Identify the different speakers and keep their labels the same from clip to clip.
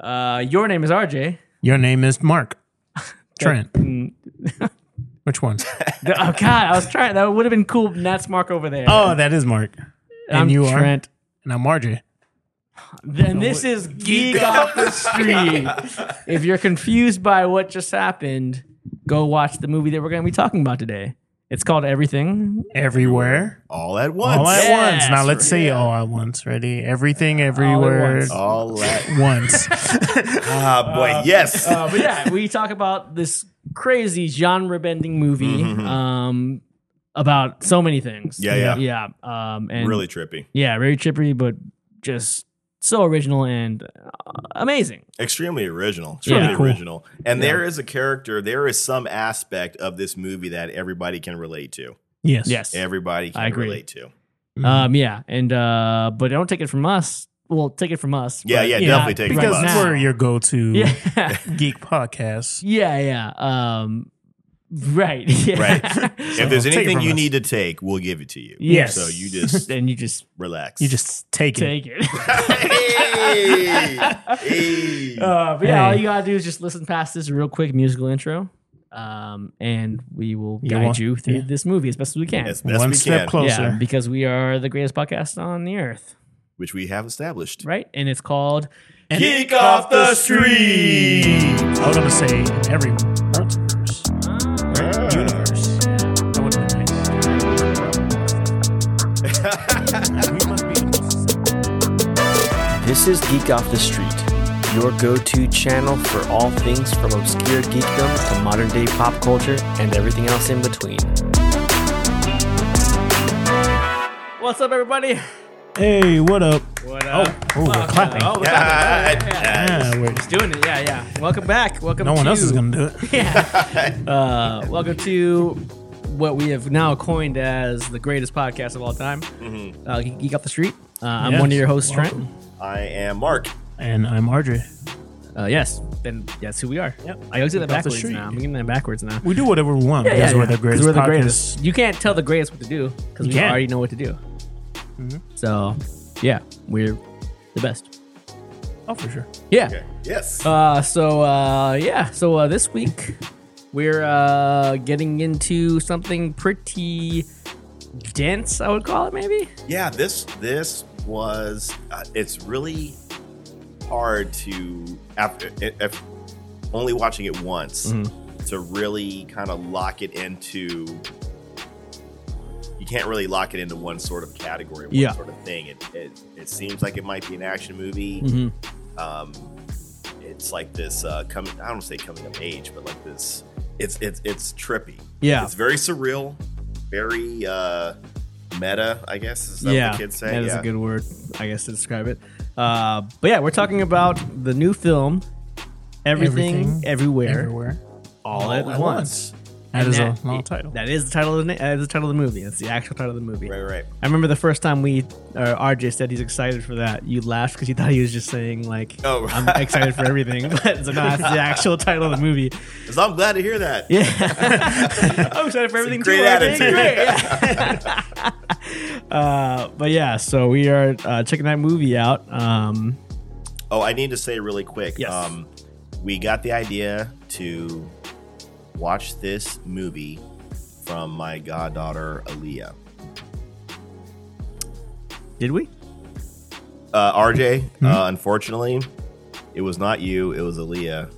Speaker 1: Uh, your name is RJ.
Speaker 2: Your name is Mark. Trent.
Speaker 1: Mm,
Speaker 2: Which one?
Speaker 1: the- oh God, I was trying. That would have been cool. That's Mark over there.
Speaker 2: Oh, that is Mark.
Speaker 1: I'm
Speaker 2: and you are?
Speaker 1: Trent.
Speaker 2: And I'm RJ.
Speaker 1: Then this is Geek Off the Street. if you're confused by what just happened, go watch the movie that we're going to be talking about today. It's called Everything.
Speaker 2: Everywhere.
Speaker 3: All at once.
Speaker 2: All at
Speaker 1: Yes.
Speaker 2: once. Now let's say all at once. Ready? Everything, everywhere.
Speaker 1: once.
Speaker 3: All at
Speaker 2: once.
Speaker 3: ah boy, yes.
Speaker 1: Uh, but yeah, we talk about this crazy genre bending movie
Speaker 2: Mm-hmm,
Speaker 1: um, about so many things.
Speaker 3: Yeah, yeah.
Speaker 1: Yeah. Um, and
Speaker 3: really trippy,
Speaker 1: Yeah, very trippy, but just so original and uh, amazing.
Speaker 3: extremely original,
Speaker 1: Yeah.
Speaker 3: extremely
Speaker 2: Cool.
Speaker 3: original. And there is a character, there is some aspect of this movie that everybody can relate to.
Speaker 2: Yes.
Speaker 1: Yes.
Speaker 3: Everybody can
Speaker 1: I agree.
Speaker 3: relate to.
Speaker 2: Mhm.
Speaker 1: Um, yeah. And, uh, but don't take it from us. Well, take it from us.
Speaker 3: Yeah,
Speaker 1: but-
Speaker 3: yeah,
Speaker 2: Yeah,
Speaker 3: definitely take it
Speaker 2: because
Speaker 3: from us.
Speaker 1: now.
Speaker 2: we're your go-to
Speaker 1: Yeah.
Speaker 2: geek podcast.
Speaker 1: Yeah, yeah. Um, right. Yeah.
Speaker 3: Right. if there's
Speaker 2: Take it
Speaker 3: anything
Speaker 2: from
Speaker 3: you
Speaker 2: us.
Speaker 3: need to take, we'll give it to you.
Speaker 1: Yes.
Speaker 3: So you just
Speaker 1: then you just
Speaker 3: relax.
Speaker 2: You just take, it.
Speaker 1: take it.
Speaker 3: hey, hey.
Speaker 1: uh, but yeah, all
Speaker 2: Hey.
Speaker 1: you gotta do is just listen past this real quick musical intro, um, and we will
Speaker 2: You
Speaker 1: guide
Speaker 2: want-
Speaker 1: you through
Speaker 2: yeah.
Speaker 1: this movie as best as we can.
Speaker 3: as best
Speaker 2: One
Speaker 3: we
Speaker 2: step
Speaker 3: can,
Speaker 2: closer.
Speaker 1: yeah, because we are the greatest podcast on the earth,
Speaker 3: which we have established.
Speaker 1: right? And it's called
Speaker 3: Geek off the street.
Speaker 2: I was gonna say every multiverse. Universe. That would have been nice. We must be-
Speaker 4: This is Geek Off the Street, your go to channel for all things from obscure geekdom to modern day pop culture and everything else in between.
Speaker 1: "What's Up, Everybody."
Speaker 2: Hey, what up?
Speaker 1: What up?
Speaker 2: Oh, we're clapping.
Speaker 1: Oh, what's up?
Speaker 3: Yeah.
Speaker 2: Yeah, we're-
Speaker 1: Doing it, yeah, yeah. Welcome back. Welcome.
Speaker 2: Ah, no one
Speaker 1: to-
Speaker 2: else is gonna do it.
Speaker 1: Uh, welcome to what we have now coined as the greatest podcast of all time, uh, Geek Geek Up the Street. Uh, I'm
Speaker 2: Yes,
Speaker 1: one of your hosts,
Speaker 2: welcome.
Speaker 3: I am Mark.
Speaker 2: And I'm RJ.
Speaker 1: Trent. Uh, yes, then that's who we are.
Speaker 2: Yep.
Speaker 1: I always do that
Speaker 2: Geek Off the
Speaker 1: backwards
Speaker 2: Street.
Speaker 1: now. I'm getting that backwards now.
Speaker 2: We do whatever we want because we're the greatest.
Speaker 1: we're the
Speaker 2: podcast.
Speaker 1: greatest. You can't tell the greatest what to do because
Speaker 2: You
Speaker 1: we
Speaker 2: can't. Mm-hmm.
Speaker 1: already know what to do. So, yeah, we're the best.
Speaker 2: Oh, for sure.
Speaker 1: Yeah.
Speaker 3: Okay. Yes.
Speaker 1: Uh, so uh, yeah, so uh, this week we're uh, getting into something pretty dense, I would call it maybe.
Speaker 3: yeah. This this was. Uh, it's really hard to after if only watching it once to really kind of lock it into. You can't really lock it into one sort of category, one
Speaker 1: Yeah.
Speaker 3: sort of thing. It, it it seems like it might be an action movie.
Speaker 1: Mm. Mm-hmm.
Speaker 3: um, it's like this uh, coming. I don't say coming of age, but like this. It's it's it's trippy.
Speaker 1: Yeah.
Speaker 3: it's very surreal, very uh, meta. I guess is that
Speaker 1: yeah,
Speaker 3: what the kids say.
Speaker 1: that is
Speaker 3: yeah.
Speaker 1: a good word, I guess, to describe it. Uh, but yeah, we're talking about the new film, Everything,
Speaker 2: Everything,
Speaker 1: Everywhere,
Speaker 2: Everywhere.
Speaker 3: Oh,
Speaker 1: All, at, Once.
Speaker 2: That
Speaker 1: And
Speaker 2: is
Speaker 1: that-
Speaker 2: a long title.
Speaker 1: That is the title of the, na- that is the title of the movie. That's the actual title of the movie.
Speaker 3: Right, right.
Speaker 1: I remember the first time we, or RJ said he's excited for that. You laughed because you thought he was just saying like,
Speaker 3: Oh.
Speaker 1: "I'm excited for everything," but so no, that's the actual title of the movie.
Speaker 3: So I'm glad to hear that.
Speaker 1: Yeah, I'm excited for everything.
Speaker 3: great
Speaker 1: too, RJ.
Speaker 3: attitude.
Speaker 1: Great, yeah. uh, but yeah, so we are uh, checking that movie out. Um,
Speaker 3: Oh, I need to say really quick. um,
Speaker 1: Yes.
Speaker 3: we got the idea to watch this movie from my goddaughter Aaliyah.
Speaker 1: did we?
Speaker 3: Uh, RJ,
Speaker 1: Mm-hmm.
Speaker 3: uh, unfortunately, it was not you. It was Aaliyah,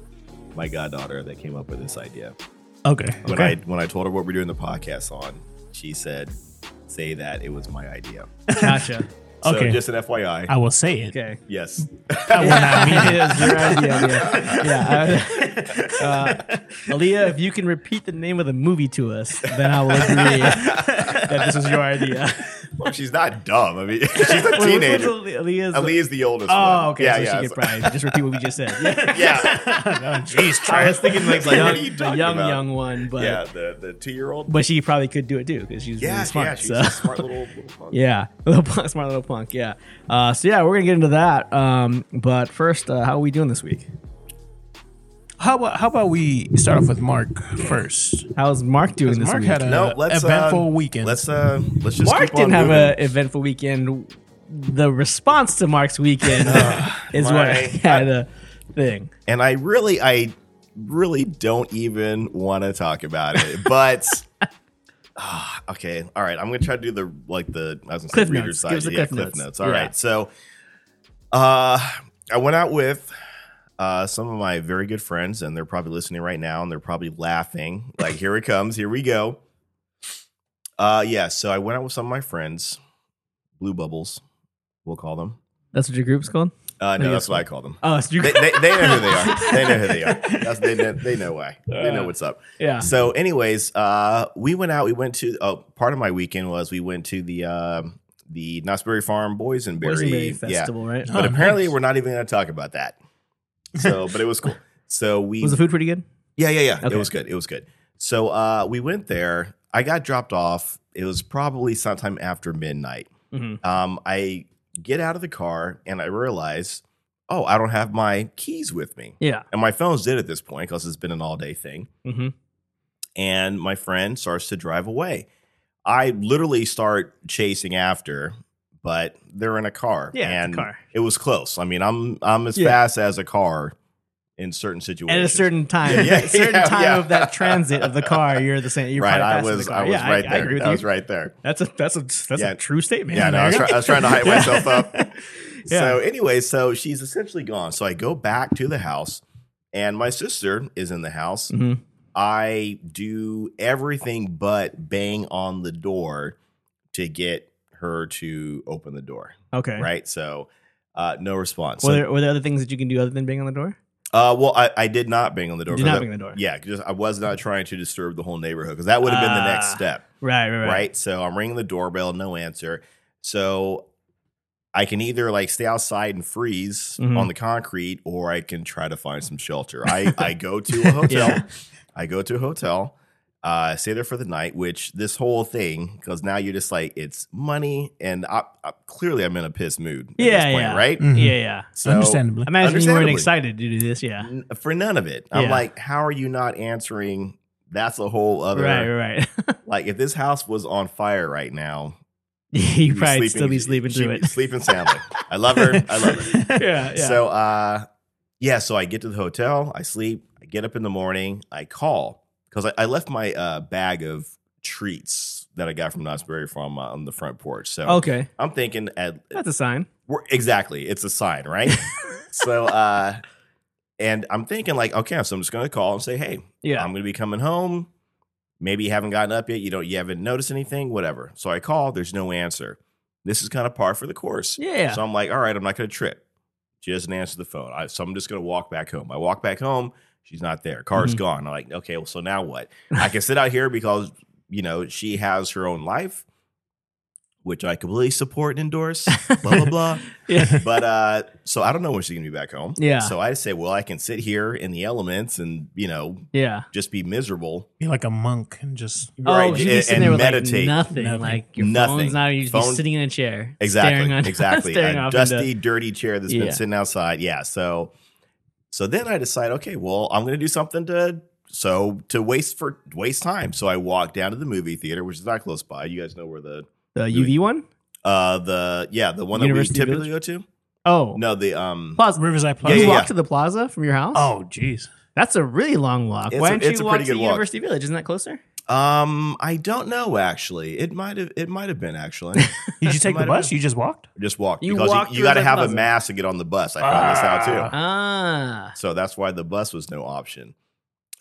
Speaker 3: my goddaughter, that came up with this idea.
Speaker 2: Okay.
Speaker 3: when
Speaker 2: okay.
Speaker 3: I when I told her what we're doing the podcast on, she said, "Say that it was my idea."
Speaker 1: Gotcha.
Speaker 3: So
Speaker 2: Okay.
Speaker 3: just an FYI.
Speaker 2: I will say it.
Speaker 1: Okay.
Speaker 3: yes.
Speaker 2: I will not mean it.
Speaker 1: it is your idea. Yeah. yeah. I- Uh, Aaliyah, if you can repeat the name of the movie to us, then I will agree that this was your idea.
Speaker 3: Well, she's not dumb. I mean, she's a
Speaker 1: Wait, which
Speaker 3: teenager.
Speaker 1: one's Aaliyah's
Speaker 3: Aaliyah's the oldest. one.
Speaker 1: Oh, okay.
Speaker 3: Yeah,
Speaker 1: so
Speaker 3: yeah.
Speaker 1: she could
Speaker 3: so-
Speaker 1: probably just repeat what we just said.
Speaker 3: yeah.
Speaker 2: Jeez,
Speaker 1: I
Speaker 2: try
Speaker 1: was thinking like,
Speaker 3: It's
Speaker 1: the
Speaker 3: like,
Speaker 1: young,
Speaker 3: what are you
Speaker 1: the
Speaker 3: talking
Speaker 1: young,
Speaker 3: about?
Speaker 1: young one, but
Speaker 3: yeah. The the two year old.
Speaker 1: but she probably could do it too because she's
Speaker 3: Yeah,
Speaker 1: really smart.
Speaker 3: yeah. She's
Speaker 1: so.
Speaker 3: a smart little. little punk.
Speaker 1: Yeah, little punk, smart little punk. Yeah. Uh, so yeah, we're gonna get into that. Um, but first, uh, how are we doing this week?
Speaker 2: How about how about we start off with Mark first?
Speaker 1: How's Mark doing this
Speaker 2: Mark
Speaker 1: week?
Speaker 2: had a
Speaker 3: No, let's
Speaker 2: eventful
Speaker 3: uh,
Speaker 2: weekend.
Speaker 3: Let's uh, let's just.
Speaker 1: Mark
Speaker 3: keep on
Speaker 1: didn't have
Speaker 3: moving.
Speaker 1: an eventful weekend. The response to Mark's weekend is what I
Speaker 3: my-
Speaker 1: had. A, thing.
Speaker 3: and I really, I really don't even want to talk about it. But Ah, okay, all right, I'm gonna try to do the like the I was gonna
Speaker 1: Cliff
Speaker 3: say reader
Speaker 1: notes. Give
Speaker 3: side,
Speaker 1: us the
Speaker 3: yeah,
Speaker 1: cliff
Speaker 3: cliff
Speaker 1: notes.
Speaker 3: notes. All right,
Speaker 1: Yeah.
Speaker 3: so uh, I went out with. Uh, some of my very good friends, and they're probably listening right now, and they're probably laughing. Like, here it comes, here we go. Uh, yeah, so I went out with some of my friends, Blue Bubbles, we'll call them.
Speaker 1: That's what your group's called.
Speaker 3: Uh, no,
Speaker 1: you
Speaker 3: that's what I call them
Speaker 1: Oh, it's your
Speaker 3: they, they, they know who they are. They know who they are. That's, they, know, they know why. They know what's up.
Speaker 1: yeah.
Speaker 3: So, anyways, uh, we went out. We went to. Oh, part of my weekend was we went to the um the Knott'sberry Farm Boysenberry,
Speaker 1: Boysenberry Festival, right?
Speaker 3: Yeah, but
Speaker 2: Oh,
Speaker 3: apparently
Speaker 2: nice.
Speaker 3: we're not even going to talk about that. So, but it was cool. So we
Speaker 1: Was the food pretty good?
Speaker 3: yeah, yeah, yeah.
Speaker 1: Okay.
Speaker 3: It was good. It was good. So uh, we went there. I got dropped off. It was probably sometime after midnight.
Speaker 1: Mhm.
Speaker 3: Um, I get out of the car and I realize, oh, I don't have my keys with me.
Speaker 1: Yeah.
Speaker 3: And my phone's dead at this point because it's been an all day thing.
Speaker 1: Mm-hmm.
Speaker 3: And my friend starts to drive away. I literally start chasing after, but they're in a car.
Speaker 1: Yeah, it's a
Speaker 3: and
Speaker 1: car.
Speaker 3: it was close. I mean, I'm I'm as
Speaker 1: Yeah.
Speaker 3: fast as a car in certain situations.
Speaker 1: At a certain time,
Speaker 3: Yeah,
Speaker 1: a certain
Speaker 3: yeah,
Speaker 1: time
Speaker 3: yeah.
Speaker 1: of that transit of the car, you're the same. You're
Speaker 3: right,
Speaker 1: probably
Speaker 3: I
Speaker 1: faster than
Speaker 3: was
Speaker 1: the
Speaker 3: I
Speaker 1: car.
Speaker 3: was
Speaker 1: Yeah,
Speaker 3: right
Speaker 1: I, I
Speaker 3: there.
Speaker 1: agree with
Speaker 3: I
Speaker 1: you.
Speaker 3: was right there.
Speaker 2: That's a that's a that's
Speaker 3: Yeah.
Speaker 2: a true statement.
Speaker 3: Yeah, no, I was, try, I was trying to hype myself up. So anyway, so she's essentially gone. So I go back to the house, and my sister is in the house.
Speaker 1: Mhm.
Speaker 3: I do everything but bang on the door to get her to open the door.
Speaker 1: Okay.
Speaker 3: Right, so uh, no response.
Speaker 1: were,
Speaker 3: So,
Speaker 1: there, were there other things that you can do other than bang on the door?
Speaker 3: uh, well, I, I did not bang on the door.
Speaker 1: Did
Speaker 3: 'cause
Speaker 1: not
Speaker 3: I-
Speaker 1: bang on the door.
Speaker 3: Yeah, because I was not trying to disturb the whole neighborhood because that would have been the next
Speaker 1: Ah.
Speaker 3: step
Speaker 1: Right, right, right.
Speaker 3: right? So I'm ringing the doorbell, no answer. So I can either like stay outside and freeze
Speaker 1: Mhm.
Speaker 3: on the concrete, or I can try to find some shelter. I I go to a hotel.
Speaker 1: Yeah.
Speaker 3: I go to a hotel. Uh, stay there for the night, which this whole thing, because now you're just like, it's money. And I, I, clearly I'm in a piss mood at this
Speaker 1: Yeah,
Speaker 3: point,
Speaker 1: yeah.
Speaker 3: right?
Speaker 2: Mhm.
Speaker 1: Yeah, yeah.
Speaker 3: So
Speaker 2: Understandably.
Speaker 1: Imagine you weren't
Speaker 3: Understandably.
Speaker 1: excited to do this. Yeah.
Speaker 3: n- for none of it, I'm
Speaker 1: Yeah.
Speaker 3: like, how are you not answering? That's a whole other,
Speaker 1: Right, right, right.
Speaker 3: like if this house was on fire right now,
Speaker 1: you
Speaker 3: be
Speaker 1: probably still be sleeping
Speaker 3: she'd
Speaker 1: through
Speaker 3: be
Speaker 1: it.
Speaker 3: Sleeping soundly. I love her. I love her.
Speaker 1: yeah, yeah.
Speaker 3: So uh yeah, so I get to the hotel, I sleep, I get up in the morning, I call because I, I left my uh bag of treats that I got from Knott's Berry Farm uh, on the front porch. So
Speaker 1: okay,
Speaker 3: I'm thinking at
Speaker 1: that's a sign.
Speaker 3: we're, exactly, it's a sign, right? so uh and I'm thinking like, okay, so I'm just gonna call and say, hey,
Speaker 1: Yeah.
Speaker 3: I'm gonna be coming home. Maybe you haven't gotten up yet. You don't. You haven't noticed anything. Whatever. So I call. There's no answer. This is kind of par for the course.
Speaker 1: yeah.
Speaker 3: So I'm like, all right, I'm not going to trip. She doesn't answer the phone. I, so I'm just going to walk back home. I walk back home. She's not there. Car's
Speaker 1: Mhm.
Speaker 3: gone. I'm like, okay, well, so now what? I can sit out here because, you know, she has her own life, which I completely support and endorse, blah, blah, blah.
Speaker 1: yeah.
Speaker 3: But uh, so I don't know when she's going to be back home.
Speaker 1: Yeah.
Speaker 3: So I say, well, I can sit here in the elements and, you know,
Speaker 1: Yeah.
Speaker 3: just be miserable.
Speaker 2: Be like a monk and just
Speaker 1: Oh,
Speaker 3: Right,
Speaker 1: you'd be
Speaker 3: and-
Speaker 1: sitting
Speaker 3: and
Speaker 1: there with
Speaker 3: meditate.
Speaker 1: Like nothing,
Speaker 2: Nothing.
Speaker 1: like your
Speaker 3: Nothing.
Speaker 1: phone's not. You'd be
Speaker 3: Phone-
Speaker 1: sitting in a chair,
Speaker 3: Exactly.
Speaker 1: Staring on,
Speaker 3: exactly.
Speaker 1: staring
Speaker 3: a
Speaker 1: off
Speaker 3: dusty,
Speaker 1: into-
Speaker 3: dirty chair that's
Speaker 1: Yeah.
Speaker 3: been sitting outside. Yeah. So so then I decide, okay, well, I'm gonna do something to so to waste for waste time. So I walk down to the movie theater, which is not close by. You guys know where the
Speaker 1: the UV one.
Speaker 3: uh the yeah, the one
Speaker 1: University
Speaker 3: that we typically go to?
Speaker 1: Oh,
Speaker 3: No, the um
Speaker 1: plaza.
Speaker 2: Riverside
Speaker 3: Yeah,
Speaker 2: Plaza.
Speaker 1: you
Speaker 3: yeah,
Speaker 1: walk
Speaker 3: yeah.
Speaker 1: to the plaza from your house.
Speaker 2: Oh, jeez.
Speaker 1: that's a really long walk.
Speaker 3: It's
Speaker 1: Why
Speaker 3: a-
Speaker 1: don't
Speaker 3: it's
Speaker 1: you
Speaker 3: a
Speaker 1: walk
Speaker 3: pretty
Speaker 1: to
Speaker 3: good walk.
Speaker 1: University Village? Isn't that closer?
Speaker 3: um I don't know actually. It might have it might have been actually.
Speaker 2: Did you take the
Speaker 3: Might have
Speaker 2: bus? You just walked?
Speaker 3: Just walked
Speaker 1: You
Speaker 3: because
Speaker 1: walked
Speaker 3: you,
Speaker 1: through
Speaker 3: gotta
Speaker 1: the
Speaker 3: have
Speaker 1: plaza.
Speaker 3: a mask to get on the bus. I found this out too.
Speaker 2: Ah.
Speaker 1: Ah,
Speaker 3: So that's why the bus was no option.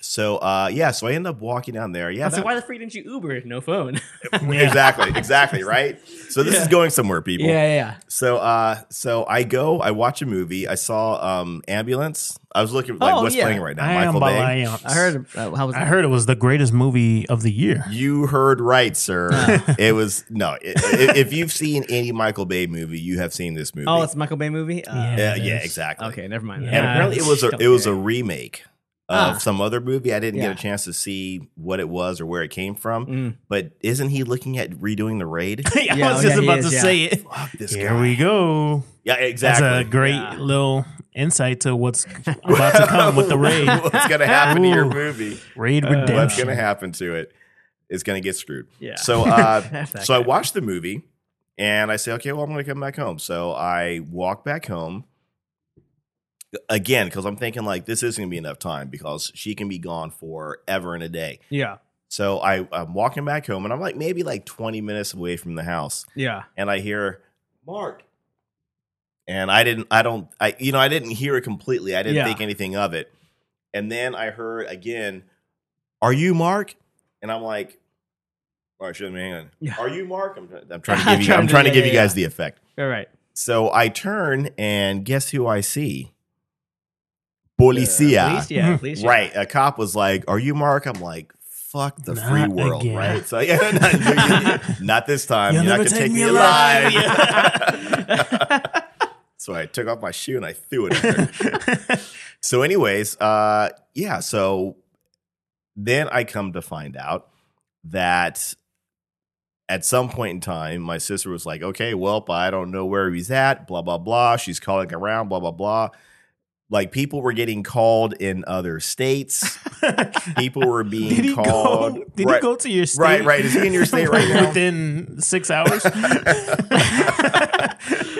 Speaker 3: So uh yeah, so I end up walking down there. Yeah,
Speaker 1: so
Speaker 3: that-
Speaker 1: why the freak didn't you Uber? No phone.
Speaker 3: exactly exactly right so this
Speaker 1: Yeah.
Speaker 3: is going somewhere people
Speaker 1: yeah,
Speaker 3: so uh so i go i watch a movie i saw um ambulance i was looking like
Speaker 1: Oh,
Speaker 3: what's
Speaker 1: yeah.
Speaker 3: playing right now
Speaker 2: I am
Speaker 3: michael bay
Speaker 2: Balayance.
Speaker 1: I heard. Uh, how was
Speaker 2: I
Speaker 1: that?
Speaker 2: heard it was the greatest movie of the year.
Speaker 3: you heard right sir it was no i- i- if you've seen any michael bay movie you have seen this movie
Speaker 1: Oh, it's a Michael Bay movie. Uh,
Speaker 3: yeah,
Speaker 2: it
Speaker 3: yeah
Speaker 2: is.
Speaker 3: exactly
Speaker 1: Okay, never mind.
Speaker 2: And
Speaker 3: and
Speaker 1: Uh,
Speaker 3: apparently it was a
Speaker 1: don't
Speaker 3: it was a
Speaker 1: care.
Speaker 3: remake
Speaker 1: Ah.
Speaker 3: of some other movie i didn't
Speaker 1: Yeah.
Speaker 3: get a chance to see what it was or where it came from
Speaker 1: Mm.
Speaker 3: but isn't he looking at redoing the raid
Speaker 2: I
Speaker 1: Yeah,
Speaker 2: was
Speaker 1: oh,
Speaker 2: just
Speaker 1: yeah, he
Speaker 2: about
Speaker 1: is,
Speaker 2: to
Speaker 1: yeah.
Speaker 2: say it.
Speaker 3: Fuck this
Speaker 2: Here
Speaker 3: guy
Speaker 2: we go.
Speaker 3: yeah
Speaker 2: That's
Speaker 3: exactly
Speaker 2: a great
Speaker 1: Yeah.
Speaker 2: little insight to what's about to come with the raid.
Speaker 3: What's going to happen to your
Speaker 2: Ooh.
Speaker 3: movie?
Speaker 2: Raid
Speaker 1: Uh, Damn
Speaker 3: What's
Speaker 2: redemption.
Speaker 3: going to happen to it? It's going to get screwed.
Speaker 1: Yeah.
Speaker 3: So, uh,
Speaker 1: F that
Speaker 3: so I
Speaker 1: guy.
Speaker 3: watched the movie and I say, okay, well, I'm going to come back home. So I walk back home again because I'm thinking like this isn't gonna be enough time because she can be gone forever and a day.
Speaker 1: Yeah.
Speaker 3: So I, I'm walking back home and I'm like maybe like 20 minutes away from the house
Speaker 1: Yeah.
Speaker 3: and I hear Mark. And I didn't I don't I you know I didn't hear it completely. I didn't
Speaker 1: Yeah.
Speaker 3: think anything of it. And then I heard again, "Are you Mark?" And I'm like, "All right, shit, hang on.
Speaker 1: Yeah.
Speaker 3: Are you Mark?" I'm, try- I'm trying to give you I'm trying to
Speaker 1: yeah,
Speaker 3: give you
Speaker 1: yeah,
Speaker 3: guys the effect.
Speaker 1: All right.
Speaker 3: So I turn and guess who I see? Policia.
Speaker 1: At least, Uh, yeah. At least, yeah.
Speaker 3: Right. A cop was like, Are you Mark? I'm like, Fuck the
Speaker 2: Not
Speaker 3: free world,
Speaker 2: again.
Speaker 3: right? So yeah, not, not this time.
Speaker 2: You'll
Speaker 3: You're not
Speaker 2: never
Speaker 3: gonna
Speaker 2: take
Speaker 3: take
Speaker 2: me
Speaker 3: me alive. so I took off my shoe and I threw it at her. so, anyways, uh, yeah, so then I come to find out that at some point in time, my sister was like, okay, well, I don't know where he's at, blah, blah, blah. She's calling around, blah, blah, blah. Like people were getting called in other states. People were being
Speaker 2: Did he
Speaker 3: called.
Speaker 2: go? Did he
Speaker 3: Right.
Speaker 2: go to your state?
Speaker 3: Right, right. Is he in your state right now?
Speaker 2: Within six hours.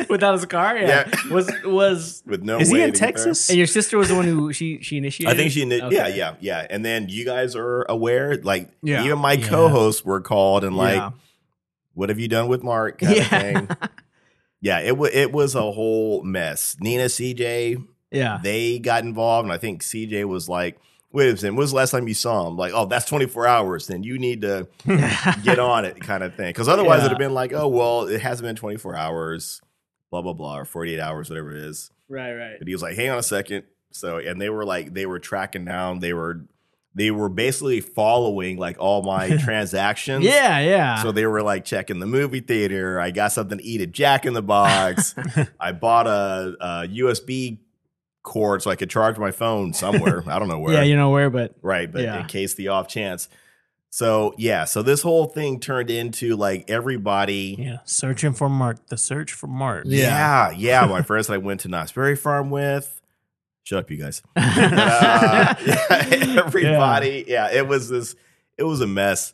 Speaker 1: Without his car. Yeah.
Speaker 3: Yeah.
Speaker 1: Was was.
Speaker 3: With no
Speaker 2: Is
Speaker 3: way
Speaker 2: he in
Speaker 3: to get there.
Speaker 2: Texas?
Speaker 1: And your sister was the one who she she initiated.
Speaker 3: I think she, kni-
Speaker 1: Okay.
Speaker 3: yeah, yeah, yeah. And then you guys are aware, like,
Speaker 1: Yeah.
Speaker 3: even my
Speaker 2: Yeah.
Speaker 3: co hosts were called and, like,
Speaker 1: Yeah.
Speaker 3: what have you done with Mark? Kind
Speaker 1: Yeah.
Speaker 3: of thing. Yeah, it, wa it was a whole mess. Nina, CJ,
Speaker 1: Yeah.
Speaker 3: they got involved. And I think CJ was like, wait a second, when's the last time you saw him? Like, oh, that's 24 hours. Then you need to get on it, kind of thing. Because otherwise,
Speaker 1: Yeah.
Speaker 3: it'd have been like, oh, well, it hasn't been 24 hours, blah, blah, blah, or 48 hours, whatever it is.
Speaker 1: Right. Right.
Speaker 3: And he was like, hang on a second. So, and they were like, they were tracking down, they were, they were basically following like all my transactions.
Speaker 1: Yeah. Yeah.
Speaker 3: So they were like checking the movie theater. I got something to eat at Jack in the Box. I bought a, a USB cord so I could charge my phone somewhere. I don't know where.
Speaker 1: yeah. You know where, but
Speaker 3: right, but
Speaker 1: yeah.
Speaker 3: in case the off chance. So yeah, so this whole thing turned into like everybody.
Speaker 2: yeah, searching for Mark. The search for Mark.
Speaker 1: Yeah.
Speaker 3: Yeah, yeah. my friends that I went to Knott's Berry Farm with. Shut up, you guys. Uh, everybody. yeah, it was this. It was a mess.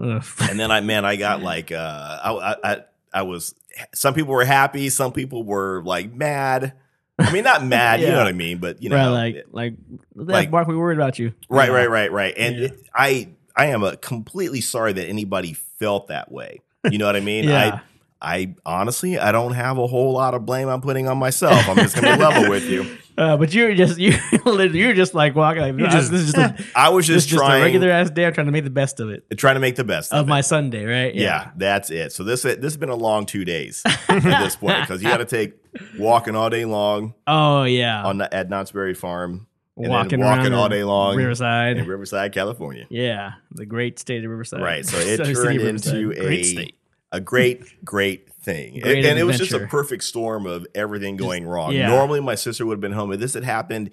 Speaker 1: Ugh.
Speaker 3: and then I man, I got like uh I I I, I was some people were happy, some people were like mad. I mean, not mad, you
Speaker 1: Yeah.
Speaker 3: know what I mean, but you know,
Speaker 1: right,
Speaker 3: like,
Speaker 1: like, like,
Speaker 3: like-
Speaker 1: Mark, we worried about you.
Speaker 3: right, right, right, right. And
Speaker 1: Yeah.
Speaker 3: I I am uh completely sorry that anybody felt that way. You know what I mean?
Speaker 1: Yeah.
Speaker 3: I I honestly I don't have a whole lot of blame I'm putting on myself. I'm just gonna be level with you.
Speaker 1: Uh, but you were just you, you were just like walking. Like,
Speaker 2: just-
Speaker 1: this is just a,
Speaker 3: I was just,
Speaker 1: just a
Speaker 3: trying
Speaker 1: regular ass day. I'm trying to make the best of it
Speaker 3: trying to make the best
Speaker 1: of
Speaker 3: of, it.
Speaker 1: my Sunday, right?
Speaker 3: Yeah. that's it. So this this has been a long two days at this point because you got to take walking all day long.
Speaker 1: Oh yeah.
Speaker 3: on the, at Knott's Berry Farm and
Speaker 1: walking
Speaker 3: then walking
Speaker 1: around
Speaker 3: all
Speaker 1: in
Speaker 3: day long
Speaker 1: Riverside.
Speaker 3: in Riverside, California.
Speaker 1: yeah, the great state of Riverside.
Speaker 3: Right. So it
Speaker 1: Sunny City,
Speaker 3: turned
Speaker 1: Riverside.
Speaker 3: into a
Speaker 2: Great state.
Speaker 3: a great, great thing.
Speaker 1: Great
Speaker 3: and and it was just a
Speaker 1: adventure.
Speaker 3: perfect storm of everything going wrong.
Speaker 1: yeah.
Speaker 3: Normally my sister would have been home. If this had happened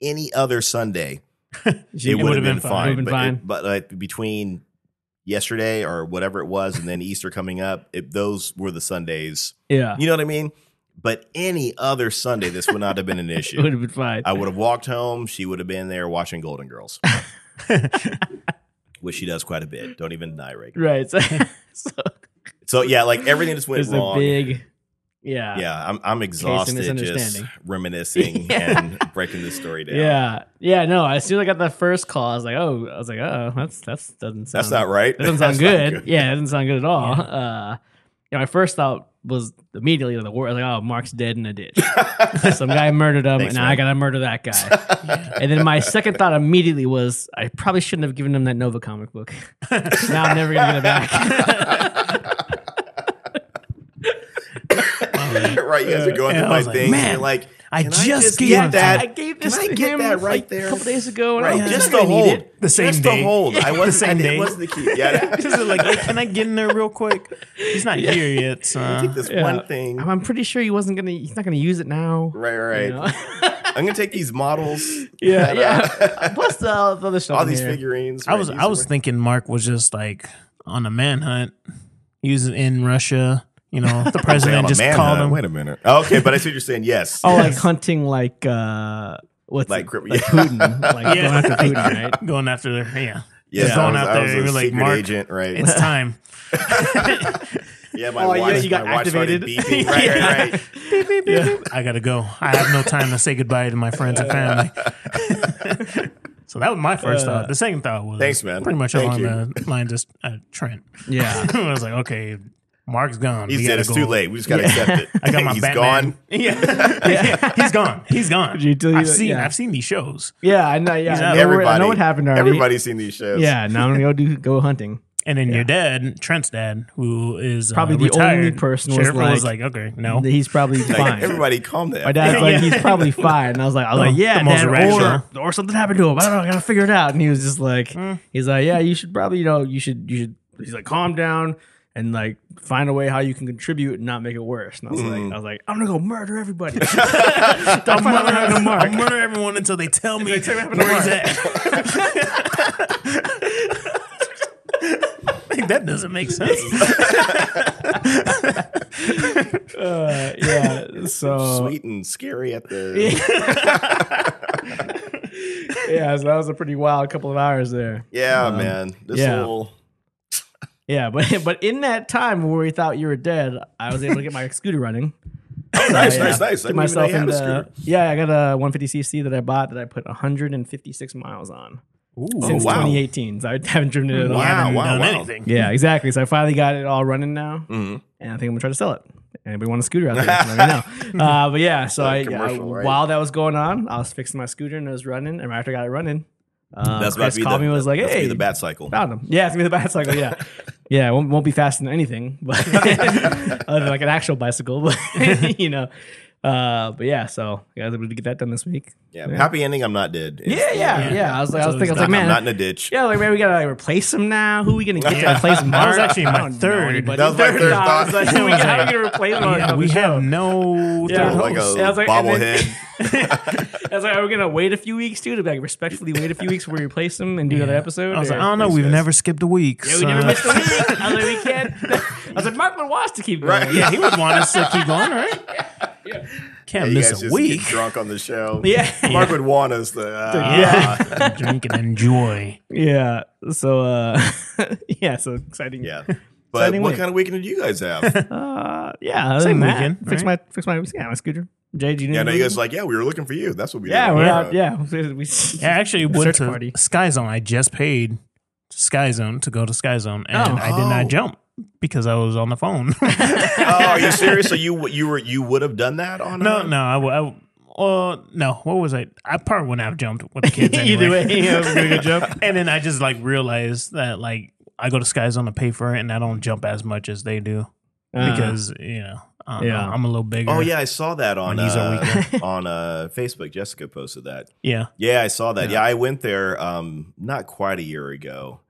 Speaker 3: any other Sunday,
Speaker 1: She-
Speaker 3: it would
Speaker 2: would've
Speaker 3: have
Speaker 2: been
Speaker 3: been,
Speaker 2: fine.
Speaker 3: fine.
Speaker 1: Would've been
Speaker 3: but
Speaker 1: fine.
Speaker 3: It, but like between yesterday or whatever it was and then Easter coming up, it, those were the Sundays.
Speaker 1: yeah,
Speaker 3: You know what I mean? But any other Sunday, this would not have been an
Speaker 1: it would
Speaker 3: issue.
Speaker 1: have been fine.
Speaker 3: I would have walked home. She would have been there watching Golden Girls, which she does quite a bit. Don't even deny, Rick.
Speaker 1: right. So, so
Speaker 3: So yeah, like everything just went
Speaker 1: it's a
Speaker 3: wrong.
Speaker 1: big. Yeah.
Speaker 3: yeah, I'm I'm exhausted just
Speaker 1: misunderstanding.
Speaker 3: reminiscing
Speaker 1: Yeah.
Speaker 3: and breaking this story down.
Speaker 1: Yeah. Yeah. No, as soon as I got that first call, I was like, oh, I was like, oh, that's that's doesn't sound
Speaker 3: that's not right.
Speaker 1: That doesn't sound
Speaker 3: That's
Speaker 1: good.
Speaker 3: not
Speaker 1: Yeah, it doesn't sound good at all. Uh, you know, my first thought was immediately the word like, oh, Mark's dead in a ditch. Some guy murdered him,
Speaker 3: Thanks,
Speaker 1: and I
Speaker 3: man.
Speaker 1: gotta murder that guy. and then my second thought immediately was, I probably shouldn't have given him that Nova comic book. now I'm never gonna get it back.
Speaker 3: right, you guys are going
Speaker 2: Yeah, I
Speaker 3: through my
Speaker 2: was like,
Speaker 3: things.
Speaker 2: man,
Speaker 3: and you're like,
Speaker 2: I
Speaker 3: can
Speaker 2: just gave
Speaker 3: get
Speaker 2: him
Speaker 3: that.
Speaker 1: I gave this
Speaker 3: Can I
Speaker 1: to
Speaker 3: get
Speaker 1: him
Speaker 3: that right
Speaker 1: like,
Speaker 3: there?
Speaker 1: a couple days ago. and I
Speaker 3: Right,
Speaker 1: don't
Speaker 3: just
Speaker 1: think I
Speaker 3: the
Speaker 1: need
Speaker 3: hold.
Speaker 1: it.
Speaker 2: The same
Speaker 3: just
Speaker 2: day.
Speaker 3: the hold. I wasn't
Speaker 2: same
Speaker 3: I,
Speaker 2: day.
Speaker 3: It wasn't the key. Yeah.
Speaker 2: This is like, hey, can I get in there real quick? He's not here yet. So.
Speaker 3: I think this
Speaker 1: Yeah.
Speaker 3: one thing.
Speaker 1: I'm, I'm pretty sure he wasn't gonna. He's not gonna use it now.
Speaker 3: Right, right.
Speaker 1: you know?
Speaker 3: I'm gonna take these models,
Speaker 1: yeah,
Speaker 3: And,
Speaker 1: yeah. Plus the, the other stuff.
Speaker 3: all
Speaker 1: in
Speaker 3: these
Speaker 1: here.
Speaker 3: figurines.
Speaker 2: I
Speaker 3: right,
Speaker 2: was
Speaker 3: these
Speaker 2: I
Speaker 3: are-
Speaker 2: was thinking Mark was just like on a manhunt. He was in Russia. You know, the
Speaker 3: Saying on
Speaker 2: president
Speaker 3: a
Speaker 2: just
Speaker 3: manhunt.
Speaker 2: called him.
Speaker 3: Wait a minute. Oh, Okay, but I see what you're saying. Yes.
Speaker 1: Oh, like hunting, like uh, what's
Speaker 3: Like
Speaker 1: it?
Speaker 3: Crip-
Speaker 1: like
Speaker 3: yeah.
Speaker 1: Putin, like
Speaker 2: Yeah.
Speaker 1: going after Putin, right?
Speaker 2: Going after the yeah.
Speaker 3: Yeah,
Speaker 2: Just going
Speaker 3: I
Speaker 2: out
Speaker 3: was, I
Speaker 2: there
Speaker 3: was
Speaker 2: and
Speaker 3: a
Speaker 2: you're like,
Speaker 3: secret
Speaker 2: "Mark,
Speaker 3: agent, right?
Speaker 2: It's time.
Speaker 3: Yeah, my
Speaker 5: Oh, yeah,
Speaker 3: watch.
Speaker 5: you got
Speaker 3: my watch started
Speaker 5: activated.
Speaker 3: beeping. Right, right, right.
Speaker 2: Yeah, I gotta go. I have no time to say goodbye to my friends and family. so that was my first thought. The second thought was
Speaker 3: Thanks, man.
Speaker 2: Pretty much
Speaker 3: Thank
Speaker 2: along
Speaker 3: you.
Speaker 2: the lines of uh, Trent.
Speaker 1: Yeah.
Speaker 2: I was like, okay, Mark's gone.
Speaker 3: He
Speaker 2: We
Speaker 3: said
Speaker 2: gotta
Speaker 3: it's
Speaker 2: go.
Speaker 3: too late. We just gotta accept it.
Speaker 2: I got my
Speaker 3: He's
Speaker 2: Batman.
Speaker 3: gone.
Speaker 2: Yeah. yeah, he's gone. He's gone.
Speaker 1: You tell you
Speaker 2: I've
Speaker 1: that-
Speaker 2: seen.
Speaker 1: yeah.
Speaker 2: I've seen these shows,
Speaker 1: Yeah, I know. Yeah, I know, where-
Speaker 3: Everybody.
Speaker 1: I know what happened already.
Speaker 3: Everybody's seen these shows.
Speaker 1: Yeah, now I'm gonna go do go hunting.
Speaker 2: and then your dad, Trent's dad, who is uh,
Speaker 1: Probably the
Speaker 2: retired,
Speaker 1: only person was
Speaker 2: sheriff,
Speaker 1: like-
Speaker 2: okay, no.
Speaker 1: He's probably
Speaker 3: Like,
Speaker 1: fine.
Speaker 3: everybody calm down.
Speaker 1: My dad's like, he's probably fine. And I was like, I was
Speaker 2: Like,
Speaker 1: like, yeah,
Speaker 2: the most
Speaker 1: Dad,
Speaker 2: rational.
Speaker 1: or, or something happened to him. I don't know. I gotta figure it out. And he was just like,
Speaker 3: Hmm.
Speaker 1: he's like, yeah, you should probably, you know, you should, you should. He's like, calm down and like find a way how you can contribute and not make it worse. And I was
Speaker 3: Hmm.
Speaker 1: like, I was like, I'm gonna go murder everybody.
Speaker 2: I'll murder,
Speaker 1: happened to
Speaker 2: I'll murder everyone until they tell me where he's at. Like, that doesn't make sense.
Speaker 1: Uh, yeah. So
Speaker 3: sweet and scary at the.
Speaker 1: yeah, so that was a pretty wild couple of hours there.
Speaker 3: Yeah, man. This
Speaker 1: yeah.
Speaker 3: whole.
Speaker 1: Yeah, but but in that time where we thought you were dead, I was able to get my scooter running.
Speaker 3: Nice,
Speaker 1: Yeah.
Speaker 3: nice, nice. I
Speaker 1: Get
Speaker 3: didn't even know
Speaker 1: myself
Speaker 3: you had a
Speaker 1: into
Speaker 3: scooter.
Speaker 1: yeah, I got a 150cc that I bought that I put 156 miles on
Speaker 3: Oh
Speaker 1: since
Speaker 3: wow!
Speaker 1: 2018. So I haven't driven it at all.
Speaker 3: Wow,
Speaker 2: Haven't
Speaker 3: wow,
Speaker 2: done
Speaker 3: wow.
Speaker 2: anything.
Speaker 1: Yeah, exactly. So I finally got it all running now,
Speaker 3: Mhm.
Speaker 1: and I think I'm gonna try to sell it. Anybody want a scooter out there? just Let me know. Uh, but yeah, so I,
Speaker 3: Like commercial,
Speaker 1: I-
Speaker 3: right?
Speaker 1: while that was going on, I was fixing my scooter and it was running. And right after I got it running, um,
Speaker 3: That's about
Speaker 1: Chris
Speaker 3: to be
Speaker 1: called
Speaker 3: the,
Speaker 1: me and was like,
Speaker 3: that's gonna be
Speaker 1: "Hey,
Speaker 3: the bat cycle."
Speaker 1: found him. Yeah, it's gonna be the bicycle. Yeah, yeah, it won't, won't be faster than anything, but other than like an actual bicycle. But you know, uh, but yeah, so I was able to get that done this week.
Speaker 3: Yeah, happy ending. I'm not dead. It's-
Speaker 1: Yeah, yeah, yeah. I was like, I was thinking, I was like,
Speaker 3: I'm
Speaker 1: man,
Speaker 3: not in a ditch.
Speaker 1: yeah, like man, we gotta like replace him now. Who we gonna get to
Speaker 2: Yeah.
Speaker 1: replace him?
Speaker 2: That was actually my third.
Speaker 3: That was my third
Speaker 1: I was
Speaker 3: thought.
Speaker 1: like, who we gotta get to replace him?
Speaker 2: Yeah, we have no
Speaker 1: Yeah.
Speaker 2: third
Speaker 3: Oh, like a
Speaker 2: host.
Speaker 1: Yeah, I was like- and then-
Speaker 3: bobblehead.
Speaker 1: I was like, are we gonna wait a few weeks too to like respectfully wait a few weeks before we replace him and do another episode?
Speaker 2: I was like,
Speaker 1: or-
Speaker 2: I don't know.
Speaker 3: These
Speaker 2: We've
Speaker 3: guys.
Speaker 2: never skipped a week.
Speaker 1: Yeah, we never missed a week. I was like, we can't. I was like, Markman wants to keep going.
Speaker 3: Right.
Speaker 2: yeah, he would want us to keep going, right? Can't
Speaker 3: you guys
Speaker 2: miss a
Speaker 3: just get
Speaker 2: week.
Speaker 3: drunk on the show.
Speaker 1: Yeah.
Speaker 3: Mark would want us to. ah.
Speaker 2: Yeah, drink and enjoy.
Speaker 1: Yeah. So uh yeah, so exciting.
Speaker 3: Yeah. But
Speaker 1: Exciting
Speaker 3: what
Speaker 1: week.
Speaker 3: kind of weekend did you guys have?
Speaker 1: Uh yeah. other
Speaker 2: Same
Speaker 1: than that,
Speaker 2: weekend,
Speaker 1: Fix
Speaker 2: right?
Speaker 1: my fix my yeah, my scooter. Jay, do you
Speaker 3: yeah, I
Speaker 1: know
Speaker 3: know you guys were like, yeah, we were looking for you. That's what we
Speaker 1: Yeah,
Speaker 3: did.
Speaker 1: we're out. Yeah. We, we-
Speaker 2: Yeah, I actually went
Speaker 1: Search
Speaker 2: to
Speaker 1: party.
Speaker 2: Sky Zone. I just paid Sky Zone to go to Sky Zone, and
Speaker 1: Oh.
Speaker 2: I did not
Speaker 3: Oh.
Speaker 2: jump because I was on the phone.
Speaker 3: Oh, are you serious? So you you were you would have done that on
Speaker 2: no,
Speaker 3: a-
Speaker 2: no, I, w- I w- uh, no. What was I? I probably wouldn't have jumped with the kids anyway.
Speaker 1: Either way, yeah, we're doing a jump.
Speaker 2: and then I just like realized that like I go to Sky Zone to pay for it, and I don't jump as much as they do
Speaker 1: Uh,
Speaker 2: because you know, I don't
Speaker 1: Yeah.
Speaker 2: know, I'm a little bigger.
Speaker 3: Oh yeah, I saw that on
Speaker 2: My knees are
Speaker 3: uh, on uh, Facebook. Jessica posted that.
Speaker 2: yeah.
Speaker 3: Yeah, I saw that. Yeah, I went there um not quite a year ago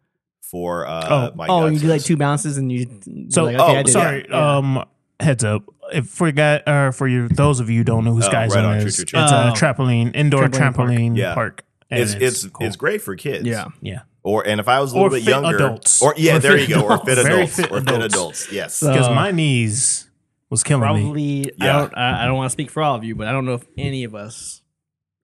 Speaker 3: for uh
Speaker 2: Oh.
Speaker 3: my
Speaker 1: Oh, you do like
Speaker 3: gotchas.
Speaker 1: two bounces and you
Speaker 2: So,
Speaker 1: like, okay,
Speaker 3: oh,
Speaker 1: I did it.
Speaker 2: Sorry. Um, heads up. If for guy or for you, those of you who don't know who Sky
Speaker 3: Oh, right
Speaker 2: Zone
Speaker 3: on,
Speaker 2: is,
Speaker 3: true, true, true.
Speaker 2: it's
Speaker 1: Oh.
Speaker 2: a trampoline indoor
Speaker 1: Trampoline park.
Speaker 2: trampoline park.
Speaker 3: Yeah.
Speaker 2: and
Speaker 3: It's it's it's,
Speaker 2: cool.
Speaker 3: great for kids.
Speaker 1: Yeah.
Speaker 2: yeah.
Speaker 3: Or and if I was a little
Speaker 2: Or
Speaker 3: bit
Speaker 2: fit
Speaker 3: younger,
Speaker 2: adults.
Speaker 3: or yeah,
Speaker 2: Or
Speaker 3: there you
Speaker 2: fit
Speaker 3: go, or fit
Speaker 2: adults. Very
Speaker 3: adults,
Speaker 2: fit
Speaker 3: or fit
Speaker 2: adults.
Speaker 3: adults. Yes.
Speaker 1: So-
Speaker 2: Because
Speaker 1: Uh,
Speaker 2: my knees was killing me.
Speaker 1: Probably
Speaker 3: Yeah.
Speaker 1: I don't I, I don't want to speak for all of you, but I don't know if any of us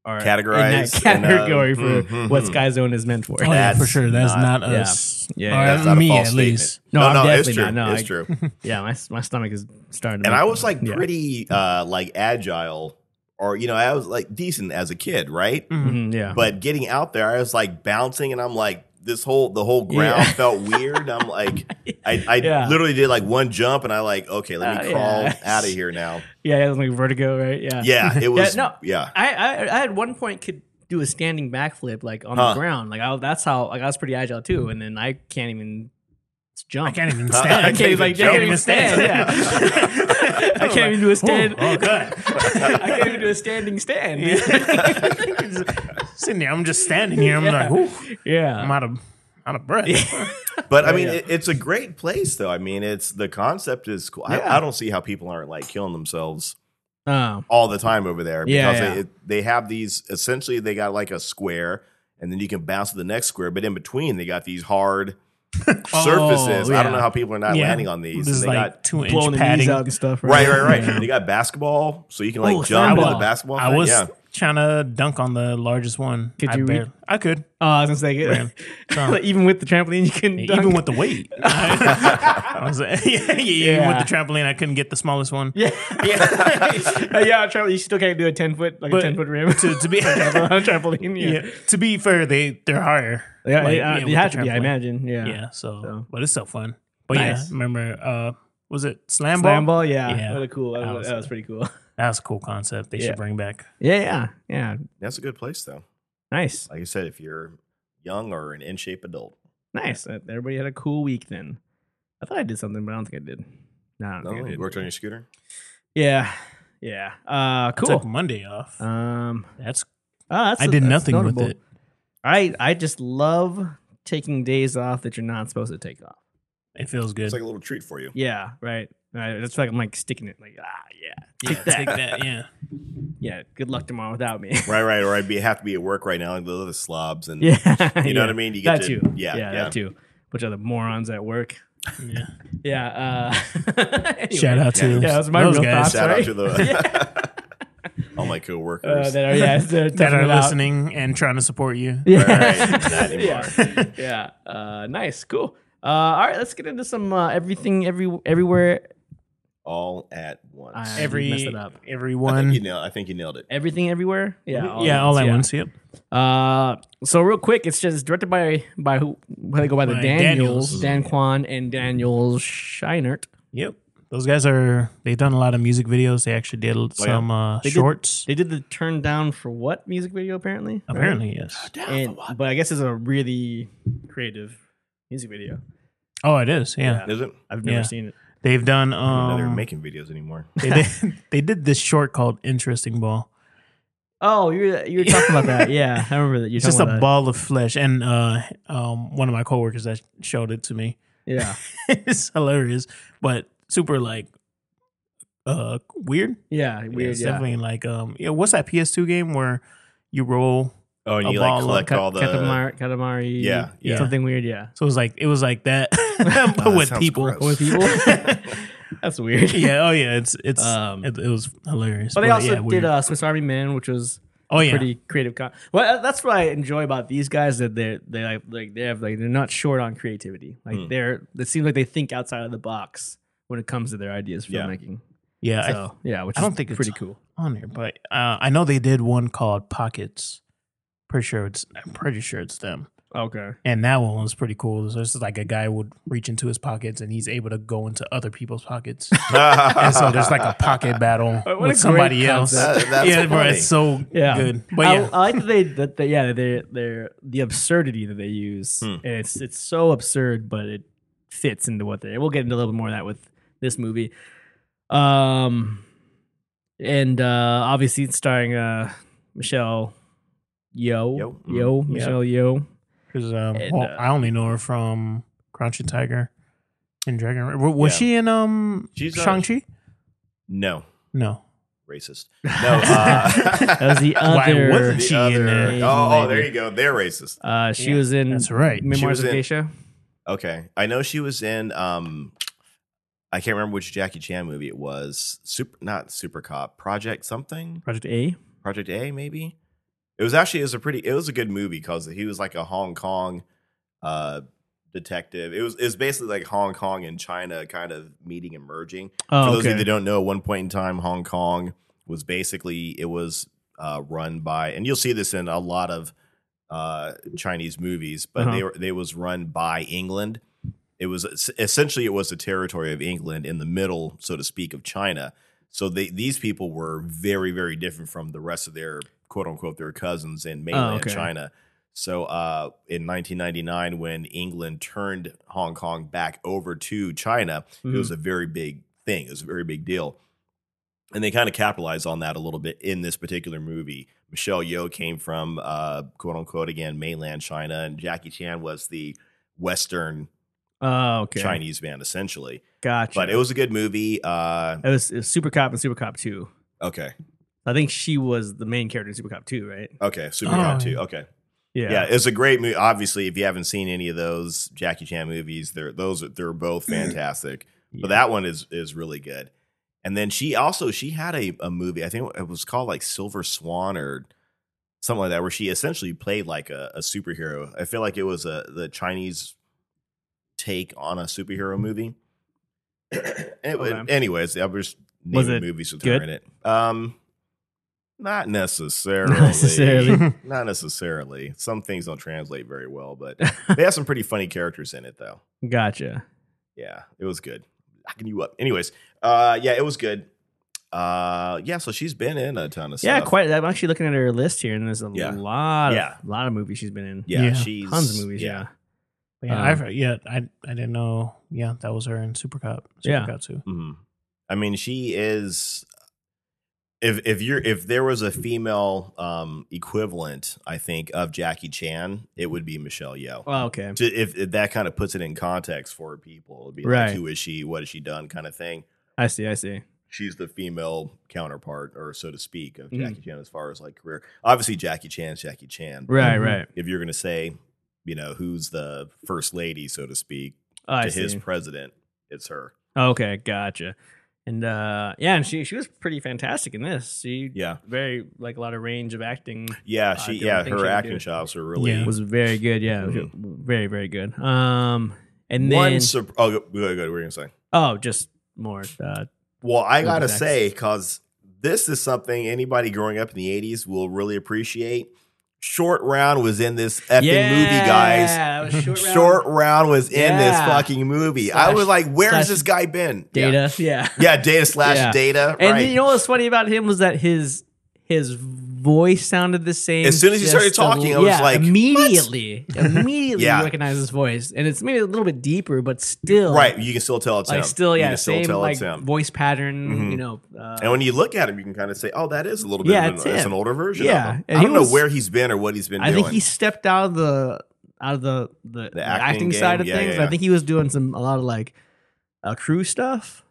Speaker 1: are
Speaker 3: Categorized
Speaker 1: in that
Speaker 3: in, uh,
Speaker 1: category for
Speaker 3: mm, mm,
Speaker 1: what
Speaker 3: mm.
Speaker 1: Sky Zone is meant for.
Speaker 2: Oh, yeah, for
Speaker 3: That's
Speaker 2: sure. That's
Speaker 3: not-
Speaker 2: not,
Speaker 1: yeah.
Speaker 2: us.
Speaker 1: Yeah,
Speaker 2: Or
Speaker 1: yeah.
Speaker 3: That's not
Speaker 2: Uh, me
Speaker 3: a false
Speaker 2: at
Speaker 3: statement.
Speaker 2: least.
Speaker 1: No, I'm
Speaker 3: it's
Speaker 1: definitely
Speaker 3: true.
Speaker 1: not. No,
Speaker 3: it's
Speaker 1: I-
Speaker 3: true.
Speaker 1: Yeah, my my stomach is starting to
Speaker 3: and
Speaker 1: make-
Speaker 3: I was like
Speaker 1: Yeah.
Speaker 3: pretty uh like agile or you know, I was like decent as a kid,
Speaker 2: Mm-hmm.
Speaker 3: right?
Speaker 1: Mhm, yeah.
Speaker 3: But getting out there, I was like bouncing and I'm like this whole the whole ground
Speaker 1: Yeah.
Speaker 3: felt weird. I'm like I, I
Speaker 1: Yeah.
Speaker 3: literally did like one jump and I like, okay, let me
Speaker 1: Oh,
Speaker 3: crawl
Speaker 1: yeah.
Speaker 3: out of here now.
Speaker 1: yeah, it was like vertigo, right? Yeah.
Speaker 3: Yeah, it was
Speaker 1: no.
Speaker 3: yeah.
Speaker 1: I, I I at one point could do a standing backflip like on
Speaker 3: Huh.
Speaker 1: the ground. Like I, that's how like I was pretty agile too. And then I can't even jump.
Speaker 2: I can't even
Speaker 3: Uh,
Speaker 2: stand.
Speaker 1: I can't even, like, I can't even stand. Yeah. I can't even do a stand.
Speaker 2: Oh, God.
Speaker 1: I can't even do a standing stand.
Speaker 2: Sitting there, I'm just standing here. I'm like, Ooh, I'm
Speaker 1: yeah.
Speaker 2: out of out of breath.
Speaker 3: But I mean, it, it's a great place though. I mean, it's the concept is cool.
Speaker 1: Yeah.
Speaker 3: I, I don't see how people aren't like killing themselves
Speaker 1: Um,
Speaker 3: all the time over there
Speaker 1: Yeah,
Speaker 3: because
Speaker 1: yeah.
Speaker 3: It, they have these essentially they got like a square and then you can bounce to the next square but in between they got these hard surfaces i
Speaker 1: Oh, yeah.
Speaker 3: don't know how people are not
Speaker 2: Yeah.
Speaker 3: landing on these
Speaker 2: This is
Speaker 3: they
Speaker 2: like
Speaker 3: got
Speaker 2: two
Speaker 1: blowing
Speaker 2: inch
Speaker 1: the knees
Speaker 2: padding.
Speaker 1: out and stuff.
Speaker 3: right right right they got basketball so you can like
Speaker 1: Oh,
Speaker 3: jump on
Speaker 1: sandball.
Speaker 3: the basketball
Speaker 2: I
Speaker 3: thing.
Speaker 2: was
Speaker 3: yeah
Speaker 2: trying to dunk on the largest one.
Speaker 1: Could
Speaker 2: I
Speaker 1: you reach-
Speaker 2: barely- I could.
Speaker 1: Oh, I was gonna say,
Speaker 2: Ram.
Speaker 1: like, even with the trampoline, you couldn't
Speaker 2: Even
Speaker 1: dunk?
Speaker 2: with the weight. I was like, yeah, yeah, Even
Speaker 1: Yeah.
Speaker 2: with the trampoline, I couldn't get the smallest one.
Speaker 1: yeah, yeah, yeah. Trampoline, you still can't do a ten foot like a
Speaker 2: But
Speaker 1: ten foot rim
Speaker 2: To, to be
Speaker 1: on a trampoline. Yeah,
Speaker 2: yeah, to be fair, they they're higher.
Speaker 1: yeah, yeah,
Speaker 2: Like, yeah,
Speaker 1: you
Speaker 2: with
Speaker 1: have
Speaker 2: the
Speaker 1: to be. I
Speaker 2: trampoline.
Speaker 1: imagine. Yeah,
Speaker 2: Yeah. so,
Speaker 1: So.
Speaker 2: but it's still fun. But
Speaker 1: Nice.
Speaker 2: yeah, remember uh was it slam ball?
Speaker 1: slam ball. Yeah,
Speaker 2: Yeah.
Speaker 1: What a cool. That
Speaker 2: That
Speaker 1: was,
Speaker 2: was
Speaker 1: that was pretty cool.
Speaker 2: That was a cool concept. They
Speaker 1: Yeah.
Speaker 2: should bring back.
Speaker 1: Yeah, yeah, yeah.
Speaker 3: That's a good place, though.
Speaker 1: Nice,
Speaker 3: Like I said, if you're young or an in shape adult,
Speaker 1: nice. Uh, Everybody had a cool week then. I thought I did something, but I don't think I did. No, I don't
Speaker 3: no,
Speaker 1: think I
Speaker 3: you
Speaker 1: did.
Speaker 3: worked on your scooter.
Speaker 1: Yeah, yeah. Uh,
Speaker 2: I took
Speaker 1: cool.
Speaker 2: Monday off.
Speaker 1: Um,
Speaker 2: That's
Speaker 1: oh, that's,
Speaker 2: I did
Speaker 1: that's
Speaker 2: nothing with
Speaker 1: notable.
Speaker 2: it.
Speaker 1: I I just love taking days off that you're not supposed to take off.
Speaker 2: It feels good.
Speaker 3: It's like a little treat for you.
Speaker 1: Yeah, right. I, that's like I'm like sticking it like ah yeah
Speaker 2: yeah, take that. Yeah.
Speaker 1: yeah. Good luck tomorrow without me.
Speaker 3: Right, right. Or I'd be have to be at work right now, like the other slobs, and
Speaker 1: yeah,
Speaker 3: you
Speaker 1: yeah.
Speaker 3: know what I mean. You
Speaker 1: That
Speaker 3: to,
Speaker 1: too.
Speaker 3: Yeah,
Speaker 1: yeah,
Speaker 3: yeah.
Speaker 1: that too. Which are the morons at work?
Speaker 2: yeah.
Speaker 1: Yeah. Uh, anyway.
Speaker 2: Shout out to
Speaker 3: Yeah,
Speaker 1: that was my
Speaker 2: those
Speaker 1: real
Speaker 2: guys
Speaker 1: thought. Sorry.
Speaker 3: Shout out to the all my coworkers.
Speaker 1: Uh, that are yeah they're
Speaker 2: that
Speaker 1: toughing
Speaker 2: are
Speaker 1: it out.
Speaker 2: listening and trying to support you.
Speaker 3: All
Speaker 1: Yeah.
Speaker 3: right, not anymore.
Speaker 1: yeah. yeah. Uh, nice. Cool. Uh, all right. Let's get into some uh, everything, every everywhere,
Speaker 3: All at once.
Speaker 1: I-
Speaker 2: Every
Speaker 1: Messed it up.
Speaker 3: I think
Speaker 2: everyone.
Speaker 3: you nailed. I think you nailed it.
Speaker 1: everything everywhere. Yeah.
Speaker 2: yeah, all at once. Yep.
Speaker 1: Uh, so real quick, it's just directed by by who? Why they go by the
Speaker 2: By
Speaker 1: Daniels,
Speaker 2: Daniels.
Speaker 1: Dan Kwan and Daniel Scheinert.
Speaker 2: Yep. Those guys are. They've done a lot of music videos. They actually did some uh,
Speaker 1: They did-
Speaker 2: shorts.
Speaker 1: They did the turn down for what music video apparently?
Speaker 2: apparently, yes.
Speaker 1: Right? And, but I guess it's a really creative music video.
Speaker 2: Oh, it is. Yeah.
Speaker 3: Is it?
Speaker 1: I've never
Speaker 2: Yeah.
Speaker 1: seen it.
Speaker 2: They've done.
Speaker 3: I didn't know they were
Speaker 2: Um,
Speaker 3: making videos anymore.
Speaker 2: they, did, they did this short called "Interesting Ball."
Speaker 1: Oh, you're you're talking about that? Yeah, I remember that. You're
Speaker 2: It's just a
Speaker 1: talking about
Speaker 2: ball of flesh, and uh, um, one of my coworkers that showed it to me.
Speaker 1: that. Yeah,
Speaker 2: it's hilarious, but super like uh weird.
Speaker 1: yeah, weird.
Speaker 2: it's
Speaker 1: Yeah,
Speaker 2: definitely like um yeah, what's that PS2 game where you roll
Speaker 3: Oh, and
Speaker 2: A
Speaker 3: you
Speaker 2: ball
Speaker 3: like
Speaker 2: of
Speaker 3: collect
Speaker 2: cut-
Speaker 3: all the.
Speaker 1: Katamari, Katamari.
Speaker 3: Yeah, yeah.
Speaker 1: something weird. Yeah,
Speaker 2: so it was like it was like that but
Speaker 3: Oh, that
Speaker 2: with
Speaker 3: sounds
Speaker 2: people.
Speaker 3: gross.
Speaker 1: with people. That's weird.
Speaker 2: yeah, oh yeah, it's it's
Speaker 4: Uh,
Speaker 1: Um,
Speaker 2: it, it was hilarious.
Speaker 1: But they also
Speaker 2: yeah,
Speaker 1: did
Speaker 2: weird.
Speaker 1: uh, Swiss Army Man, which was
Speaker 2: oh yeah.
Speaker 1: pretty creative. Con- well, uh, that's what I enjoy about these guys that they they like, like they have like they're not short on creativity. Like
Speaker 3: Hmm.
Speaker 1: they're it seems like they think outside of the box when it comes to their ideas for
Speaker 3: Yeah.
Speaker 1: filmmaking.
Speaker 2: yeah, I,
Speaker 1: So yeah, which
Speaker 2: I
Speaker 1: is
Speaker 2: don't think it's
Speaker 1: pretty cool.
Speaker 2: on here, but uh, I know they did one called Pockets. Pretty sure it's I'm pretty sure it's them.
Speaker 1: Okay,
Speaker 2: And that one was pretty cool. So this is like a guy would reach into his pockets and he's able to go into other people's pockets. and so there's like a pocket battle
Speaker 1: What a
Speaker 2: with somebody
Speaker 1: great
Speaker 2: else.
Speaker 3: concept. That- that's
Speaker 2: yeah, bro,
Speaker 3: funny.
Speaker 2: it's so
Speaker 1: Yeah.
Speaker 2: good. But
Speaker 1: I,
Speaker 2: yeah,
Speaker 1: I like that they that they, yeah they they're the absurdity that they use
Speaker 3: Hmm.
Speaker 1: and it's it's so absurd but it fits into what they. We'll get into a little bit more of that with this movie. Um, and uh, obviously it's starring uh Michelle Yo
Speaker 3: Yeoh, mm,
Speaker 1: Yo
Speaker 2: yeah.
Speaker 1: Michelle Yo.
Speaker 2: 'cause, um,
Speaker 1: And,
Speaker 2: well,
Speaker 1: uh,
Speaker 2: I only know her from Crouching Tiger and Dragon. Ra- wa- Was
Speaker 3: Yeah.
Speaker 2: she in um
Speaker 3: She's, uh,
Speaker 2: Shang Chi?
Speaker 3: no,
Speaker 2: No.
Speaker 3: racist. No. Uh,
Speaker 1: That was the
Speaker 2: Why
Speaker 1: other.
Speaker 2: wasn't
Speaker 3: the
Speaker 2: She in
Speaker 3: other.
Speaker 1: there.
Speaker 3: Oh, oh, there you go. They're racist.
Speaker 1: Uh, she
Speaker 2: Yeah,
Speaker 1: was in
Speaker 2: That's right.
Speaker 3: She
Speaker 1: Memoirs
Speaker 3: was
Speaker 1: of
Speaker 3: in-
Speaker 1: Geisha.
Speaker 3: Okay, I know she was in. Um, I can't remember which Jackie Chan movie it was. Super, not Super Cop. Project something.
Speaker 1: Project A.
Speaker 3: Project A, maybe. It was actually it was a pretty it was a good movie because he was like a Hong Kong uh detective. It was it was basically like Hong Kong and China kind of meeting and merging. For
Speaker 1: Oh,
Speaker 3: those of you
Speaker 1: okay.
Speaker 3: that don't know, at one point in time, Hong Kong was basically it was uh, run by, and you'll see this in a lot of uh, Chinese movies, but they
Speaker 1: Uh-huh.
Speaker 3: were they was run by England. It was es- essentially it was the territory of England in the middle, so to speak, of China. So they, these people were very very different from the rest of their quote unquote their cousins in mainland
Speaker 1: Oh, okay.
Speaker 3: China. So uh, in 1999, when England turned Hong Kong back over to China, it
Speaker 1: Mm-hmm.
Speaker 3: was a very big thing. It was a very big deal. And they kind of capitalized on that a little bit in this particular movie. Michelle Yeoh came from uh, quote unquote again mainland China, and Jackie Chan was the Western
Speaker 1: Oh, okay.
Speaker 3: Chinese man essentially.
Speaker 1: Gotcha.
Speaker 3: But it was a good movie. Uh,
Speaker 1: it was, it was Super Cop and Super Cop Two.
Speaker 3: okay,
Speaker 1: I think she was the main character in Super Cop 2, right?
Speaker 3: okay, Super Cop
Speaker 2: Oh.
Speaker 3: Two. Okay, yeah. it's a great movie. Obviously, if you haven't seen any of those Jackie Chan movies, they're those are- they're both fantastic. But that one is is really good. And then she also she had a, a movie I think it was called like Silver Swan or something like that where she essentially played like a, a superhero. I feel like it was a the Chinese take on a superhero movie. and it was,
Speaker 1: Okay.
Speaker 3: anyways, I was
Speaker 1: Was
Speaker 3: naming
Speaker 1: it
Speaker 3: movies with
Speaker 1: good?
Speaker 3: her in it. Um, not necessarily.
Speaker 1: necessarily.
Speaker 3: Not necessarily. Some things don't translate very well, but they have some pretty funny characters in it, though.
Speaker 1: gotcha.
Speaker 3: Yeah, it was good. Knocking you up. Anyways, uh, yeah, it was good. Uh, yeah, so she's been in a ton of stuff.
Speaker 1: Yeah, quite. I'm actually looking at her list here, and there's a
Speaker 3: Yeah.
Speaker 1: lot, of,
Speaker 3: Yeah.
Speaker 1: lot of movies she's been in.
Speaker 3: Yeah,
Speaker 2: Yeah.
Speaker 3: she's
Speaker 1: Tons of movies. Yeah.
Speaker 2: Yeah,
Speaker 1: Um,
Speaker 2: I've, yeah, I I didn't know. Yeah, that was her in Super Cop. Super
Speaker 1: Yeah.
Speaker 2: Cop too.
Speaker 3: Mhm. I mean, she is. If if you're if there was a female um equivalent, I think of Jackie Chan, it would be Michelle Yeoh.
Speaker 1: Oh, okay.
Speaker 3: to, if, if that kind of puts it in context for people, it'd be
Speaker 1: Right.
Speaker 3: like, who is she? What has she done? Kind of thing.
Speaker 1: I see. I see.
Speaker 3: She's the female counterpart, or so to speak, of
Speaker 1: Mhm.
Speaker 3: Jackie Chan as far as like career. Obviously, Jackie Chan's Jackie Chan. but
Speaker 1: Right.
Speaker 2: Mhm.
Speaker 1: Right.
Speaker 3: If you're going to say, you know, who's the first lady, so to speak,
Speaker 1: Oh, I
Speaker 3: to
Speaker 1: see.
Speaker 3: his president, it's her.
Speaker 1: okay. Gotcha. And uh, yeah, and she she was pretty fantastic in this. She
Speaker 3: Yeah.
Speaker 1: very like a lot of range of acting.
Speaker 3: Yeah.
Speaker 1: Uh,
Speaker 3: She,
Speaker 1: different
Speaker 3: yeah,
Speaker 1: things she
Speaker 3: her
Speaker 1: can
Speaker 3: acting
Speaker 1: do.
Speaker 3: chops are really.
Speaker 2: Yeah.
Speaker 1: was very good. Yeah,
Speaker 3: Mhm.
Speaker 1: very very good. Um, and
Speaker 3: one
Speaker 1: then
Speaker 3: sur- oh, go, go, go, What were you going to say?
Speaker 1: oh, just more. Uh,
Speaker 3: Well, I
Speaker 1: Go
Speaker 3: gotta
Speaker 1: back.
Speaker 3: say, because this is something anybody growing up in the '80s will really appreciate. Short Round was in this effing movie, guys.
Speaker 1: yeah, that was Short, round
Speaker 3: Short Round was in this
Speaker 1: Yeah.
Speaker 3: fucking movie. I
Speaker 1: Slash-
Speaker 3: was like, "Where
Speaker 1: slash
Speaker 3: has this guy been?"
Speaker 1: data. Yeah.
Speaker 3: Yeah, yeah Data slash
Speaker 1: Yeah.
Speaker 3: Data.
Speaker 1: And
Speaker 3: right.
Speaker 1: you know what's funny about him was that his his voice sounded the same.
Speaker 3: As soon as he started
Speaker 1: just a
Speaker 3: talking,
Speaker 1: li-
Speaker 3: I was
Speaker 1: yeah,
Speaker 3: like,
Speaker 1: immediately, immediately
Speaker 3: Yeah.
Speaker 1: you recognize his voice, and it's maybe a little bit deeper, but still,
Speaker 3: right. You can still tell it's
Speaker 1: Like
Speaker 3: him.
Speaker 1: still,
Speaker 3: You
Speaker 1: yeah,
Speaker 3: can still
Speaker 1: same
Speaker 3: tell
Speaker 1: like
Speaker 3: it's him.
Speaker 1: voice pattern.
Speaker 3: Mhm.
Speaker 1: You know, uh,
Speaker 3: And when you look at him, you can kind of say, "Oh, that is a little bit.
Speaker 1: Yeah,
Speaker 3: of
Speaker 1: it's
Speaker 3: an, it's
Speaker 1: him.
Speaker 3: an older version."
Speaker 1: Yeah,
Speaker 3: of him.
Speaker 1: and
Speaker 3: I
Speaker 1: he
Speaker 3: don't
Speaker 1: was-
Speaker 3: know where he's been or what he's been
Speaker 1: I
Speaker 3: doing.
Speaker 1: think he stepped out of the out of the the, the acting,
Speaker 3: acting
Speaker 1: side
Speaker 3: game?
Speaker 1: of
Speaker 3: Yeah,
Speaker 1: things.
Speaker 3: yeah,
Speaker 1: I
Speaker 3: yeah.
Speaker 1: think he was doing some a lot of like uh, crew stuff,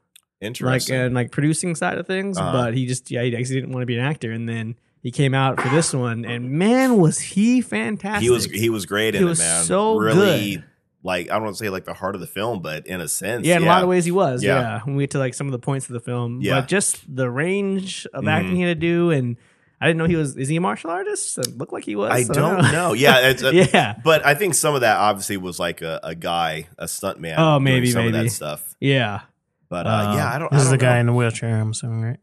Speaker 1: like
Speaker 3: Interesting.
Speaker 1: and like producing side of things.
Speaker 3: Uh-huh.
Speaker 1: But he just yeah, he actually didn't want to be an actor, and then he came out for this one, and man, was he fantastic!
Speaker 3: he was he was great in
Speaker 1: He
Speaker 3: it,
Speaker 1: was
Speaker 3: man.
Speaker 1: so
Speaker 3: really
Speaker 1: good.
Speaker 3: like I don't want to say like the heart of the film, but in a sense,
Speaker 1: yeah, in a lot of ways he was. Yeah.
Speaker 3: Yeah.
Speaker 1: when we get to like some of the points of the film,
Speaker 3: Yeah.
Speaker 1: but just the range of
Speaker 3: Mhm.
Speaker 1: acting he had to do, and I didn't know he was. Is he a martial artist? It looked like he was.
Speaker 3: I don't know. Yeah, it's a,
Speaker 1: yeah,
Speaker 3: but I think some of that obviously was like a, a guy, a stuntman.
Speaker 1: Oh,
Speaker 3: doing
Speaker 1: maybe,
Speaker 3: some of
Speaker 1: maybe.
Speaker 3: that stuff.
Speaker 1: yeah.
Speaker 3: But uh,
Speaker 1: Um,
Speaker 3: yeah, I don't.
Speaker 2: This
Speaker 3: I
Speaker 2: is the
Speaker 3: don't
Speaker 2: guy
Speaker 3: know.
Speaker 2: in the wheelchair. I'm assuming, right?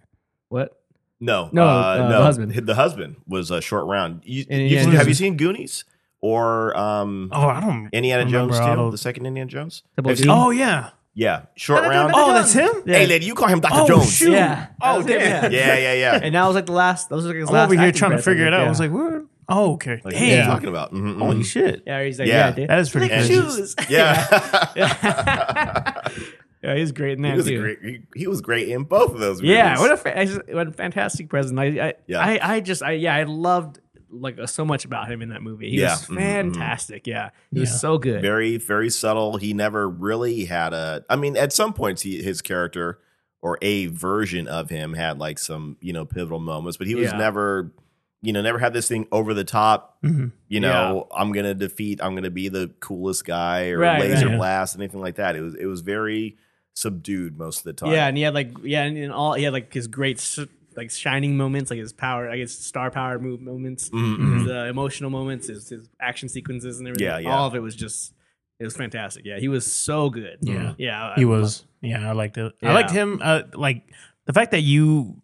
Speaker 1: What?
Speaker 3: No,
Speaker 1: No,
Speaker 3: uh,
Speaker 1: uh,
Speaker 3: no,
Speaker 1: the husband.
Speaker 3: The husband was a short round. You,
Speaker 1: And
Speaker 3: you-
Speaker 1: Indiana
Speaker 3: have you
Speaker 2: Jones.
Speaker 3: seen Goonies or um,
Speaker 2: Oh, I don't.
Speaker 3: Indiana
Speaker 2: remember
Speaker 3: Jones
Speaker 2: all
Speaker 3: too?
Speaker 2: those-
Speaker 3: The second Indiana Jones.
Speaker 1: Double
Speaker 3: Have you
Speaker 1: D?
Speaker 3: seen-
Speaker 2: Oh yeah.
Speaker 3: yeah, short
Speaker 1: Dr.
Speaker 3: round.
Speaker 1: Jones.
Speaker 2: Oh, that's him.
Speaker 1: Yeah.
Speaker 3: Hey, lady, you call him Doctor
Speaker 2: Oh,
Speaker 3: Jones.
Speaker 2: shoot.
Speaker 1: Yeah.
Speaker 3: Oh,
Speaker 1: That was it,
Speaker 3: damn.
Speaker 1: Yeah.
Speaker 3: Yeah, yeah, yeah.
Speaker 1: And that was like the last. Those was like his
Speaker 2: I'm
Speaker 1: last.
Speaker 2: over here
Speaker 1: acting
Speaker 2: trying to
Speaker 1: credits,
Speaker 2: figure it
Speaker 1: think,
Speaker 2: out.
Speaker 1: Yeah.
Speaker 2: I was like, "What? Oh, okay.
Speaker 3: Like, What are
Speaker 2: hey,
Speaker 3: you talking about? Mhm, mhm.
Speaker 1: Oh,
Speaker 2: holy shit!
Speaker 1: yeah, he's like,
Speaker 3: Yeah.
Speaker 1: yeah, dude.
Speaker 2: That is pretty
Speaker 1: Click
Speaker 2: crazy.
Speaker 1: shoes.
Speaker 3: Yeah.
Speaker 1: yeah, he's great in that
Speaker 3: he was a
Speaker 1: too.
Speaker 3: great. He, he was great in both of those. Movies.
Speaker 1: yeah, what a, fa- I just- what a fantastic present. I, I,
Speaker 3: Yeah.
Speaker 1: I, I just, I, yeah, I loved like uh, so much about him in that movie. He
Speaker 3: Yeah.
Speaker 1: was
Speaker 3: Mhm, mhm.
Speaker 1: fantastic. Yeah, he
Speaker 2: Yeah.
Speaker 1: was so good.
Speaker 3: very very subtle. He never really had a. I mean, at some points, he, his character or a version of him had like some you know pivotal moments, but he was
Speaker 1: Yeah.
Speaker 3: never, you know, never had this thing over the top.
Speaker 2: Mhm.
Speaker 3: You know, I'm gonna defeat. I'm gonna be the coolest guy or
Speaker 1: Right,
Speaker 3: laser
Speaker 2: right.
Speaker 3: blast, anything like that. It was it was very subdued most of the time.
Speaker 1: Yeah, and he had like, yeah, and in all, he had like his great, s- like shining moments, like his power, like his star power move moments.
Speaker 3: Mhm.
Speaker 1: his uh, emotional moments, his, his action sequences, and everything.
Speaker 3: Yeah, yeah.
Speaker 1: All of it was just it was fantastic. Yeah, he was so good.
Speaker 2: Yeah.
Speaker 1: yeah, I-
Speaker 2: he was. Yeah, I liked it.
Speaker 1: Yeah.
Speaker 2: I liked him. Uh, like the fact that you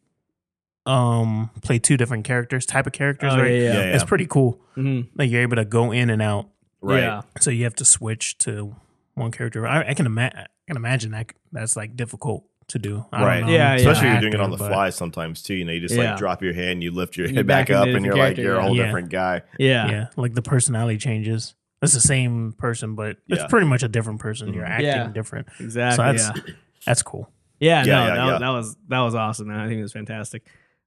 Speaker 2: um play two different characters, type of characters,
Speaker 1: Oh,
Speaker 2: right?
Speaker 1: yeah, yeah.
Speaker 3: Yeah,
Speaker 2: It's
Speaker 3: yeah.
Speaker 2: pretty cool.
Speaker 1: Mhm.
Speaker 2: Like you're able to go in and out.
Speaker 3: Right.
Speaker 1: Yeah.
Speaker 2: So you have to switch to one character. I, I can imagine. I can imagine that that's like difficult to do. I don't
Speaker 3: Right.
Speaker 1: Yeah,
Speaker 2: know. I'm
Speaker 1: yeah.
Speaker 2: not
Speaker 3: Especially
Speaker 2: an
Speaker 3: if you're doing it on the
Speaker 2: actor, but-
Speaker 3: fly sometimes too. You know, you just
Speaker 1: Yeah.
Speaker 3: like drop your head and you lift your
Speaker 1: You
Speaker 3: head back,
Speaker 1: back into
Speaker 3: up,
Speaker 1: a
Speaker 3: and you're
Speaker 1: different
Speaker 3: like
Speaker 1: character,
Speaker 3: you're a
Speaker 1: yeah.
Speaker 3: whole
Speaker 2: Yeah.
Speaker 3: different guy.
Speaker 1: Yeah.
Speaker 2: Yeah, like the personality changes. It's the same person, but
Speaker 3: Yeah.
Speaker 2: it's pretty much a different person. You're
Speaker 3: Mhm.
Speaker 2: acting
Speaker 1: Mm-hmm. Yeah.
Speaker 2: different. So
Speaker 1: exactly.
Speaker 2: that's
Speaker 1: yeah.
Speaker 2: that's cool.
Speaker 1: Yeah,
Speaker 3: Yeah,
Speaker 1: no,
Speaker 3: yeah,
Speaker 1: that,
Speaker 3: yeah.
Speaker 1: that was that was awesome, man. I think it was fantastic.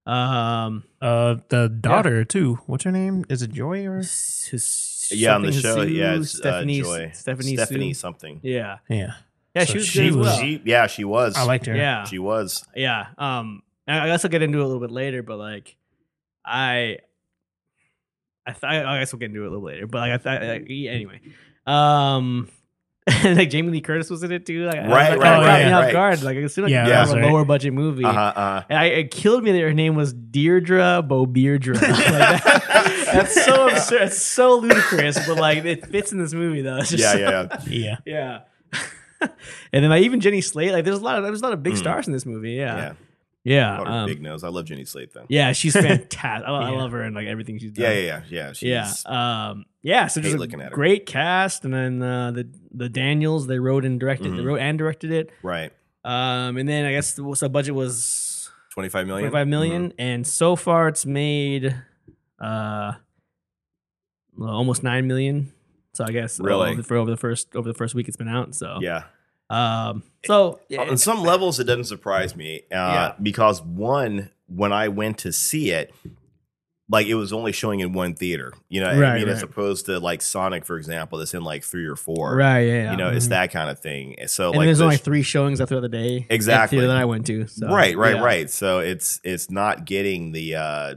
Speaker 1: Um,
Speaker 2: Uh, the daughter too. What's her name? Is it Joy or?
Speaker 1: s- his-
Speaker 3: Yeah, on the
Speaker 1: something
Speaker 3: show.
Speaker 1: Sue,
Speaker 3: yeah, it's
Speaker 1: Stephanie,
Speaker 3: uh, Joy.
Speaker 1: Stephanie,
Speaker 3: Stephanie
Speaker 1: Sue.
Speaker 3: something.
Speaker 1: Yeah,
Speaker 2: Yeah,
Speaker 1: yeah,
Speaker 2: So
Speaker 1: she was
Speaker 2: she
Speaker 1: good as
Speaker 2: was-
Speaker 1: well.
Speaker 3: She, yeah, she was.
Speaker 2: I liked her.
Speaker 1: yeah,
Speaker 3: She was.
Speaker 1: yeah. Um, and I guess I'll get into it a little bit later, but like, I, I, th- I guess we'll get into it a little later, but like, I, th- I, I- anyway, um, and like Jamie Lee Curtis was in it too. Like, I was
Speaker 3: Right,
Speaker 1: like,
Speaker 2: right,
Speaker 1: oh, it caught
Speaker 2: right,
Speaker 1: me off
Speaker 3: right.
Speaker 1: guard. Like it seemed like it
Speaker 2: Yeah,
Speaker 1: was
Speaker 2: that's
Speaker 1: a
Speaker 2: right.
Speaker 1: lower budget movie.
Speaker 3: Uh-huh, uh-huh.
Speaker 1: And I, it killed me that her name was Deirdre Bobirdra. Like that, that's so absurd. It's so ludicrous, but like it fits in this movie though. It's just
Speaker 3: Yeah,
Speaker 1: so-
Speaker 3: yeah, yeah.
Speaker 2: Yeah.
Speaker 1: yeah. and then like even Jenny Slate, like there's a lot of there's a lot of big stars in this movie.
Speaker 3: Mm. yeah.
Speaker 1: Yeah, yeah,
Speaker 3: Called her
Speaker 1: yeah. Um,
Speaker 3: big nose. I love Jenny Slate though.
Speaker 1: yeah she's fantastic. I, I
Speaker 2: Yeah.
Speaker 1: love her and like everything she's done.
Speaker 3: Yeah, yeah, yeah, yeah. She's,
Speaker 1: yeah, um, yeah. So just
Speaker 3: hate
Speaker 1: a
Speaker 3: looking at her.
Speaker 1: great cast, and then uh, the the Daniels they wrote and directed. They
Speaker 3: Mhm.
Speaker 1: wrote and directed it.
Speaker 3: Right.
Speaker 1: Um, and then I guess the, so budget was
Speaker 3: Twenty-five million. Mm-hmm.
Speaker 1: twenty five and so far it's made uh well, almost nine million. So I guess
Speaker 3: Really?
Speaker 1: over the, for over the first over the first week it's been out. So
Speaker 3: Mhm. Yeah.
Speaker 1: um, so yeah,
Speaker 3: on some levels it doesn't surprise me
Speaker 1: Yeah.
Speaker 3: uh, because one when i went to see it like it was only showing in one theater you know what i
Speaker 1: Right,
Speaker 3: mean as
Speaker 1: right.
Speaker 3: opposed to like sonic for example that's in like three or four
Speaker 1: right, yeah, yeah.
Speaker 3: you know it's that kind of thing so
Speaker 1: and
Speaker 3: like,
Speaker 1: there's
Speaker 3: the
Speaker 1: only
Speaker 3: sh-
Speaker 1: three showings after the other day. at the
Speaker 3: Exactly.
Speaker 1: theater that I went to. So,
Speaker 3: right right
Speaker 1: yeah.
Speaker 3: right so it's it's not getting the uh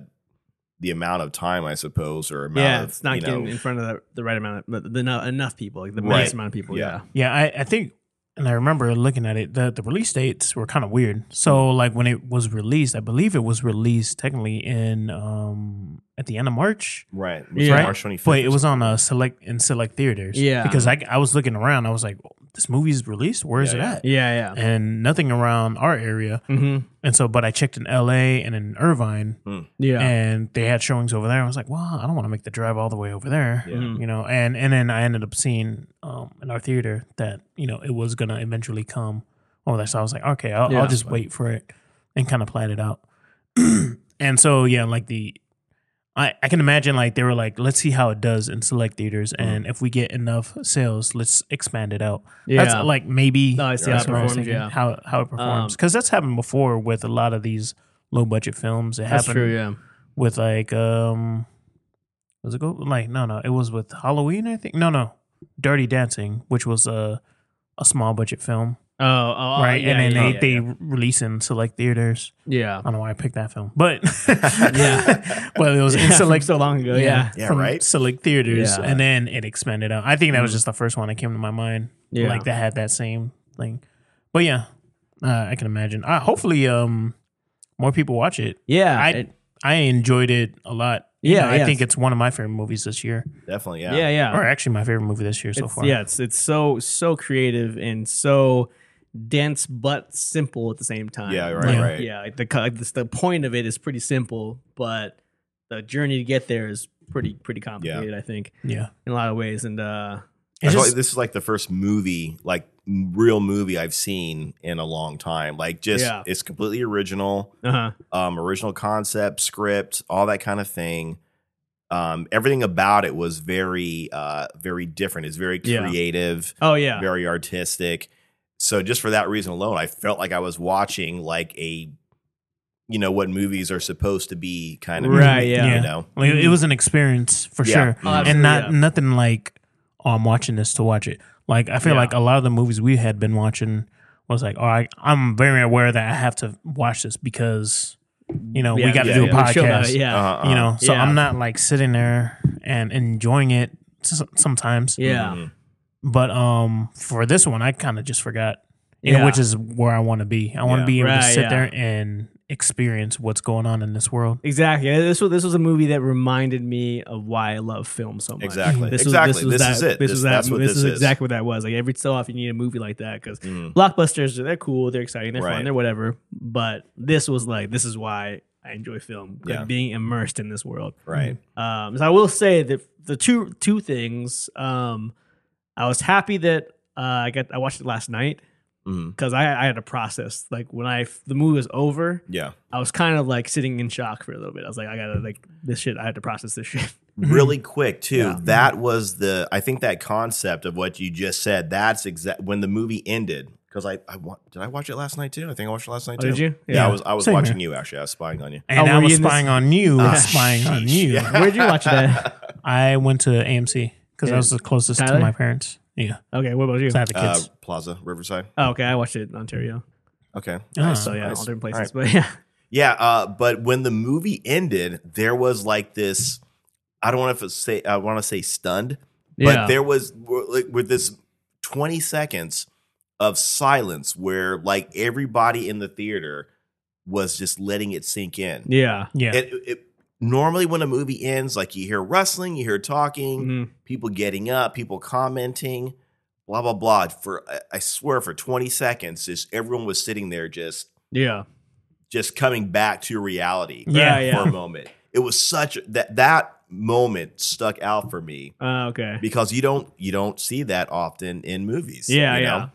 Speaker 3: the amount of time i suppose or amount
Speaker 1: Yeah,
Speaker 3: of
Speaker 1: it's not
Speaker 3: Uh, you
Speaker 1: getting
Speaker 3: know,
Speaker 1: in front of the, the right amount, of, but the, no- enough people, like the
Speaker 3: Right.
Speaker 1: max amount of people.
Speaker 3: Yeah.
Speaker 1: Yeah,
Speaker 2: Yeah, I, I think, and I remember looking at it, the, the release dates were kind of weird. So,
Speaker 1: Mm.
Speaker 2: like, when it was released, I believe it was released technically in um at the end of March.
Speaker 3: right
Speaker 1: Yeah.
Speaker 3: march 25th
Speaker 2: But it was on a select in select theaters.
Speaker 1: Yeah.
Speaker 2: Because I, I was looking around, I was like, "Oh, this movie's released? Where is
Speaker 3: Yeah,
Speaker 2: it
Speaker 3: yeah.
Speaker 2: at?
Speaker 1: yeah, yeah.
Speaker 2: And nothing around our area.
Speaker 1: hmm
Speaker 2: And so, but I checked in LA and in Irvine,
Speaker 1: yeah.
Speaker 2: and they had showings over there. I was like, well, I don't want to make the drive all the way over there,
Speaker 3: Yeah.
Speaker 1: Mhm.
Speaker 2: you know. And and then I ended up seeing um, in our theater that you know it was gonna eventually come over there. So I was like, okay, I'll,
Speaker 1: Yeah.
Speaker 2: I'll just wait for it and kind of plan it out. and so yeah, like the. I, I can imagine like they were like let's see how it does in select theaters
Speaker 1: Mm.
Speaker 2: and if we get enough sales let's expand it out that's
Speaker 1: Yeah.
Speaker 2: like maybe
Speaker 1: No, I see how
Speaker 2: that's
Speaker 1: it
Speaker 2: what I was
Speaker 1: performs,
Speaker 2: thinking,
Speaker 1: yeah.
Speaker 2: how how it performs
Speaker 1: Um,
Speaker 2: because that's happened before with a lot of these low budget films it
Speaker 1: That's
Speaker 2: happened
Speaker 1: true. Yeah.
Speaker 2: with like um was it go like no no it was with Halloween I think no no Dirty Dancing which was a a small budget film
Speaker 1: Oh, oh, oh,
Speaker 2: right
Speaker 1: yeah,
Speaker 2: and then
Speaker 1: yeah,
Speaker 2: they
Speaker 1: yeah,
Speaker 2: they
Speaker 1: yeah.
Speaker 2: release in select theaters
Speaker 1: Yeah.
Speaker 2: I don't know why I picked that film but
Speaker 1: Yeah.
Speaker 2: but it was in
Speaker 1: Yeah, from
Speaker 2: select
Speaker 1: so long ago. Yeah.
Speaker 3: Yeah,
Speaker 2: from
Speaker 3: right?
Speaker 2: select theaters
Speaker 1: Yeah. Mm.
Speaker 2: and then it expanded out I think that was just the first one that came to my mind
Speaker 1: Yeah.
Speaker 2: like that had that same thing but yeah uh, I can imagine uh, hopefully um more people watch it
Speaker 1: Yeah.
Speaker 2: I
Speaker 1: it-
Speaker 2: I enjoyed it a lot. You
Speaker 1: Yeah,
Speaker 2: know, I
Speaker 1: yeah.
Speaker 2: think it's one of my favorite movies this year,
Speaker 3: definitely yeah
Speaker 1: yeah. Yeah.
Speaker 2: or actually my favorite movie this year so
Speaker 1: It's-
Speaker 2: far.
Speaker 1: Yeah. It's it's so so creative and so dense but simple at the same time.
Speaker 3: yeah right
Speaker 1: Like,
Speaker 2: Yeah.
Speaker 3: right
Speaker 1: Yeah. Like the co- like the, the point of it is pretty simple, but the journey to get there is pretty pretty complicated. I think
Speaker 2: yeah.
Speaker 1: in a lot of ways. And uh,
Speaker 2: It
Speaker 3: I feel
Speaker 2: just-
Speaker 3: like this is like the first movie, like m- real movie I've seen in a long time. Like just
Speaker 1: Yeah.
Speaker 3: it's completely original,
Speaker 1: uh huh.
Speaker 3: um, original concept, script, all that kind of thing. Um, everything about it was very, uh, very different. It's very
Speaker 1: Yeah.
Speaker 3: creative,
Speaker 1: Oh yeah.
Speaker 3: very artistic. So just for that reason alone, I felt like I was watching like a, you know, what movies are supposed to be kind of,
Speaker 1: Right,
Speaker 3: movie,
Speaker 1: yeah.
Speaker 3: you know,
Speaker 2: like, it was an experience for
Speaker 3: Yeah.
Speaker 2: sure,
Speaker 1: Oh,
Speaker 2: and
Speaker 1: absolutely,
Speaker 2: not
Speaker 1: yeah.
Speaker 2: nothing like oh, I'm watching this to watch it. Like I feel
Speaker 1: Yeah.
Speaker 2: like a lot of the movies we had been watching was like, all right, I'm very aware that I have to watch this because you know
Speaker 1: Yeah,
Speaker 2: we got to
Speaker 1: yeah,
Speaker 2: do a
Speaker 1: yeah, we show about
Speaker 2: podcast.
Speaker 1: it, Yeah.
Speaker 3: Uh-uh.
Speaker 2: you know, so
Speaker 1: Yeah.
Speaker 2: I'm not like sitting there and enjoying it s- sometimes.
Speaker 1: yeah.
Speaker 3: Mhm.
Speaker 2: But um, for this one, I kind of just forgot, you
Speaker 1: Yeah.
Speaker 2: know, which is where I want to be. I want to
Speaker 3: Yeah.
Speaker 2: be able to
Speaker 1: Right,
Speaker 2: sit
Speaker 1: yeah.
Speaker 2: there and experience what's going on in this world.
Speaker 1: Exactly. Uh, This was this was a movie that reminded me of why I love film so much.
Speaker 3: Exactly.
Speaker 1: This
Speaker 3: Exactly.
Speaker 1: was
Speaker 3: This
Speaker 1: that-
Speaker 3: is it.
Speaker 1: This,
Speaker 3: This-
Speaker 1: was that.
Speaker 3: that's what
Speaker 1: this,
Speaker 3: this
Speaker 1: is
Speaker 3: is.
Speaker 1: exactly what that was. Like every so often you need a movie like that because
Speaker 3: Mm.
Speaker 1: blockbusters they're cool, they're exciting, they're
Speaker 3: Right.
Speaker 1: fun, they're whatever. But this was like this is why I enjoy film. like,
Speaker 3: Yeah.
Speaker 1: Being immersed in this world.
Speaker 3: Right.
Speaker 1: Um, so I will say that the two two things. Um, I was happy that uh, I got I watched it last night
Speaker 3: Mhm.
Speaker 1: because I, I had to process like when I the movie was over.
Speaker 3: Yeah.
Speaker 1: I was kind of like sitting in shock for a little bit. I was like, I gotta like this shit. I had to process this shit.
Speaker 3: really quick too
Speaker 1: Mm-hmm. Yeah.
Speaker 3: that was the i think that concept of what you just said that's exact when the movie ended because I, I wa- did i watch it last night too i think i watched it last night
Speaker 1: Oh,
Speaker 3: too
Speaker 1: did you?
Speaker 3: yeah,
Speaker 1: Yeah.
Speaker 3: i was i was
Speaker 2: Same
Speaker 3: watching you actually i was spying on you
Speaker 2: And
Speaker 1: Oh,
Speaker 2: I
Speaker 1: were
Speaker 2: was
Speaker 1: you in this-
Speaker 2: spying on you,
Speaker 3: Ah,
Speaker 2: spying on
Speaker 3: sheesh.
Speaker 2: you.
Speaker 3: Yeah.
Speaker 1: Where'd you watch that?
Speaker 2: I went to AMC because
Speaker 1: Yeah.
Speaker 2: I was the closest
Speaker 1: Tyler?
Speaker 2: to my parents. Yeah,
Speaker 1: Okay, what about you?
Speaker 2: so I had the
Speaker 3: uh,
Speaker 2: kids.
Speaker 3: plaza riverside
Speaker 1: Oh, okay, I watched it in Ontario.
Speaker 3: okay
Speaker 2: Ah.
Speaker 1: so yeah,
Speaker 3: nice.
Speaker 1: all different places. But yeah,
Speaker 3: yeah uh, but when the movie ended there was like this i don't want to say i want to say stunned
Speaker 1: yeah,
Speaker 3: but there was like with this 20 seconds of silence where like everybody in the theater was just letting it sink in.
Speaker 1: Yeah.
Speaker 2: Yeah.
Speaker 3: It, it, normally when a movie ends, like you hear rustling, you hear talking,
Speaker 1: Mhm.
Speaker 3: people getting up, people commenting, blah blah blah. For I- I swear, for twenty seconds, just everyone was sitting there, just
Speaker 1: Yeah.
Speaker 3: just coming back to reality
Speaker 2: Yeah,
Speaker 1: yeah.
Speaker 3: for a moment. It was such that that moment stuck out for me
Speaker 1: Uh, okay.
Speaker 3: because you don't you don't see that often in movies.
Speaker 1: Yeah.
Speaker 3: you
Speaker 1: yeah.
Speaker 3: know,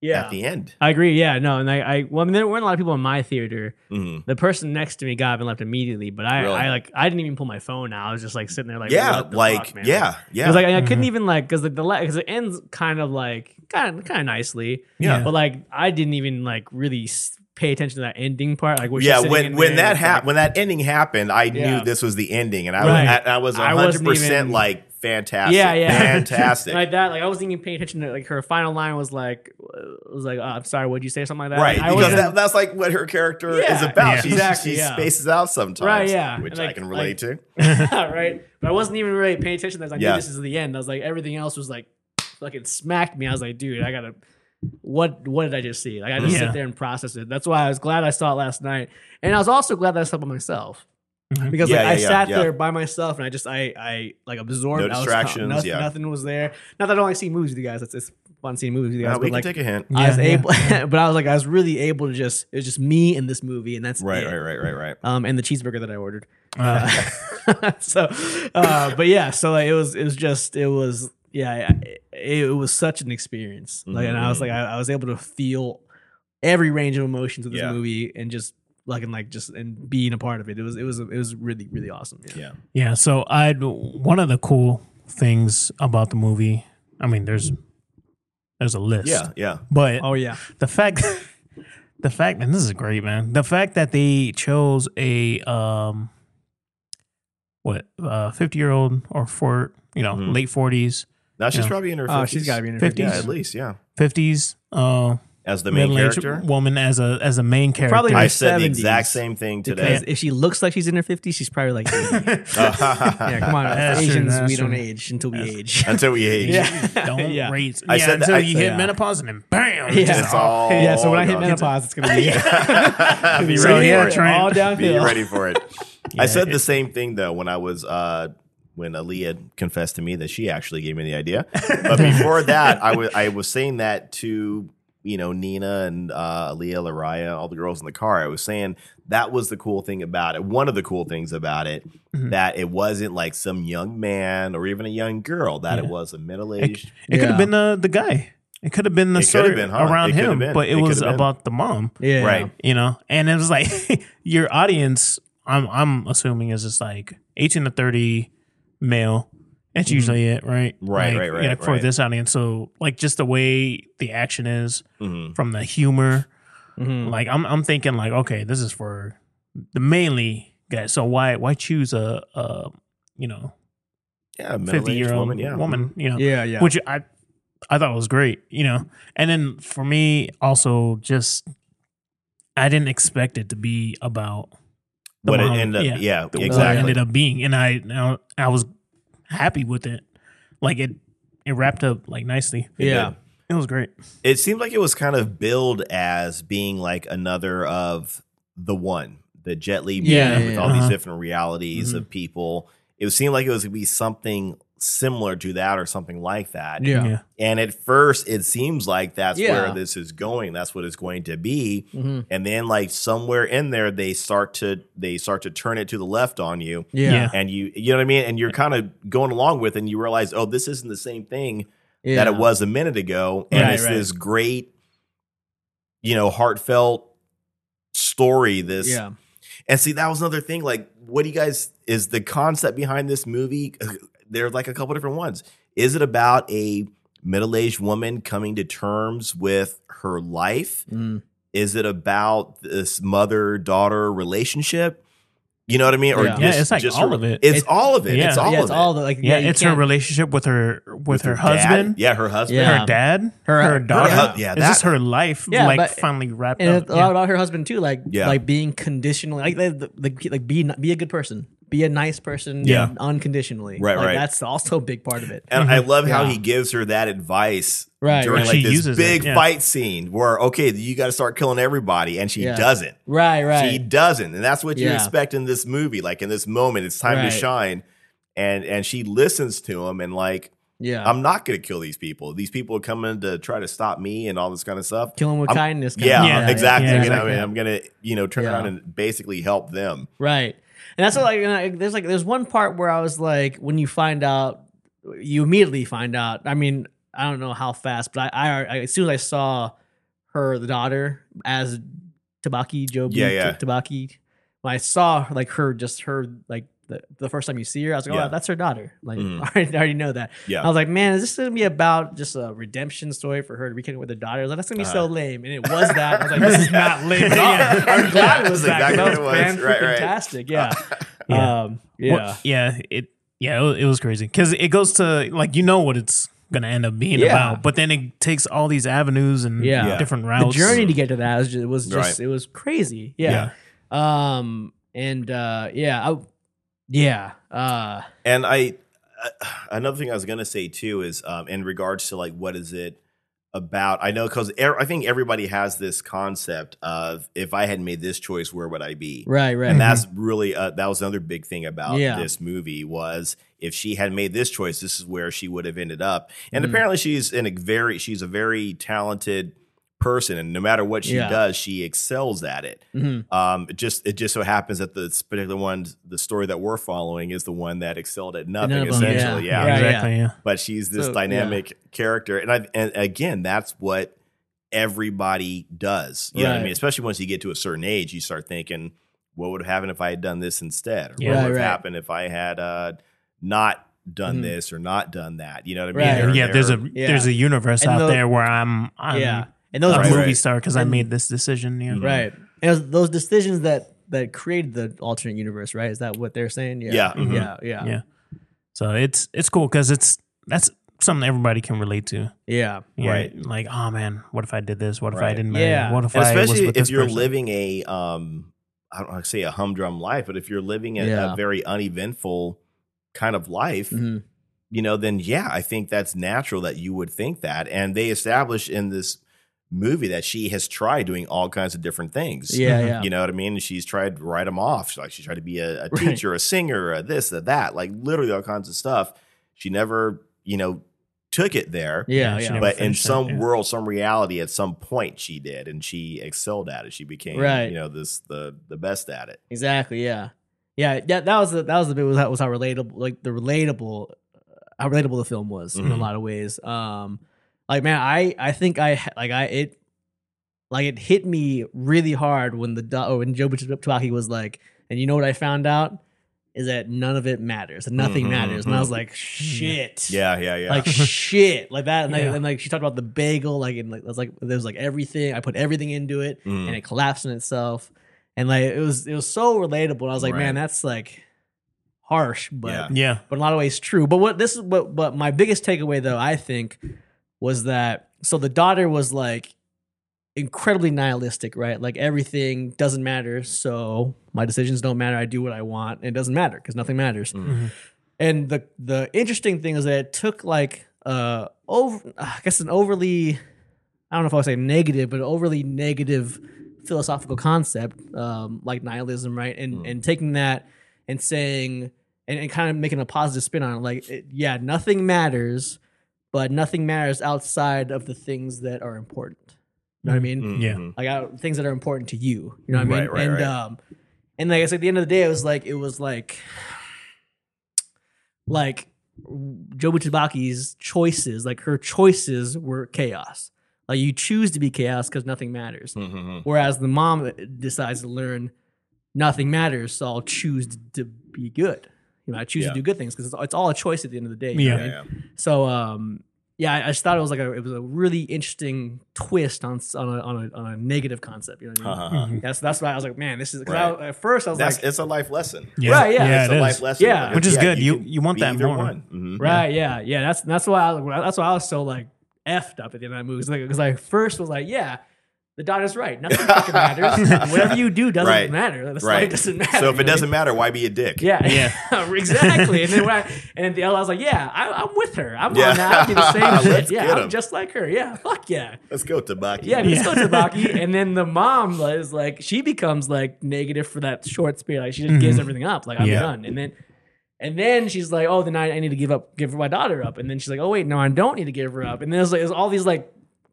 Speaker 1: yeah.
Speaker 3: At the end,
Speaker 1: I agree. Yeah. No. And I, I, well, I mean, there weren't a lot of people in my theater.
Speaker 3: Mhm.
Speaker 1: The person next to me got up and left immediately, but I,
Speaker 3: Really?
Speaker 1: I like, I didn't even pull my phone out. I was just like sitting there, like,
Speaker 3: yeah,
Speaker 1: what the
Speaker 3: like
Speaker 1: fuck, man?
Speaker 3: yeah,
Speaker 1: It
Speaker 3: yeah,
Speaker 1: was like I, I couldn't even like because like the because it ends kind of like kind of kind of nicely.
Speaker 2: Yeah.
Speaker 1: But like I didn't even like really s- pay attention to that ending part. Like what she's
Speaker 3: yeah,
Speaker 1: sitting
Speaker 3: when
Speaker 1: in
Speaker 3: when
Speaker 1: there,
Speaker 3: that
Speaker 1: it's
Speaker 3: happened, when that ending happened, I
Speaker 1: Yeah.
Speaker 3: knew this was the ending, and I
Speaker 1: Right.
Speaker 3: was I, I was
Speaker 1: I
Speaker 3: one hundred
Speaker 1: wasn't
Speaker 3: percent
Speaker 1: even-
Speaker 3: like fantastic,
Speaker 1: Yeah, yeah.
Speaker 3: fantastic,
Speaker 1: like that. Like I wasn't even paying attention to like her final line was like uh, was like oh, I'm sorry, what'd you say? Something like that.
Speaker 3: right?
Speaker 1: I
Speaker 3: because
Speaker 1: wasn't-
Speaker 3: that, that's like what her character
Speaker 1: Yeah,
Speaker 3: is about.
Speaker 2: yeah.
Speaker 3: She,
Speaker 1: Exactly,
Speaker 3: she
Speaker 1: yeah.
Speaker 3: spaces out sometimes,
Speaker 1: Right, yeah.
Speaker 3: which
Speaker 1: And,
Speaker 3: I
Speaker 1: like-
Speaker 3: can relate to.
Speaker 1: right? But I wasn't even really paying attention. to that. I knew
Speaker 3: Yeah.
Speaker 1: this is the end. I was like, everything else was like, fucking smacked me. I was like, dude, I gotta. What what did I just see? Like I just
Speaker 2: Yeah.
Speaker 1: sit there and process it. That's why I was glad I saw it last night, and I was also glad that I saw it by myself
Speaker 2: Mhm.
Speaker 1: because
Speaker 3: Mm-hmm. Yeah,
Speaker 1: like I
Speaker 3: yeah, yeah,
Speaker 1: sat
Speaker 3: yeah.
Speaker 1: there by myself and I just I I like absorbed.
Speaker 3: No
Speaker 1: I was calm.
Speaker 3: distractions,
Speaker 1: nothing,
Speaker 3: yeah.
Speaker 1: nothing was there. Not that I don't like seeing movies with you guys. It's, it's fun seeing movies with you guys.
Speaker 3: Now, we
Speaker 1: but like
Speaker 3: can take a hint.
Speaker 1: I was
Speaker 2: Yeah, yeah.
Speaker 1: able, but I was like I was really able to just it was just me in this movie, and that's
Speaker 3: Right,
Speaker 1: it.
Speaker 3: right, right, right, right.
Speaker 1: Um, and the cheeseburger that I ordered.
Speaker 2: Uh,
Speaker 1: Uh, so, uh, but yeah, so like, it was, it was just, it was, yeah, I- it, it was such an experience. Like, and I was like,
Speaker 3: Mm.
Speaker 1: I, I was able to feel every range of emotions of this
Speaker 3: Yeah.
Speaker 1: movie and just like, and like just, and being a part of it. It was, it was, it was really, really awesome.
Speaker 3: Yeah.
Speaker 2: Yeah, so I one of the cool things about the movie, I mean, there's there's a list.
Speaker 3: Yeah, yeah.
Speaker 2: But
Speaker 1: Oh yeah.
Speaker 2: the fact the fact and this is great, man. The fact that they chose a um what, uh 50-year-old or for, you know,
Speaker 3: Mhm.
Speaker 2: late 40s,
Speaker 3: Now she's
Speaker 2: Yeah.
Speaker 3: probably in her. 50s.
Speaker 1: Oh, she's got to be in her
Speaker 2: 50s.
Speaker 1: fifties.
Speaker 3: Yeah, at least yeah.
Speaker 2: 50s, uh
Speaker 3: As the main
Speaker 2: middle-aged
Speaker 3: character,
Speaker 2: woman as a as a main character.
Speaker 1: Probably
Speaker 3: I
Speaker 1: her
Speaker 3: said the
Speaker 1: 70s,
Speaker 3: exact same thing today.
Speaker 1: Because if she looks like she's in her fifties, she's probably like, 80. yeah, come on,
Speaker 2: That's true,
Speaker 1: Asians,
Speaker 2: that's
Speaker 1: we don't
Speaker 2: true.
Speaker 1: age until we
Speaker 2: That's-
Speaker 1: age.
Speaker 3: Until we age,
Speaker 1: yeah,
Speaker 2: Don't
Speaker 1: yeah.
Speaker 2: raise.
Speaker 3: I
Speaker 2: yeah,
Speaker 3: said that-
Speaker 2: until
Speaker 3: I-
Speaker 2: you hit
Speaker 1: yeah.
Speaker 2: menopause and then bam.
Speaker 1: Yeah.
Speaker 3: it's all
Speaker 1: yeah, so when I hit
Speaker 3: gone.
Speaker 1: menopause, it's gonna be,
Speaker 3: Be
Speaker 2: So,
Speaker 3: ready
Speaker 2: yeah,
Speaker 3: for it.
Speaker 2: Trent.
Speaker 1: all
Speaker 3: Be
Speaker 1: downhill.
Speaker 3: ready for it.
Speaker 2: Yeah,
Speaker 3: I said
Speaker 2: it-
Speaker 3: the same thing though when I was uh, when Aaliyah confessed to me that she actually gave me the idea. But before that, I was I was saying that to you know Nina and uh, Aaliyah, Laraya, all the girls in the car. I was saying that was the cool thing about it. One of the cool things about it
Speaker 1: Mm-hmm.
Speaker 2: Mhm.
Speaker 3: that it wasn't like some young man or even a young girl. That it
Speaker 2: Yeah.
Speaker 3: was a middle aged.
Speaker 2: It could
Speaker 1: Yeah.
Speaker 2: have been the the guy. It could have been the
Speaker 3: It could have
Speaker 2: story
Speaker 3: been, huh?
Speaker 2: around
Speaker 3: It could have
Speaker 2: him,
Speaker 3: been.
Speaker 2: but it,
Speaker 3: It could
Speaker 2: was
Speaker 3: have been.
Speaker 2: about the mom,
Speaker 1: Yeah,
Speaker 3: Right.
Speaker 2: you know. And it was like your audience. I'm I'm assuming is just like 18 to 30 male. That's usually it, right?
Speaker 3: Mm-hmm. Right,
Speaker 2: Like,
Speaker 3: right, right,
Speaker 2: yeah, for
Speaker 3: right.
Speaker 2: this audience, so like just the way the action is,
Speaker 3: Mhm.
Speaker 2: from the humor,
Speaker 3: Mm-hmm.
Speaker 1: Mhm.
Speaker 2: like I'm I'm thinking like, okay, this is for the mainly guys. So why why choose a, a you know
Speaker 3: Yeah,
Speaker 2: 50
Speaker 3: middle
Speaker 2: year
Speaker 3: aged
Speaker 2: old
Speaker 3: woman. Yeah,
Speaker 2: you know,
Speaker 1: Yeah, yeah.
Speaker 2: which I I thought was great, you know. And then for me, also just I didn't expect it to be about the
Speaker 3: what it
Speaker 2: mom-
Speaker 3: ended up. Yeah,
Speaker 2: the- what it
Speaker 3: exactly.
Speaker 2: ended up being, and I you know, I was happy with it. Like it, it wrapped up like nicely.
Speaker 1: yeah.
Speaker 2: It was great.
Speaker 3: It seemed like it was kind of billed as being like another of the one, the Jet Li movie
Speaker 1: Yeah, yeah,
Speaker 3: with
Speaker 1: yeah.
Speaker 3: all these
Speaker 2: Uh-huh.
Speaker 3: different realities of people. It seemed like it was going to be something similar to that or something like that.
Speaker 1: Yeah.
Speaker 2: yeah.
Speaker 3: And at first, it seems like that's
Speaker 1: Yeah.
Speaker 3: where this is going. That's what it's going to be.
Speaker 1: Mm-hmm.
Speaker 3: And then, like somewhere in there, they start to they start to turn it to the left on you,
Speaker 1: Yeah.
Speaker 2: Yeah.
Speaker 3: and you you know what I mean. And you're kind of going along with, it and you realize, oh, this isn't the same thing that it was a minute ago. And
Speaker 1: Right,
Speaker 3: it's
Speaker 1: right.
Speaker 3: this great, you know, heartfelt story. This
Speaker 1: Yeah.
Speaker 3: and see that was another thing. Like, what do you guys is the concept behind this movie? There's like a couple different ones. Is it about a middle-aged woman coming to terms with her life?
Speaker 1: Mm.
Speaker 3: Is it about this mother-daughter relationship? You know what I mean?
Speaker 1: Yeah.
Speaker 2: Yeah, it's like all
Speaker 3: her-
Speaker 2: of it.
Speaker 3: It's,
Speaker 1: It's-
Speaker 3: all of it.
Speaker 2: yeah.
Speaker 3: It's all
Speaker 1: yeah,
Speaker 3: of
Speaker 1: it's
Speaker 3: it.
Speaker 1: all the like.
Speaker 2: Yeah,
Speaker 1: you
Speaker 2: it's her
Speaker 1: can't-
Speaker 2: relationship with her with, her,
Speaker 3: dad.
Speaker 2: husband,
Speaker 3: Yeah, her husband.
Speaker 1: Yeah.
Speaker 2: her dad,
Speaker 1: Her-
Speaker 2: her,
Speaker 1: her
Speaker 2: daughter.
Speaker 3: hus- yeah,
Speaker 2: it's just
Speaker 3: that-
Speaker 2: her life
Speaker 1: Yeah,
Speaker 2: like
Speaker 1: but-
Speaker 2: finally wrapped
Speaker 1: And
Speaker 2: up.
Speaker 1: it's a lot about her husband too, like
Speaker 3: Yeah.
Speaker 1: like being conditional, like the, the, the- like be not, be a good person. be a nice person
Speaker 2: Yeah.
Speaker 1: unconditionally.
Speaker 3: Right,
Speaker 1: Like,
Speaker 3: right.
Speaker 1: That's also a big part of it.
Speaker 3: And I love how
Speaker 1: Yeah.
Speaker 3: he gives her that advice
Speaker 1: Right.
Speaker 3: during
Speaker 2: And
Speaker 3: like
Speaker 2: she
Speaker 3: this
Speaker 2: uses it,
Speaker 3: big
Speaker 2: yeah.
Speaker 3: fight scene where okay, you got to start killing everybody, and she
Speaker 1: Yeah.
Speaker 3: doesn't.
Speaker 1: Right, right.
Speaker 3: She doesn't, and that's what you
Speaker 1: Yeah.
Speaker 3: expect in this movie. Like in this moment, it's time
Speaker 1: Right.
Speaker 3: to shine, and and she listens to him and like
Speaker 1: yeah.
Speaker 3: I'm not going to kill these people. These people are coming to try to stop me and all this kind of stuff.
Speaker 1: Kill him with
Speaker 3: I'm-
Speaker 1: kindness. kinda
Speaker 3: Yeah,
Speaker 1: thing, right?
Speaker 3: exactly.
Speaker 2: yeah,
Speaker 3: you know,
Speaker 2: exactly.
Speaker 3: I mean, I'm gonna, you know, turn
Speaker 1: Yeah.
Speaker 3: around and basically help them.
Speaker 1: Right. And that's what, like, and I, there's like, there's one part where I was like, when you find out, you immediately find out. I mean, I don't know how fast, but I, I, I as soon as I saw her, the daughter, as Tabaki, Joe
Speaker 3: Yeah, yeah.
Speaker 1: Tabaki, when I saw like her, just her, like, the, the first time you see her, I was like, oh,
Speaker 3: Yeah.
Speaker 1: that's her daughter. Like,
Speaker 3: Mhm.
Speaker 1: I already- I already know that. I
Speaker 3: Yeah,
Speaker 1: was like, man, is this gonna be about just a redemption story for her to reconnect with her daughter? I was like, that's gonna be so
Speaker 3: Uh-huh.
Speaker 1: lame, and it was that. I was like, this is not lame at all.
Speaker 3: Yeah.
Speaker 1: I'm glad it was
Speaker 3: That's
Speaker 1: that. 'cause
Speaker 3: exactly
Speaker 1: That was,
Speaker 3: what it was. Right, right.
Speaker 1: fantastic. Yeah,
Speaker 2: Yeah.
Speaker 1: Um,
Speaker 2: Well,
Speaker 1: yeah,
Speaker 2: yeah. It yeah, it was, it was crazy because it goes to like you know what it's gonna end up being
Speaker 1: Yeah.
Speaker 2: about, but then it takes all these avenues and
Speaker 1: Yeah.
Speaker 3: Yeah.
Speaker 2: different
Speaker 1: the
Speaker 2: routes.
Speaker 1: journey to get to that was just, was just
Speaker 3: Right.
Speaker 1: it was crazy. Yeah. Um, and uh, yeah, I, yeah, uh,
Speaker 3: and I, uh, another thing I was gonna say too is um, in regards to like what is it about? I know because er- I think everybody has this concept of if I had made this choice, where would I be?
Speaker 1: right, right,
Speaker 3: And that's really uh, that was another big thing about
Speaker 1: Yeah.
Speaker 3: this movie was if she had made this choice, this is where she would have ended up. And
Speaker 1: Mm.
Speaker 3: apparently, she's in a very she's a very talented person, and no matter what she
Speaker 1: Yeah.
Speaker 3: does, she excels at it.
Speaker 1: Mhm.
Speaker 3: Um, it just it just so happens that this particular one, the story that we're following, is the one that excelled at nothing,
Speaker 1: of 'em, yeah.
Speaker 3: essentially. Yeah,
Speaker 2: yeah,
Speaker 1: Right,
Speaker 2: exactly. Yeah.
Speaker 3: but she's this
Speaker 1: So, yeah.
Speaker 3: dynamic character, and I and again, that's what everybody does. You know what I
Speaker 1: Right.
Speaker 3: mean? Especially once you get to a certain age, you start thinking, what would have happened if I had done this instead, or
Speaker 2: Yeah.
Speaker 3: what
Speaker 1: Right,
Speaker 3: would have
Speaker 1: right.
Speaker 3: happened if I had uh, not done
Speaker 1: Mhm.
Speaker 3: this or not done that? You know what I mean?
Speaker 1: Right.
Speaker 2: Yeah,
Speaker 3: They're-
Speaker 2: yeah, there's
Speaker 3: they're-
Speaker 2: a
Speaker 1: Yeah.
Speaker 2: there's a universe
Speaker 1: And
Speaker 2: out
Speaker 1: the-
Speaker 2: there where I'm, I'm
Speaker 1: yeah, and
Speaker 2: a
Speaker 1: those
Speaker 3: Right, Mm-hmm.
Speaker 2: movie
Speaker 3: right.
Speaker 2: star because I
Speaker 1: And-
Speaker 2: made this decision. Yeah,
Speaker 1: right, and it was those decisions that that created the alternate universe, right? Is that what they're saying?
Speaker 3: Yeah.
Speaker 1: yeah,
Speaker 3: Mhm.
Speaker 1: yeah, yeah.
Speaker 2: Yeah. So it's it's cool because it's that's something everybody can relate to.
Speaker 1: yeah.
Speaker 2: Yeah,
Speaker 3: Right.
Speaker 2: Like, oh man, what if I did this? What if I
Speaker 3: Right.
Speaker 2: didn't marry?
Speaker 1: Yeah.
Speaker 2: What if
Speaker 3: and
Speaker 2: I was
Speaker 3: especially
Speaker 2: with
Speaker 3: if
Speaker 2: this
Speaker 3: you're
Speaker 2: person?
Speaker 3: living a um, I don't want to say a humdrum life, but if you're living a,
Speaker 1: Yeah.
Speaker 3: a very uneventful kind of life,
Speaker 2: Mm-hmm.
Speaker 1: Mhm.
Speaker 3: you know, then yeah, I think that's natural that you would think that. And they establish in this movie that she has tried doing all kinds of different things.
Speaker 1: Yeah,
Speaker 2: Mhm.
Speaker 1: yeah.
Speaker 3: You know what I mean? She's tried to write them off. She- Like she tried to be a, a
Speaker 1: Right.
Speaker 3: teacher, a singer, a this, a that, like literally all kinds of stuff. She never, you know, took it there.
Speaker 1: Yeah,
Speaker 2: Yeah, she
Speaker 1: yeah.
Speaker 2: never
Speaker 3: But in
Speaker 2: finished it,
Speaker 3: some
Speaker 2: yeah.
Speaker 3: world, some reality, at some point, she did, and she excelled at it. She became,
Speaker 1: Right.
Speaker 3: you know, this the the best at it.
Speaker 1: Exactly. Yeah. Yeah. That that was the, that was the bit was how, was how relatable like the relatable how relatable the film was in a
Speaker 3: Mhm.
Speaker 1: lot of ways. Um, like man, I I think I ha- like I it like it hit me really hard when the do- or when Joe Tabaki was like, and you know what I found out is that none of it matters and nothing
Speaker 3: Mhm,
Speaker 1: matters, and I
Speaker 3: mhm.
Speaker 1: was like, shit.
Speaker 3: Yeah, yeah, yeah.
Speaker 1: Like shit, like that, and, like,
Speaker 2: Yeah.
Speaker 1: and like she talked about the bagel, like and like that's like there's like everything. I put everything into it,
Speaker 3: Mm.
Speaker 1: and it collapsed in itself. And like it was it was so relatable. I was like,
Speaker 3: Right.
Speaker 1: man, that's like harsh, but
Speaker 3: Yeah.
Speaker 2: yeah,
Speaker 1: but in a lot of ways true. But what this is what but my biggest takeaway though, I think, was that so the daughter was like incredibly nihilistic, right? Like everything doesn't matter, so my decisions don't matter. I do what I want, and it doesn't matter because nothing matters.
Speaker 3: Mm-hmm.
Speaker 2: Mhm.
Speaker 1: And the the interesting thing is that it took like uh over I guess an overly I don't know if I would say negative, but an overly negative philosophical concept, um, like nihilism, right? And and taking that and saying and, and kind of making a positive spin on it, like it, yeah, nothing matters, but nothing matters outside of the things that are important. You know what I mean?
Speaker 3: Mhm.
Speaker 2: Yeah.
Speaker 1: like I, things that are important to you. You know what I mean?
Speaker 3: Right, right,
Speaker 1: and
Speaker 3: right.
Speaker 1: um, and like I said, at the end of the day, it was like it was like like Jobu Tabaki's choices, like her choices were chaos. Like you choose to be chaos because nothing matters.
Speaker 3: Mhm.
Speaker 1: Whereas the mom decides to learn nothing matters, so I'll choose to be good. You know, I choose
Speaker 3: Yeah.
Speaker 1: to do good things because it's, it's all a choice at the end of the day. you know what
Speaker 2: Yeah.
Speaker 1: I mean? So um yeah, I, I just thought it was like a it was a really interesting twist on s- on a on a, on a negative concept. You know what I mean?
Speaker 3: Uh-huh.
Speaker 2: Mm-hmm.
Speaker 1: That's that's why I was like, man, this is. 'cause
Speaker 3: Right.
Speaker 1: I, at first I was
Speaker 3: That's
Speaker 1: like,
Speaker 3: it's a life lesson.
Speaker 2: yeah,
Speaker 1: Right, yeah,
Speaker 2: yeah it
Speaker 3: it's a
Speaker 2: is.
Speaker 3: life lesson.
Speaker 1: Yeah.
Speaker 2: Which is
Speaker 3: yeah,
Speaker 2: good. You-
Speaker 3: can
Speaker 2: you want
Speaker 3: be
Speaker 2: that
Speaker 3: either
Speaker 2: more.
Speaker 3: one. Mhm.
Speaker 1: right, yeah, yeah. That's that's why I, that's why I was so like effed up at the end of that movie because I first was like, yeah, The dot is right. Nothing fucking matters. Whatever you do doesn't
Speaker 3: Right.
Speaker 1: matter. The slide
Speaker 3: Right.
Speaker 1: doesn't matter.
Speaker 3: So if it
Speaker 1: really.
Speaker 3: doesn't matter, why be a dick?
Speaker 1: Yeah,
Speaker 2: Yeah.
Speaker 1: exactly. And then when I, and at the L, I was like, yeah, I, I'm with her. I'm
Speaker 3: Yeah.
Speaker 1: on that. I do the same shit.
Speaker 3: Let's
Speaker 1: Yeah,
Speaker 3: get
Speaker 1: I'm
Speaker 3: 'em.
Speaker 1: just like her. Yeah, fuck yeah.
Speaker 3: Let's go, Tabaki.
Speaker 1: Yeah, let's go
Speaker 2: Yeah.
Speaker 1: Tabaki. And then the mom is like, she becomes like negative for that short spirit. Like she just gives everything up. Like I'm
Speaker 2: Mm-hmm. Yeah.
Speaker 1: done. And then, and then she's like, oh, then I, I need to give up, give my daughter up. And then she's like, oh wait, no, I don't need to give her up. And then there's like, there's all these like,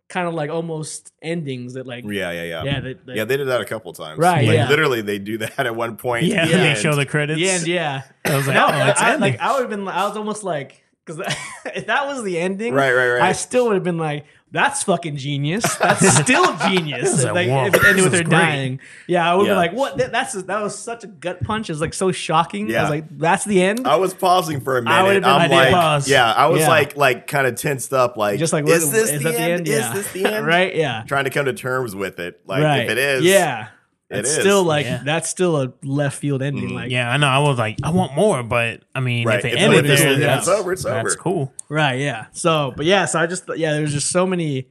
Speaker 1: kind of like almost endings that like,
Speaker 3: Yeah, yeah, yeah.
Speaker 1: yeah, that, that,
Speaker 3: Yeah, they did that a couple times.
Speaker 1: Right,
Speaker 3: Like
Speaker 1: yeah.
Speaker 3: literally they do that at one point.
Speaker 2: Yeah,
Speaker 1: Yeah.
Speaker 2: they show the credits.
Speaker 1: yeah, yeah.
Speaker 2: I was like,
Speaker 1: No,
Speaker 2: oh,
Speaker 1: I,
Speaker 2: it's
Speaker 1: I-
Speaker 2: ending.
Speaker 1: like I would have been. I was almost like, because if that was the ending,
Speaker 3: Right, right, right.
Speaker 1: I still would have been like, "That's fucking genius. That's still genius."
Speaker 2: was
Speaker 1: like,
Speaker 2: like, whoa,
Speaker 1: if it ended
Speaker 2: this
Speaker 1: with
Speaker 2: is
Speaker 1: her
Speaker 2: great.
Speaker 1: dying, yeah, I would
Speaker 3: Yeah.
Speaker 1: be like, "What? That, that's that was such a gut punch. It was like so shocking. I
Speaker 3: Yeah. Oh,
Speaker 1: was like, "That's the end."
Speaker 3: I was pausing for a minute.
Speaker 1: I would've been
Speaker 3: I'm
Speaker 1: like,
Speaker 3: like,
Speaker 2: pause.
Speaker 3: yeah, I was
Speaker 1: Yeah.
Speaker 3: like, like kind of tensed up, like,
Speaker 1: Just like,
Speaker 3: is
Speaker 1: what-
Speaker 3: this
Speaker 1: is
Speaker 3: the,
Speaker 1: that
Speaker 3: end?
Speaker 1: Yeah.
Speaker 3: Is this the end?
Speaker 1: right? Yeah.
Speaker 3: Trying to come to terms with it, like
Speaker 1: right.
Speaker 3: if it is,
Speaker 1: yeah,
Speaker 3: it
Speaker 1: it's
Speaker 3: is.
Speaker 1: still like
Speaker 2: Yeah.
Speaker 1: that's still a left field ending.
Speaker 3: Mhm.
Speaker 1: Like,
Speaker 2: yeah, I know. I was like, I want more, but I mean,
Speaker 3: Right.
Speaker 2: if it
Speaker 3: If
Speaker 2: ended
Speaker 1: it's-
Speaker 2: there,
Speaker 1: if it's
Speaker 2: that's,
Speaker 3: over, it's
Speaker 2: that's
Speaker 3: over.
Speaker 2: cool.
Speaker 1: Right. Yeah. So, but yeah. So I just yeah. There's just so many.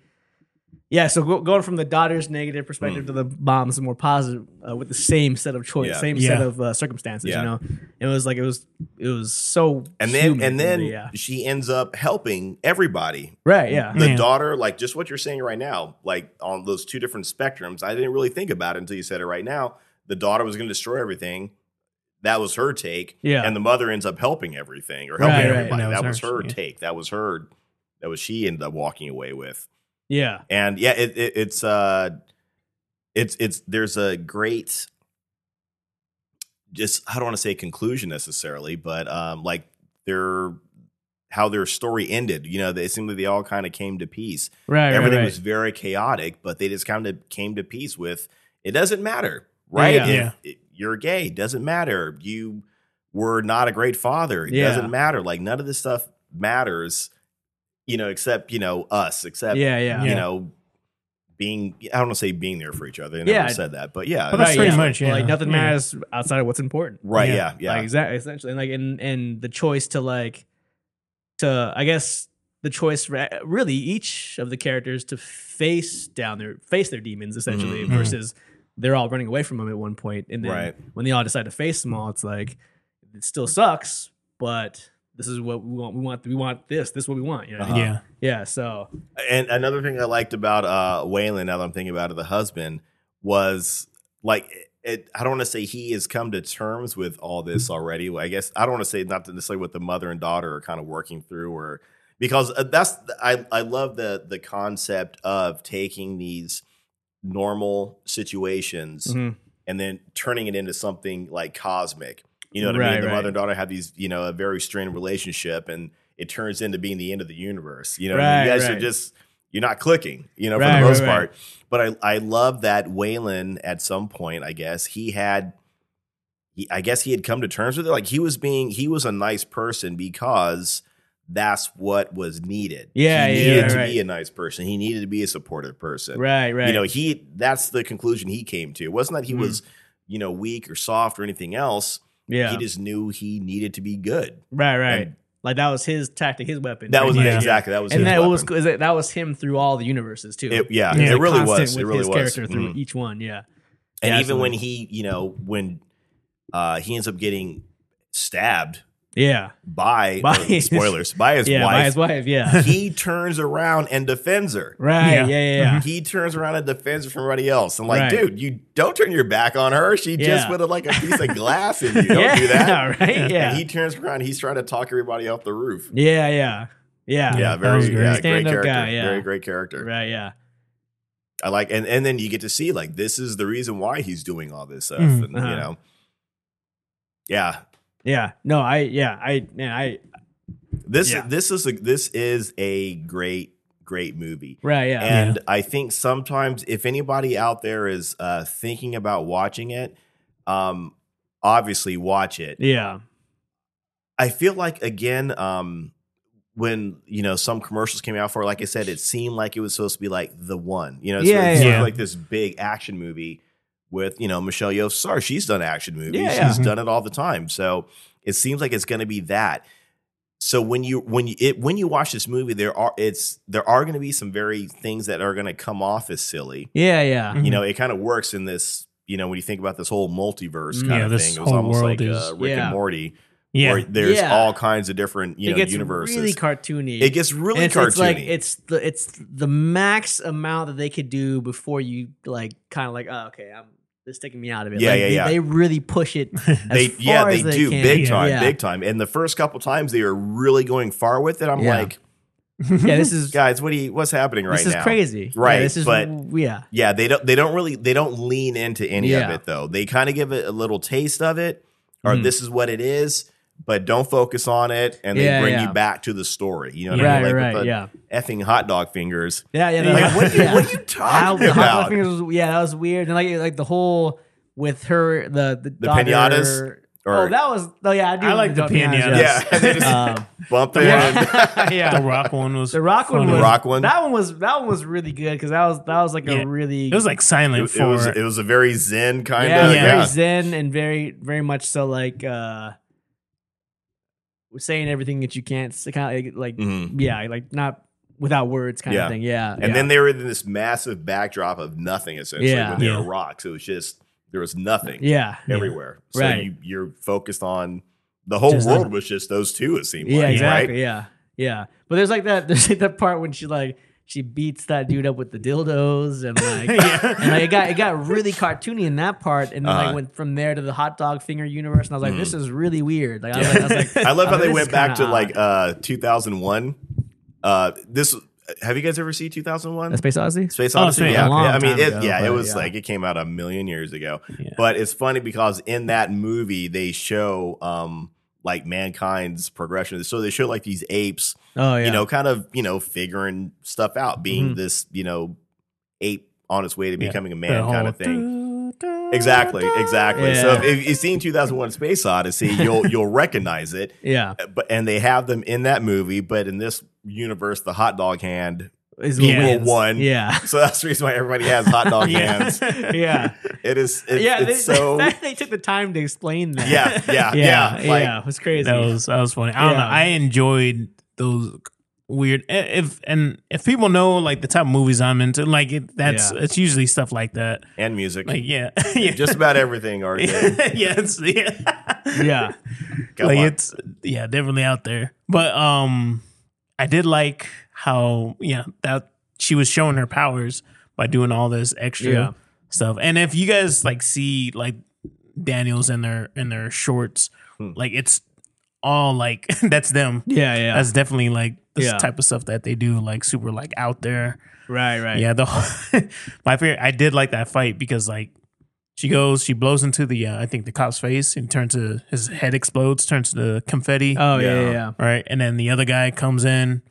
Speaker 1: Yeah. So go, going from the daughter's negative perspective to the mom's more positive uh, with the same set of choice,
Speaker 3: Hmm. Yeah.
Speaker 1: same
Speaker 2: Yeah.
Speaker 1: set of uh, circumstances.
Speaker 3: Yeah.
Speaker 1: You know, it was like it was it was so
Speaker 3: and then
Speaker 1: human,
Speaker 3: and then
Speaker 1: really, yeah.
Speaker 3: she ends up helping everybody.
Speaker 1: Right. Yeah.
Speaker 3: The
Speaker 2: Yeah.
Speaker 3: daughter, like just what you're saying right now, like on those two different spectrums. I didn't really think about it until you said it right now. The daughter was going to destroy everything. That was her take.
Speaker 1: Yeah.
Speaker 3: And the mother ends up helping everything or
Speaker 1: Right,
Speaker 3: helping
Speaker 1: right.
Speaker 3: everybody.
Speaker 2: And
Speaker 3: That was her,
Speaker 2: yeah.
Speaker 3: take. That was her. That was she ended up walking away with.
Speaker 1: Yeah.
Speaker 3: and yeah it, it, it's uh it's it's there's a great just i don't want to say conclusion necessarily but um like their how their story ended you know they seemed like they all kind of came to peace
Speaker 1: Right.
Speaker 3: everything
Speaker 1: right,
Speaker 3: was very chaotic but they just kind of came to peace with it doesn't matter right
Speaker 1: Yeah.
Speaker 3: If-
Speaker 2: Yeah.
Speaker 3: if you're gay doesn't matter you were not a great father it
Speaker 1: Yeah.
Speaker 3: doesn't matter like none of this stuff matters you know except you know us
Speaker 1: right.
Speaker 3: except
Speaker 1: Yeah. Yeah.
Speaker 3: you
Speaker 2: Yeah.
Speaker 3: know, being I don't want to say being there for each other. They never
Speaker 1: Yeah.
Speaker 3: said that, but yeah,
Speaker 2: But that's
Speaker 1: Right,
Speaker 2: pretty
Speaker 1: yeah.
Speaker 2: much, yeah.
Speaker 1: Like nothing
Speaker 2: Yeah.
Speaker 1: matters outside of what's important.
Speaker 3: right.
Speaker 2: yeah.
Speaker 3: Yeah, yeah,
Speaker 1: Like, exactly. Essentially, and like and and the choice to like to I guess the choice for really each of the characters to face down their face their demons essentially
Speaker 3: Mhm.
Speaker 1: versus they're all running away from them at one point, and then
Speaker 3: Right.
Speaker 1: when they all decide to face them all, it's like it still sucks, but this is what we want. We want we want this. This is what we want. You know?
Speaker 3: Uh-huh.
Speaker 2: Yeah,
Speaker 1: Yeah. So
Speaker 3: And another thing I liked about uh, Waylon, now that I'm thinking about it, the husband was like, it, I don't want to say he has come to terms with all this already. I guess I don't want to say not necessarily what the mother and daughter are kind of working through, or because uh, that's I I love the the concept of taking these normal situations
Speaker 1: mhm.
Speaker 3: and then turning it into something like cosmic. You know what I
Speaker 1: Right,
Speaker 3: mean? The
Speaker 1: right.
Speaker 3: mother and daughter have these, you know, a very strained relationship, and it turns into being the end of the universe. You know, what I mean? you
Speaker 1: Right,
Speaker 3: guys
Speaker 1: right.
Speaker 3: are just you're not clicking. You know,
Speaker 1: Right,
Speaker 3: for
Speaker 1: right,
Speaker 3: the most
Speaker 1: right.
Speaker 3: part. But I I love that Waylon at some point. I guess he had. he- I guess he had come to terms with it. Like he was being, he was a nice person because that's what was needed.
Speaker 1: Yeah,
Speaker 3: he
Speaker 1: yeah,
Speaker 3: needed to
Speaker 1: right.
Speaker 3: be a nice person. He needed to be a supportive person
Speaker 1: right, right.
Speaker 3: uh,
Speaker 1: Mm-hmm.
Speaker 3: you know he that's the conclusion he came to it wasn't that he was you know weak or soft or anything else
Speaker 1: yeah.
Speaker 3: he just knew he needed to be good
Speaker 1: right, right.
Speaker 3: and-
Speaker 1: Like that was his tactic, his weapon.
Speaker 3: that was
Speaker 1: Like,
Speaker 2: Yeah.
Speaker 3: exactly that was
Speaker 1: and
Speaker 3: his
Speaker 1: that was
Speaker 3: weapon.
Speaker 1: is that that was him through all the universes too.
Speaker 3: It- yeah,
Speaker 1: He was,
Speaker 3: it
Speaker 1: like,
Speaker 3: really
Speaker 1: constant
Speaker 3: was it
Speaker 1: with
Speaker 3: really
Speaker 1: his
Speaker 3: was
Speaker 1: character through
Speaker 3: Mhm.
Speaker 1: each one. Yeah,
Speaker 3: and
Speaker 1: Yeah,
Speaker 3: even when
Speaker 1: absolutely.
Speaker 3: he you know when uh he ends up getting stabbed
Speaker 1: yeah,
Speaker 3: by,
Speaker 1: By
Speaker 3: or
Speaker 1: his-
Speaker 3: spoilers by his
Speaker 1: yeah. By
Speaker 3: wife
Speaker 1: his wife. Yeah,
Speaker 3: he turns around and defends her
Speaker 1: right. Yeah,
Speaker 2: Yeah.
Speaker 1: yeah, yeah.
Speaker 3: He turns around and defends her from everybody else. I'm like,
Speaker 1: Right.
Speaker 3: dude, you don't turn your back on her. She just
Speaker 1: Yeah.
Speaker 3: put a, like a piece of glass in you. Mm-hmm. Don't
Speaker 1: yeah,
Speaker 3: do that.
Speaker 1: Right. Yeah.
Speaker 3: And he turns around. He's trying to talk everybody off the roof.
Speaker 1: yeah, yeah, yeah,
Speaker 3: Yeah,
Speaker 2: Yeah, that
Speaker 3: very
Speaker 2: was great.
Speaker 3: yeah, great
Speaker 1: Stand-up
Speaker 3: character.
Speaker 1: guy, yeah.
Speaker 3: Very great character.
Speaker 1: Right. Yeah.
Speaker 3: I like, and and then you get to see like this is the reason why he's doing all this stuff,
Speaker 2: Mhm.
Speaker 3: and
Speaker 1: Uh-huh.
Speaker 3: you know, yeah.
Speaker 1: Yeah. No, I. Yeah, I. Man, I.
Speaker 3: This
Speaker 1: Yeah.
Speaker 3: this is a, this is a great great movie.
Speaker 1: Right. Yeah.
Speaker 3: And I think sometimes if anybody out there is uh, thinking about watching it, um, obviously watch it.
Speaker 1: yeah.
Speaker 3: I feel like again, um, when you know some commercials came out for, it, like I said, it seemed like it was supposed to be like the one. You know, it's
Speaker 1: Yeah,
Speaker 3: sort of- sort of
Speaker 2: yeah.
Speaker 3: like this big action movie with you know Michelle Yeoh. Sorry, she's done action movies.
Speaker 2: Mm-hmm.
Speaker 1: Yeah,
Speaker 3: she's
Speaker 2: yeah.
Speaker 3: done it all the time. So it seems like it's going to be that. so when you when you it when you watch this movie, there are it's there are going to be some very things that are going to come off as silly.
Speaker 1: Yeah, yeah.
Speaker 2: Mhm.
Speaker 3: You know, it kind of works in this. You know, when you think about this whole multiverse
Speaker 1: Mm.
Speaker 3: kind
Speaker 2: Yeah,
Speaker 3: of
Speaker 2: this
Speaker 3: thing, it was
Speaker 2: whole
Speaker 3: almost
Speaker 2: world
Speaker 3: like
Speaker 2: is-
Speaker 3: uh, Rick
Speaker 1: Yeah.
Speaker 3: and Morty,
Speaker 2: Yeah.
Speaker 3: where there's
Speaker 1: Yeah.
Speaker 3: all kinds of different you
Speaker 1: it
Speaker 3: know
Speaker 1: gets
Speaker 3: universes.
Speaker 1: really cartoony.
Speaker 3: it gets really
Speaker 1: And it's,
Speaker 3: cartoony.
Speaker 1: it's like it's the it's the max amount that they could do before you like kind of like oh okay I'm it's taking me out of it.
Speaker 3: Yeah,
Speaker 1: Like,
Speaker 3: yeah,
Speaker 1: they,
Speaker 3: yeah.
Speaker 1: They really push it. As
Speaker 3: they
Speaker 1: far
Speaker 3: yeah they
Speaker 1: as they
Speaker 3: do
Speaker 1: can.
Speaker 3: big
Speaker 2: Yeah.
Speaker 3: time
Speaker 1: Yeah.
Speaker 3: big time and the first couple times they are really going far with it i'm
Speaker 1: Yeah.
Speaker 3: like
Speaker 1: Yeah, this is
Speaker 3: guys what do you what's happening right
Speaker 1: this is
Speaker 3: now
Speaker 1: crazy. Yeah,
Speaker 3: Right,
Speaker 1: this is
Speaker 3: but-
Speaker 1: yeah.
Speaker 3: yeah they don't they don't really they don't lean into any of
Speaker 1: Yeah.
Speaker 3: it though they kind of give it a little taste of it or
Speaker 1: Mm.
Speaker 3: this is what it is but don't focus on it and they
Speaker 1: Yeah,
Speaker 3: bring
Speaker 1: yeah.
Speaker 3: you back to the story you know what i
Speaker 1: Right,
Speaker 3: mean
Speaker 1: right,
Speaker 3: with the
Speaker 1: yeah.
Speaker 3: effing hot dog fingers
Speaker 1: Yeah, yeah.
Speaker 3: like,
Speaker 1: the-
Speaker 3: what, are you,
Speaker 1: yeah.
Speaker 3: what are you talking
Speaker 1: How- Hot
Speaker 3: about
Speaker 1: Dog Fingers was- yeah, that was weird. And like like the whole with her the the,
Speaker 3: The
Speaker 1: daughter-
Speaker 3: piñatas?
Speaker 1: Oh,
Speaker 3: Or-
Speaker 1: that was oh yeah. I, do
Speaker 2: I like
Speaker 1: remember
Speaker 2: the piñatas.
Speaker 3: yeah
Speaker 1: yes.
Speaker 3: they just
Speaker 1: Um,
Speaker 3: bump it
Speaker 1: yeah,
Speaker 2: The
Speaker 1: yeah.
Speaker 2: rock one was
Speaker 1: The rock one,
Speaker 2: funny.
Speaker 1: was,
Speaker 3: The rock one?
Speaker 1: That one was that one was really good because that was that was like
Speaker 2: Yeah.
Speaker 1: a really
Speaker 2: It was like silent
Speaker 3: It,
Speaker 2: for
Speaker 3: it was it was a very zen kind
Speaker 1: yeah,
Speaker 3: of
Speaker 1: it was
Speaker 2: yeah.
Speaker 1: very zen and very very much so like uh saying everything that you can't kind of like, like
Speaker 3: Mhm.
Speaker 1: yeah like not without words kind
Speaker 3: Yeah.
Speaker 1: of thing yeah
Speaker 3: And then they were in this massive backdrop of nothing essentially
Speaker 1: Yeah.
Speaker 3: when they were
Speaker 2: Yeah.
Speaker 3: rocks. It was just there was nothing
Speaker 1: yeah
Speaker 3: everywhere. So
Speaker 1: Right.
Speaker 3: you, you're focused on the whole
Speaker 2: Just
Speaker 3: world
Speaker 2: like-
Speaker 3: was just those two, it seemed
Speaker 1: yeah
Speaker 3: like,
Speaker 1: exactly
Speaker 3: right?
Speaker 1: yeah yeah but there's like that there's like that part when she like she beats that dude up with the dildos and like
Speaker 2: Yeah.
Speaker 1: and like it got it got really cartoony in that part and then
Speaker 3: Uh-huh.
Speaker 1: like went from there to the hot dog finger universe and I was like
Speaker 3: Mhm.
Speaker 1: this is really weird like I was like, I was like
Speaker 3: I love how
Speaker 1: mean,
Speaker 3: they
Speaker 1: Oh, this
Speaker 3: went
Speaker 1: is
Speaker 3: back to
Speaker 1: kinda
Speaker 3: like
Speaker 1: odd.
Speaker 3: uh 2001. Uh this have you guys ever seen 2001?
Speaker 1: A Space Odyssey
Speaker 3: Space
Speaker 2: Oh,
Speaker 3: Odyssey.
Speaker 2: Space-
Speaker 1: a
Speaker 3: yeah.
Speaker 1: long
Speaker 3: I mean,
Speaker 1: time
Speaker 3: it,
Speaker 1: ago,
Speaker 3: yeah, it
Speaker 1: but
Speaker 3: was
Speaker 1: yeah.
Speaker 3: like it came out a million years ago.
Speaker 2: Yeah.
Speaker 3: But it's funny because in that movie they show um like mankind's progression. So they show like these apes
Speaker 1: oh yeah
Speaker 3: you know, kind of, you know, figuring stuff out, being
Speaker 1: Mhm.
Speaker 3: this, you know, ape on its way to
Speaker 2: Yeah.
Speaker 3: becoming a
Speaker 2: The
Speaker 3: man kind
Speaker 2: whole
Speaker 3: of
Speaker 2: doo,
Speaker 3: thing.
Speaker 2: doo,
Speaker 3: Exactly,
Speaker 2: doo.
Speaker 3: exactly. So
Speaker 1: Yeah.
Speaker 3: if, if you've seen 2001: Space Odyssey, you'll you'll recognize it.
Speaker 1: yeah
Speaker 3: But and they have them in that movie, but in this universe, the hot dog hand.
Speaker 1: is
Speaker 2: Yeah.
Speaker 1: what
Speaker 2: Rule
Speaker 1: wins.
Speaker 3: one.
Speaker 1: yeah
Speaker 3: So that's the reason why everybody has hot dog hands.
Speaker 1: yeah
Speaker 3: It is. It,
Speaker 1: yeah
Speaker 3: it's
Speaker 1: they,
Speaker 3: so.
Speaker 1: they took the time to explain that
Speaker 3: yeah, yeah,
Speaker 1: yeah
Speaker 3: yeah,
Speaker 1: yeah,
Speaker 3: Like,
Speaker 1: it was crazy
Speaker 2: That was that was funny. I don't
Speaker 1: Yeah.
Speaker 2: know. I enjoyed those weird. eh, If and if people know like the type of movies I'm into, like it, that's
Speaker 1: Yeah.
Speaker 2: it's usually stuff like that.
Speaker 3: and music.
Speaker 2: Like yeah, yeah.
Speaker 3: Just about everything, RJ.
Speaker 2: yeah, it's, yeah.
Speaker 1: yeah
Speaker 3: Come
Speaker 2: like
Speaker 3: on.
Speaker 2: it's yeah, definitely out there. But um, I did like how yeah that she was showing her powers by doing all this extra
Speaker 1: Yeah.
Speaker 2: stuff. And if you guys like see like Daniels in their in their shorts,
Speaker 3: Hmm.
Speaker 2: like it's all like that's them.
Speaker 1: yeah yeah
Speaker 2: That's definitely like this
Speaker 1: Yeah.
Speaker 2: type of stuff that they do, like super like out there.
Speaker 1: right right
Speaker 2: Yeah, the whole- my favorite. I did like that fight because like she goes, she blows into the uh, I think the cop's face and turns to his head explodes, turns to confetti,
Speaker 1: oh yeah
Speaker 3: Yeah.
Speaker 1: yeah, yeah.
Speaker 2: right? And then the other guy comes in,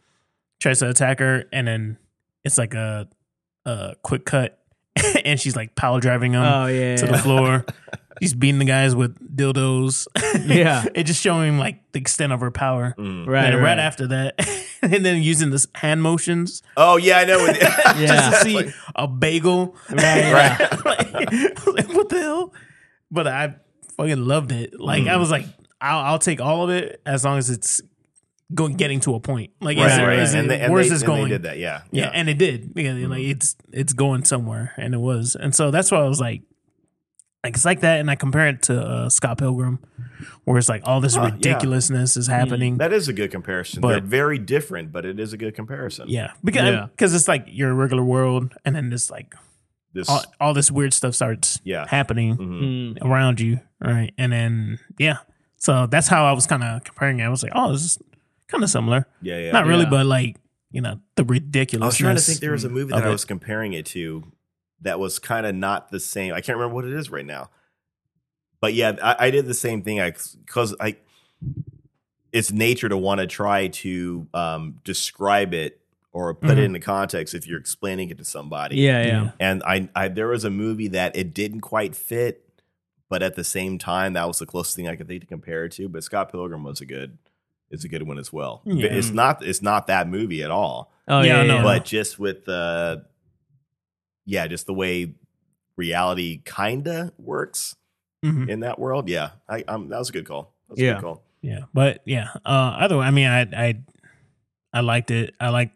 Speaker 2: tries to attack her, and then it's like a a quick cut, and she's like power driving
Speaker 3: Mm.
Speaker 2: him
Speaker 1: oh yeah
Speaker 2: to the
Speaker 1: yeah.
Speaker 2: floor. She's beating the guys with dildos.
Speaker 1: Yeah.
Speaker 2: it just showing like the extent of her power.
Speaker 3: Mm.
Speaker 1: right
Speaker 2: and
Speaker 1: right,
Speaker 2: right, after that, and then using this hand motions
Speaker 3: Oh yeah, I know.
Speaker 1: Yeah.
Speaker 2: just to see a bagel.
Speaker 1: Right,
Speaker 2: Like, like, what the hell? But I fucking loved it. Like
Speaker 3: Mm.
Speaker 2: I was like, I'll, I'll take all of it as long as it's going getting to a point. Like is
Speaker 3: Right,
Speaker 2: it-
Speaker 3: right.
Speaker 2: is it-
Speaker 3: And they- and
Speaker 2: where's
Speaker 3: they-
Speaker 2: this
Speaker 3: and
Speaker 2: going?
Speaker 3: They did that, yeah, Mm-hmm.
Speaker 2: Yeah, and it did. Yeah, they- like it's it's going somewhere, and it was, and so that's why I was like, like it's like that, and I compare it to uh, Scott Pilgrim, where it's like all this
Speaker 3: Huh, Ah, yeah. Mm.
Speaker 2: ridiculousness is happening.
Speaker 3: That is a good comparison.
Speaker 2: But-
Speaker 3: They're very different, but it is a good comparison.
Speaker 2: yeah, because
Speaker 1: Yeah.
Speaker 2: because it's like your regular world, and then this like
Speaker 3: This
Speaker 2: all, all this weird stuff starts
Speaker 3: Yeah.
Speaker 2: happening
Speaker 3: mhm.
Speaker 1: Mm.
Speaker 2: around you, right? And then yeah, so that's how I was kind of comparing it. I was like, oh, this is kind of similar,
Speaker 3: Yeah, yeah.
Speaker 2: not really,
Speaker 1: Yeah.
Speaker 2: but like you know the
Speaker 3: I
Speaker 2: ridiculousness.
Speaker 3: was trying to think there was a movie
Speaker 2: of
Speaker 3: that I
Speaker 2: it.
Speaker 3: was comparing it to that was kind of not the same. I can't remember what it is right now. But yeah, I, I did the same thing. I because I it's nature to want to try to um, describe it or put it
Speaker 2: Mhm.
Speaker 3: into context if you're explaining it to somebody.
Speaker 1: yeah yeah
Speaker 2: Yeah.
Speaker 3: And I, I there was a movie that it didn't quite fit, but at the same time, that was the closest thing I could think to compare it to. But Scott Pilgrim was a good it's a good one as well.
Speaker 2: Yeah.
Speaker 3: It's not it's not that movie at all.
Speaker 1: oh
Speaker 2: Yeah,
Speaker 1: yeah,
Speaker 2: I know.
Speaker 1: yeah.
Speaker 3: But just with the yeah, just the way reality kinda works
Speaker 2: Mhm.
Speaker 3: in that world. Yeah. I um that was a good call. That was a
Speaker 1: Mm-hmm. Yeah.
Speaker 3: good call.
Speaker 2: Yeah, but yeah. Uh, either way, I mean, I I I liked it. I liked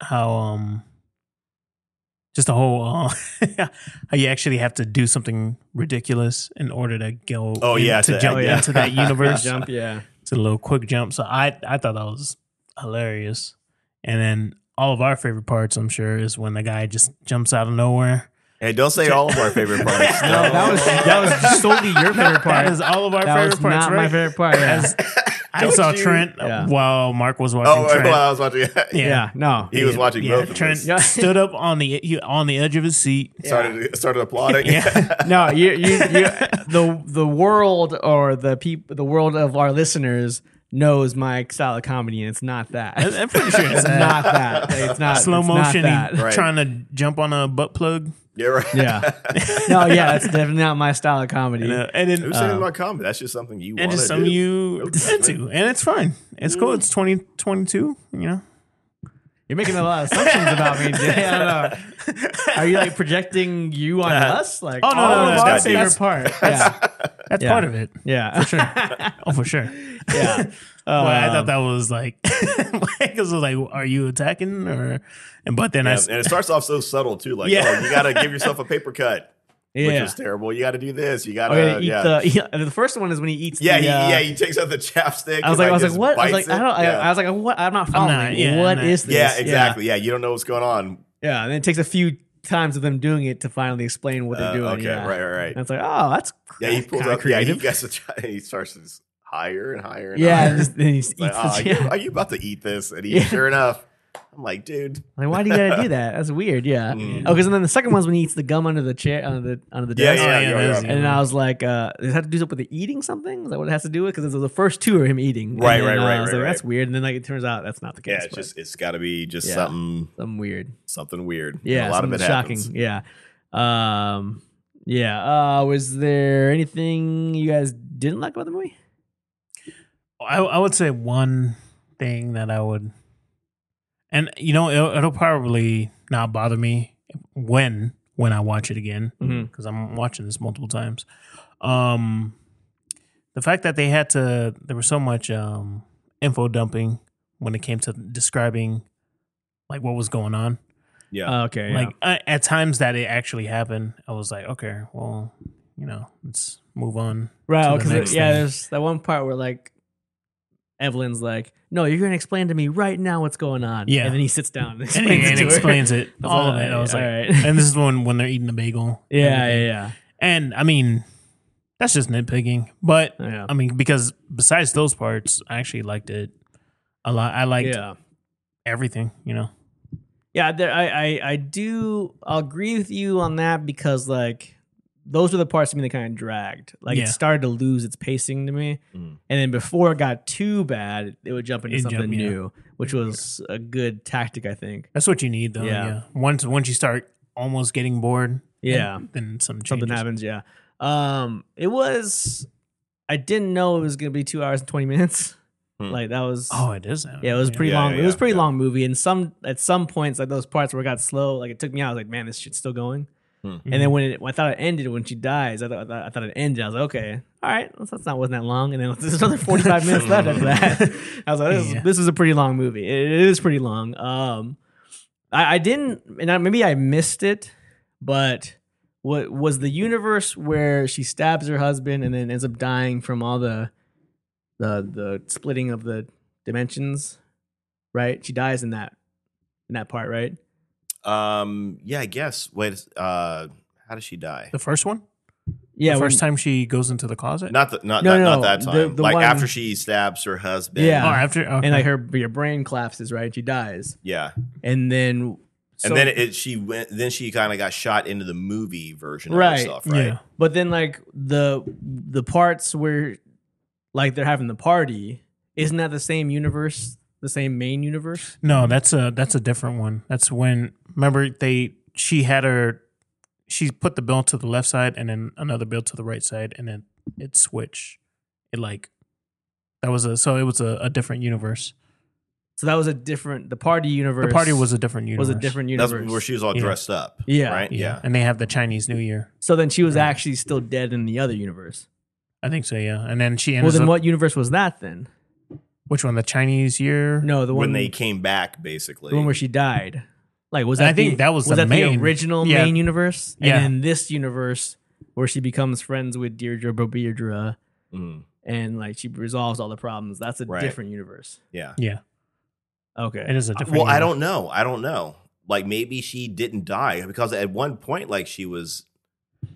Speaker 2: how um just the whole uh, how you actually have to do something ridiculous in order to go.
Speaker 3: Oh,
Speaker 2: in-
Speaker 3: yeah,
Speaker 2: to,
Speaker 3: to-
Speaker 2: jump
Speaker 1: oh, yeah.
Speaker 2: into that universe.
Speaker 1: Jump, yeah.
Speaker 2: It's a little quick jump. So I I thought that was hilarious. And then all of our favorite parts, I'm sure, is when the guy just jumps out of nowhere.
Speaker 3: Hey, don't say all of our favorite parts.
Speaker 1: No, that was that was solely your favorite part.
Speaker 2: That is all of our
Speaker 1: That
Speaker 2: favorite
Speaker 1: was
Speaker 2: parts,
Speaker 1: not
Speaker 2: right?
Speaker 1: my favorite part. Yeah,
Speaker 2: As- I saw
Speaker 3: you?
Speaker 2: Trent
Speaker 1: Yeah.
Speaker 2: while Mark was watching
Speaker 3: Oh,
Speaker 2: Trent.
Speaker 3: well, I was watching.
Speaker 2: yeah.
Speaker 1: Yeah, no.
Speaker 3: He was watching
Speaker 2: Yeah,
Speaker 3: both of
Speaker 2: Trent
Speaker 3: us.
Speaker 1: Yeah.
Speaker 2: stood up on the he, on the edge of his seat.
Speaker 3: Started started applauding.
Speaker 2: Yeah.
Speaker 1: no, you, you, you, the the world or the people, the world of our listeners knows my style of comedy, and it's not that.
Speaker 2: I- I'm pretty sure it's
Speaker 1: it's
Speaker 2: that.
Speaker 1: not that. It's not
Speaker 2: slow
Speaker 1: it's not
Speaker 2: motion
Speaker 1: that.
Speaker 2: he-
Speaker 3: Right.
Speaker 2: trying to jump on a butt plug.
Speaker 3: yeah, right.
Speaker 1: Yeah. No, yeah, that's definitely not my style of comedy.
Speaker 2: And, uh, and then
Speaker 3: Who
Speaker 1: Um,
Speaker 3: said it about comedy? That's just something you
Speaker 2: and
Speaker 3: want
Speaker 2: just
Speaker 3: to
Speaker 2: some
Speaker 3: do.
Speaker 2: you into, and it's fine. It's cool. It's twenty twenty two. You know,
Speaker 1: You're making a lot of assumptions about me. Jay. I don't know. Are you like projecting you on us? Like,
Speaker 2: oh, no,
Speaker 1: all
Speaker 2: no,
Speaker 1: of
Speaker 2: no,
Speaker 1: our
Speaker 2: that's-
Speaker 1: favorite
Speaker 2: that's-
Speaker 1: part. Yeah,
Speaker 2: that's
Speaker 1: Yeah.
Speaker 2: part of it.
Speaker 1: yeah, for sure.
Speaker 2: Oh, for sure.
Speaker 1: Yeah.
Speaker 2: But I thought
Speaker 1: Um,
Speaker 2: that was like, because like, are you attacking or? And but then I
Speaker 3: Yeah,
Speaker 2: s-
Speaker 3: and it starts off so subtle too. Like,
Speaker 2: Yeah.
Speaker 3: oh, you got to give yourself a paper cut,
Speaker 1: yeah.
Speaker 3: which is terrible. You got to do this. You got
Speaker 1: Oh, yeah,
Speaker 3: to.
Speaker 1: he eat
Speaker 3: Uh, Yeah.
Speaker 1: the, yeah, the first one is when he eats.
Speaker 3: yeah,
Speaker 1: the,
Speaker 3: he,
Speaker 1: uh,
Speaker 3: yeah, he takes out the chapstick.
Speaker 1: I was
Speaker 3: and,
Speaker 1: like, I was like,
Speaker 3: just
Speaker 1: what? I was
Speaker 3: bites
Speaker 1: like, I
Speaker 3: it.
Speaker 1: don't. I,
Speaker 3: yeah.
Speaker 1: I was like, what? I'm not following.
Speaker 2: not- yeah,
Speaker 1: what
Speaker 2: I'm not-
Speaker 1: is this?
Speaker 3: yeah, exactly. Yeah. you don't know what's going on.
Speaker 1: Yeah. and then it takes a few times of them doing it to finally explain what they're
Speaker 3: Uh,
Speaker 1: doing.
Speaker 3: okay,
Speaker 1: yeah.
Speaker 3: right, right, right.
Speaker 1: And it's like, oh, that's
Speaker 3: Yeah, he pulls
Speaker 1: kinda
Speaker 3: out. Yeah, he
Speaker 1: creative.
Speaker 3: gets a. chi- He starts to s- higher and higher and
Speaker 1: yeah,
Speaker 3: higher.
Speaker 1: and just, then he just
Speaker 3: Like,
Speaker 1: eats. the,
Speaker 3: "Oh, are,
Speaker 1: yeah.
Speaker 3: you, are you about to eat this? And he,
Speaker 1: Yeah.
Speaker 3: sure enough, I'm like, dude,
Speaker 1: Like, why do you gotta do that? That's weird. Yeah.
Speaker 3: Mm.
Speaker 1: Oh, because then the second one's when he eats the gum under the chair, under the under the
Speaker 3: yeah,
Speaker 1: desk.
Speaker 3: yeah,
Speaker 2: Oh, yeah,
Speaker 3: yeah,
Speaker 2: that
Speaker 3: yeah.
Speaker 2: is-
Speaker 1: And then I was like, uh, does it have to do something with the eating something? Is that what it has to do with? Because it was the first two are him eating. And
Speaker 3: Right,
Speaker 1: then,
Speaker 3: right,
Speaker 1: uh,
Speaker 3: right,
Speaker 1: I was
Speaker 3: right,
Speaker 1: like,
Speaker 3: right.
Speaker 1: that's weird. And then like it turns out that's not the case.
Speaker 3: Yeah,
Speaker 1: but
Speaker 3: it's just it's got to be just
Speaker 1: Yeah.
Speaker 3: something
Speaker 1: something weird.
Speaker 3: something weird.
Speaker 1: Yeah,
Speaker 3: a lot of
Speaker 1: something
Speaker 3: it
Speaker 1: shocking.
Speaker 3: happens.
Speaker 1: Yeah. Um. Yeah. Uh. Was there anything you guys didn't like about the movie?
Speaker 2: I, I would say one thing that I would, and you know, it'll, it'll probably not bother me when when I watch it again
Speaker 1: Mhm.
Speaker 2: because I'm watching this multiple times. Um, the fact that they had to there was so much um info dumping when it came to describing like what was going on.
Speaker 1: Uh,
Speaker 3: Yeah,
Speaker 1: okay.
Speaker 2: Like I, at times that it actually happened, I was like, okay, well, you know, let's move on. to
Speaker 1: Right,
Speaker 2: the
Speaker 1: because
Speaker 2: next
Speaker 1: yeah,
Speaker 2: thing.
Speaker 1: there's that one part where like Evelyn's like, "No, you're gonna explain to me right now what's going on."
Speaker 2: Yeah.
Speaker 1: and then he sits down and explains
Speaker 2: And he
Speaker 1: it to her.
Speaker 2: explains it,
Speaker 1: I was
Speaker 2: all of
Speaker 1: like,
Speaker 2: it. I was
Speaker 1: all
Speaker 2: like,
Speaker 1: right.
Speaker 2: and this is when when they're eating the bagel. and
Speaker 1: yeah,
Speaker 2: everything.
Speaker 1: yeah,
Speaker 2: And I mean, that's just nitpicking, but
Speaker 1: yeah, yeah,
Speaker 2: I mean, because besides those parts, I actually liked it a lot. I liked
Speaker 1: yeah.
Speaker 2: everything, you know.
Speaker 1: Yeah, there, I, I, I do. I'll agree with you on that because like those were the parts to me that kind of dragged. Like
Speaker 2: Yeah.
Speaker 1: it started to lose its pacing to me,
Speaker 3: Mm.
Speaker 1: and then before it got too bad, it would jump into
Speaker 2: It'd
Speaker 1: something
Speaker 2: jump, yeah.
Speaker 1: new, which was a good tactic, I think.
Speaker 2: That's what you need, though.
Speaker 1: Yeah.
Speaker 2: Yeah. Once once you start almost getting bored,
Speaker 1: Yeah.
Speaker 2: then, then some changes.
Speaker 1: Something happens, yeah. Um, it was. I didn't know it was gonna be two hours and twenty minutes.
Speaker 3: Hmm.
Speaker 1: Like that was.
Speaker 2: Oh, it is. happening.
Speaker 1: Yeah, it was pretty
Speaker 3: Yeah,
Speaker 1: long.
Speaker 3: yeah,
Speaker 1: it was a
Speaker 3: yeah,
Speaker 1: pretty
Speaker 3: yeah.
Speaker 1: long movie, and some at some points, like those parts where it got slow, like it took me out. I was like, "Man, this shit's still going."
Speaker 3: Hmm.
Speaker 1: And then when it, when I thought it ended, when she dies, I thought, I thought, I thought it ended. I was like, "Okay, all right, that's- that's not wasn't that long." And then there's another 45 minutes left after that. I was like, "This,
Speaker 2: Yeah.
Speaker 1: is, this is a pretty long movie. It is pretty long." Um, I, I didn't, and I, maybe I missed it, but what was the universe where she stabs her husband and then ends up dying from all the the the splitting of the dimensions, right? She dies in that in that part, right?
Speaker 3: Um, yeah, I guess. Wait, uh, how does she die?
Speaker 2: the first one.
Speaker 1: Yeah,
Speaker 2: the
Speaker 1: when-
Speaker 2: first time she goes into the closet.
Speaker 3: Not the, not,
Speaker 1: No,
Speaker 3: not,
Speaker 1: no,
Speaker 3: not that
Speaker 1: the-
Speaker 3: time.
Speaker 1: the
Speaker 3: like
Speaker 1: one-
Speaker 3: after she stabs her husband.
Speaker 2: oh,
Speaker 1: Yeah.
Speaker 2: after okay.
Speaker 1: and like her your brain collapses, right? She dies,
Speaker 3: yeah.
Speaker 1: and then so-
Speaker 3: and then it she went. Then she kind of got shot into the movie version
Speaker 1: Right.
Speaker 3: of herself, right?
Speaker 2: Yeah.
Speaker 1: but then like the the parts where like they're having the party, isn't that the same universe? The same main universe?
Speaker 2: No, that's a that's a different one. That's when remember they she had her she put the bill to the left side and then another bill to the right side and then it switched. It like that was a so it was a, a different universe.
Speaker 1: So that was a different. The party universe.
Speaker 2: The party was a different universe.
Speaker 1: was a different
Speaker 3: That's
Speaker 1: universe.
Speaker 3: where she was all
Speaker 2: Yeah.
Speaker 3: dressed up.
Speaker 1: Yeah.
Speaker 3: Right.
Speaker 2: yeah. And they have the Chinese New Year.
Speaker 1: so then she was
Speaker 2: Right.
Speaker 1: actually still dead in the other universe.
Speaker 2: I think so, yeah. And then she
Speaker 1: Well,
Speaker 2: ends
Speaker 1: then
Speaker 2: up
Speaker 1: what universe was that then?
Speaker 2: which one? The Chinese year?
Speaker 1: No, the one
Speaker 3: when they came back, basically.
Speaker 1: the one where she died. Like was
Speaker 2: I
Speaker 1: that?
Speaker 2: think
Speaker 1: the-
Speaker 2: that was the
Speaker 1: that
Speaker 2: main-
Speaker 1: the original
Speaker 2: yeah.
Speaker 1: main universe, and
Speaker 2: Yeah.
Speaker 1: then this universe where she becomes friends with Deirdre Bobeirdre,
Speaker 3: Mm,
Speaker 1: and like she resolves all the problems. That's a
Speaker 3: Right.
Speaker 1: different universe.
Speaker 3: yeah.
Speaker 2: Yeah,
Speaker 1: Okay,
Speaker 2: it is a different.
Speaker 3: Well, I
Speaker 2: year.
Speaker 3: don't know. I don't know. Like maybe she didn't die because at one point, like she was,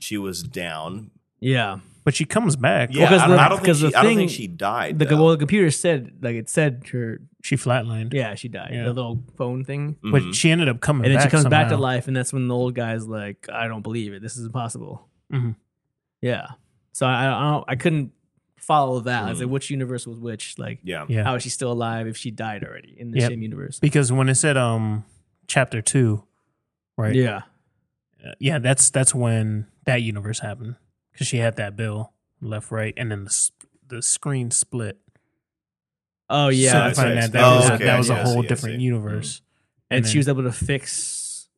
Speaker 3: she was down.
Speaker 1: yeah.
Speaker 2: But she comes back.
Speaker 3: Yeah,
Speaker 1: because
Speaker 3: I, don't,
Speaker 1: the-
Speaker 3: I don't think
Speaker 1: because
Speaker 3: she,
Speaker 1: the
Speaker 3: I don't think
Speaker 1: thing-
Speaker 3: she died.
Speaker 1: The,
Speaker 3: though.
Speaker 1: well, the computer said like it said her.
Speaker 2: She flatlined.
Speaker 1: Yeah, she died.
Speaker 2: Yeah.
Speaker 1: The little phone thing,
Speaker 3: Mhm.
Speaker 2: But she ended up coming.
Speaker 1: and then she
Speaker 2: back
Speaker 1: comes back to
Speaker 2: somehow.
Speaker 1: life, and that's when the old guy's like, "I don't believe it. This is impossible."
Speaker 2: Mhm.
Speaker 1: Yeah. So I, I don't. I couldn't follow that. I was
Speaker 3: Mm.
Speaker 1: like, which universe was which? Like,
Speaker 3: yeah,
Speaker 2: Yeah.
Speaker 1: how is she still alive if she died already in the
Speaker 2: Yep.
Speaker 1: same universe?
Speaker 2: because when it said um chapter two, right?
Speaker 1: Yeah.
Speaker 2: Uh, yeah. That's that's when that universe happened because she had that bill left, right, and then the s- the screen split.
Speaker 1: Oh yeah.
Speaker 2: so to
Speaker 3: I
Speaker 1: that's
Speaker 3: see,
Speaker 2: find
Speaker 1: right.
Speaker 3: I
Speaker 2: out
Speaker 3: see.
Speaker 2: that
Speaker 3: Oh,
Speaker 2: was
Speaker 3: okay,
Speaker 2: that was
Speaker 3: I see,
Speaker 2: a
Speaker 3: I
Speaker 2: whole
Speaker 3: see, I
Speaker 2: different
Speaker 3: see.
Speaker 2: universe.
Speaker 1: and
Speaker 2: and
Speaker 1: she was able to fix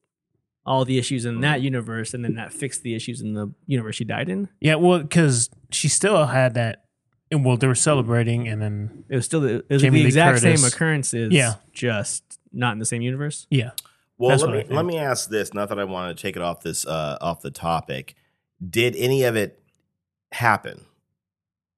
Speaker 1: all the issues in
Speaker 2: Mm.
Speaker 1: that universe, and then that fixed the issues in the universe she died in.
Speaker 2: Yeah, well, because she still had that. And well, they were celebrating, and then
Speaker 1: It was still the, it was
Speaker 2: Jamie
Speaker 1: the
Speaker 2: Lee
Speaker 1: exact same
Speaker 2: Curtis.
Speaker 1: occurrences.
Speaker 2: Yeah.
Speaker 1: Just not in the same universe.
Speaker 2: yeah,
Speaker 3: Well,
Speaker 2: That's
Speaker 3: let
Speaker 2: what I
Speaker 3: me
Speaker 2: think.
Speaker 3: let me ask this. Not that I want to take it off this uh, off the topic. Did any of it happen?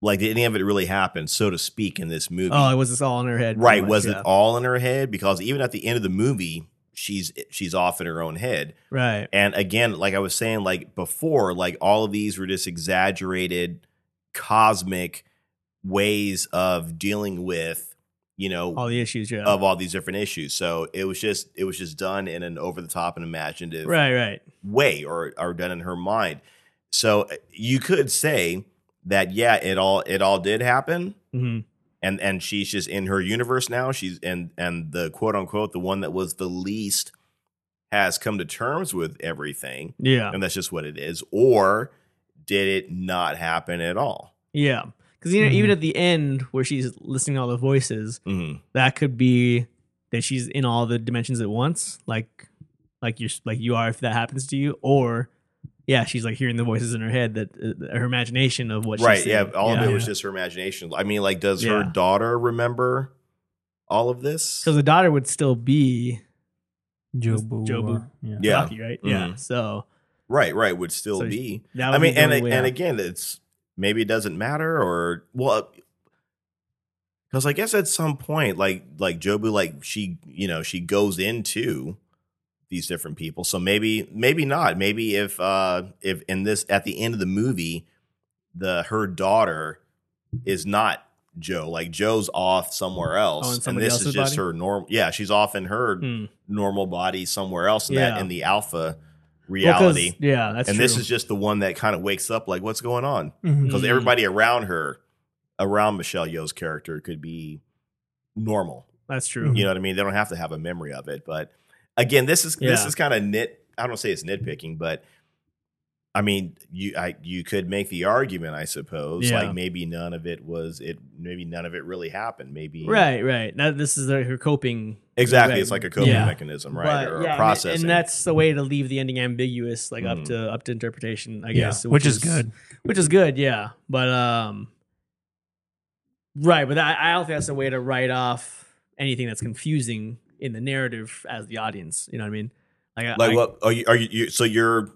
Speaker 3: Like, did any of it really happen, so to speak, in this movie?
Speaker 1: Oh, it was just all in her head. pretty
Speaker 3: right?
Speaker 1: much,
Speaker 3: was
Speaker 1: yeah.
Speaker 3: it all in her head? Because even at the end of the movie, she's she's off in her own head.
Speaker 1: Right.
Speaker 3: And again, like I was saying, like before, like all of these were just exaggerated cosmic ways of dealing with, you know,
Speaker 1: All the issues. Yeah.
Speaker 3: of all these different issues. So it was just it was just done in an over the top and imaginative
Speaker 1: right. Right.
Speaker 3: way, or or done in her mind. So uh, you could say that yeah, it all it all did happen,
Speaker 1: hmm
Speaker 3: and and she's just in her universe now. She's and and the quote unquote the one that was the least has come to terms with everything,
Speaker 1: Yeah.
Speaker 3: and that's just what it is. Or did it not happen at all?
Speaker 1: Yeah. Because you know,
Speaker 2: Mhm.
Speaker 1: even at the end where she's listening to all the voices,
Speaker 3: Mhm.
Speaker 1: that could be that she's in all the dimensions at once, like like you're like you are if that happens to you, or yeah, she's like hearing the voices in her head that uh, her imagination of what
Speaker 3: Right?
Speaker 1: She's
Speaker 3: Yeah.
Speaker 1: seeing.
Speaker 3: All of
Speaker 1: yeah.
Speaker 3: it was just her imagination. I mean, like, does her
Speaker 1: Yeah.
Speaker 3: daughter remember all of this?
Speaker 1: So the daughter would still be
Speaker 2: Jobu,
Speaker 1: Jobu.
Speaker 2: uh, yeah.
Speaker 3: Yeah.
Speaker 1: Rocky, right? Yeah.
Speaker 3: Mhm.
Speaker 1: So
Speaker 3: Right, right. Would still
Speaker 1: So she-
Speaker 3: be.
Speaker 1: that would
Speaker 3: I mean,
Speaker 1: be the
Speaker 3: and
Speaker 1: only way
Speaker 3: and
Speaker 1: out.
Speaker 3: again, it's maybe it doesn't matter, or well, because I guess at some point, like like Jobu, like she, you know, she goes into these different people. So maybe maybe not. Maybe if uh if in this at the end of the movie, the her daughter is not Joe. Like Joe's off somewhere else,
Speaker 1: Oh, in
Speaker 3: and
Speaker 1: somebody
Speaker 3: this is
Speaker 1: else's
Speaker 3: just
Speaker 1: body?
Speaker 3: her normal. Yeah, she's off in her
Speaker 1: Hmm.
Speaker 3: normal body somewhere else, in that
Speaker 1: Yeah.
Speaker 3: in the alpha
Speaker 1: Well, 'cause-
Speaker 3: reality
Speaker 1: yeah, that's
Speaker 3: and
Speaker 1: true.
Speaker 3: this is just the one that kind of wakes up like what's going on
Speaker 2: Mhm.
Speaker 3: because
Speaker 1: Mm.
Speaker 3: everybody around her around michelle yo's character could be normal
Speaker 1: that's true.
Speaker 3: you know what i mean they don't have to have a memory of it but again this is this
Speaker 1: Yeah.
Speaker 3: is kind of nit i don't say it's nitpicking but i mean you i you could make the argument i suppose
Speaker 1: Yeah.
Speaker 3: like maybe none of it was it maybe none of it really happened maybe
Speaker 1: Right, right. Now this is uh, her coping.
Speaker 3: exactly
Speaker 1: Right.
Speaker 3: it's like a coping
Speaker 1: Yeah.
Speaker 3: mechanism right
Speaker 1: But,
Speaker 3: or
Speaker 1: yeah, and-
Speaker 3: a process
Speaker 1: and, that's the way to leave the ending ambiguous, like
Speaker 3: Mhm.
Speaker 1: up to up to interpretation, I
Speaker 2: Yeah,
Speaker 1: guess.
Speaker 2: which, is, good.
Speaker 1: which is good, yeah. But um, right. But I, I don't think that's a way to write off anything that's confusing in the narrative as the audience. You know what I mean? Like, I-
Speaker 3: like
Speaker 1: I-
Speaker 3: what are you are you, you so you're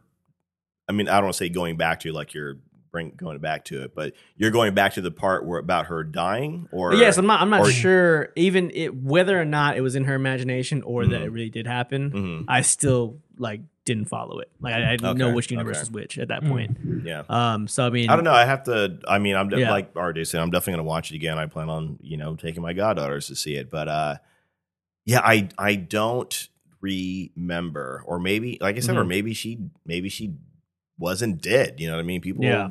Speaker 3: i mean i don't want to say going back to like you're bring going back to it but you're going back to the part where about her dying or
Speaker 1: But yes, I'm not. I'm not
Speaker 3: or-
Speaker 1: sure even it, whether or not it was in her imagination or that
Speaker 3: Mhm.
Speaker 1: it really did happen.
Speaker 3: Mhm,
Speaker 1: I still like didn't follow it. Like I, I didn't
Speaker 3: Okay,
Speaker 1: know which universe
Speaker 3: okay.
Speaker 1: is which at that
Speaker 2: Mm.
Speaker 1: point.
Speaker 3: yeah
Speaker 1: Um. So I mean,
Speaker 3: i don't know i have to i mean i'm de-
Speaker 1: Yeah.
Speaker 3: like already said i'm definitely going to watch it again i plan on you know taking my goddaughters to see it but uh yeah i i don't remember or maybe like i said
Speaker 1: Mm-hmm.
Speaker 3: or maybe she maybe she wasn't dead you know what i mean people
Speaker 1: Yeah.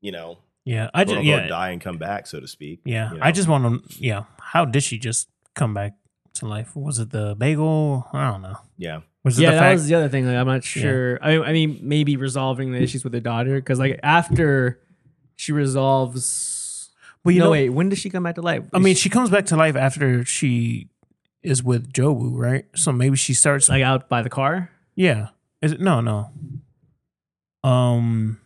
Speaker 3: you know
Speaker 2: Yeah, I just
Speaker 3: quote, unquote,
Speaker 2: yeah,
Speaker 3: die and come back so to speak
Speaker 2: yeah.
Speaker 3: you
Speaker 2: I
Speaker 3: know?
Speaker 2: just want to yeah. How did she just come back to life? Was it the bagel? I don't know.
Speaker 3: yeah
Speaker 2: Was it
Speaker 1: yeah,
Speaker 2: the
Speaker 1: that
Speaker 2: fact?
Speaker 1: was the other thing. Like, I'm not sure. I, I mean, maybe resolving the issues with the daughter because like after she resolves.
Speaker 2: well, you
Speaker 1: no,
Speaker 2: know,
Speaker 1: wait. When does she come back to life?
Speaker 2: I mean, she comes back to life after she is with Jobu, right? So maybe she starts.
Speaker 1: like out by the car.
Speaker 2: yeah. Is it no, no. Um,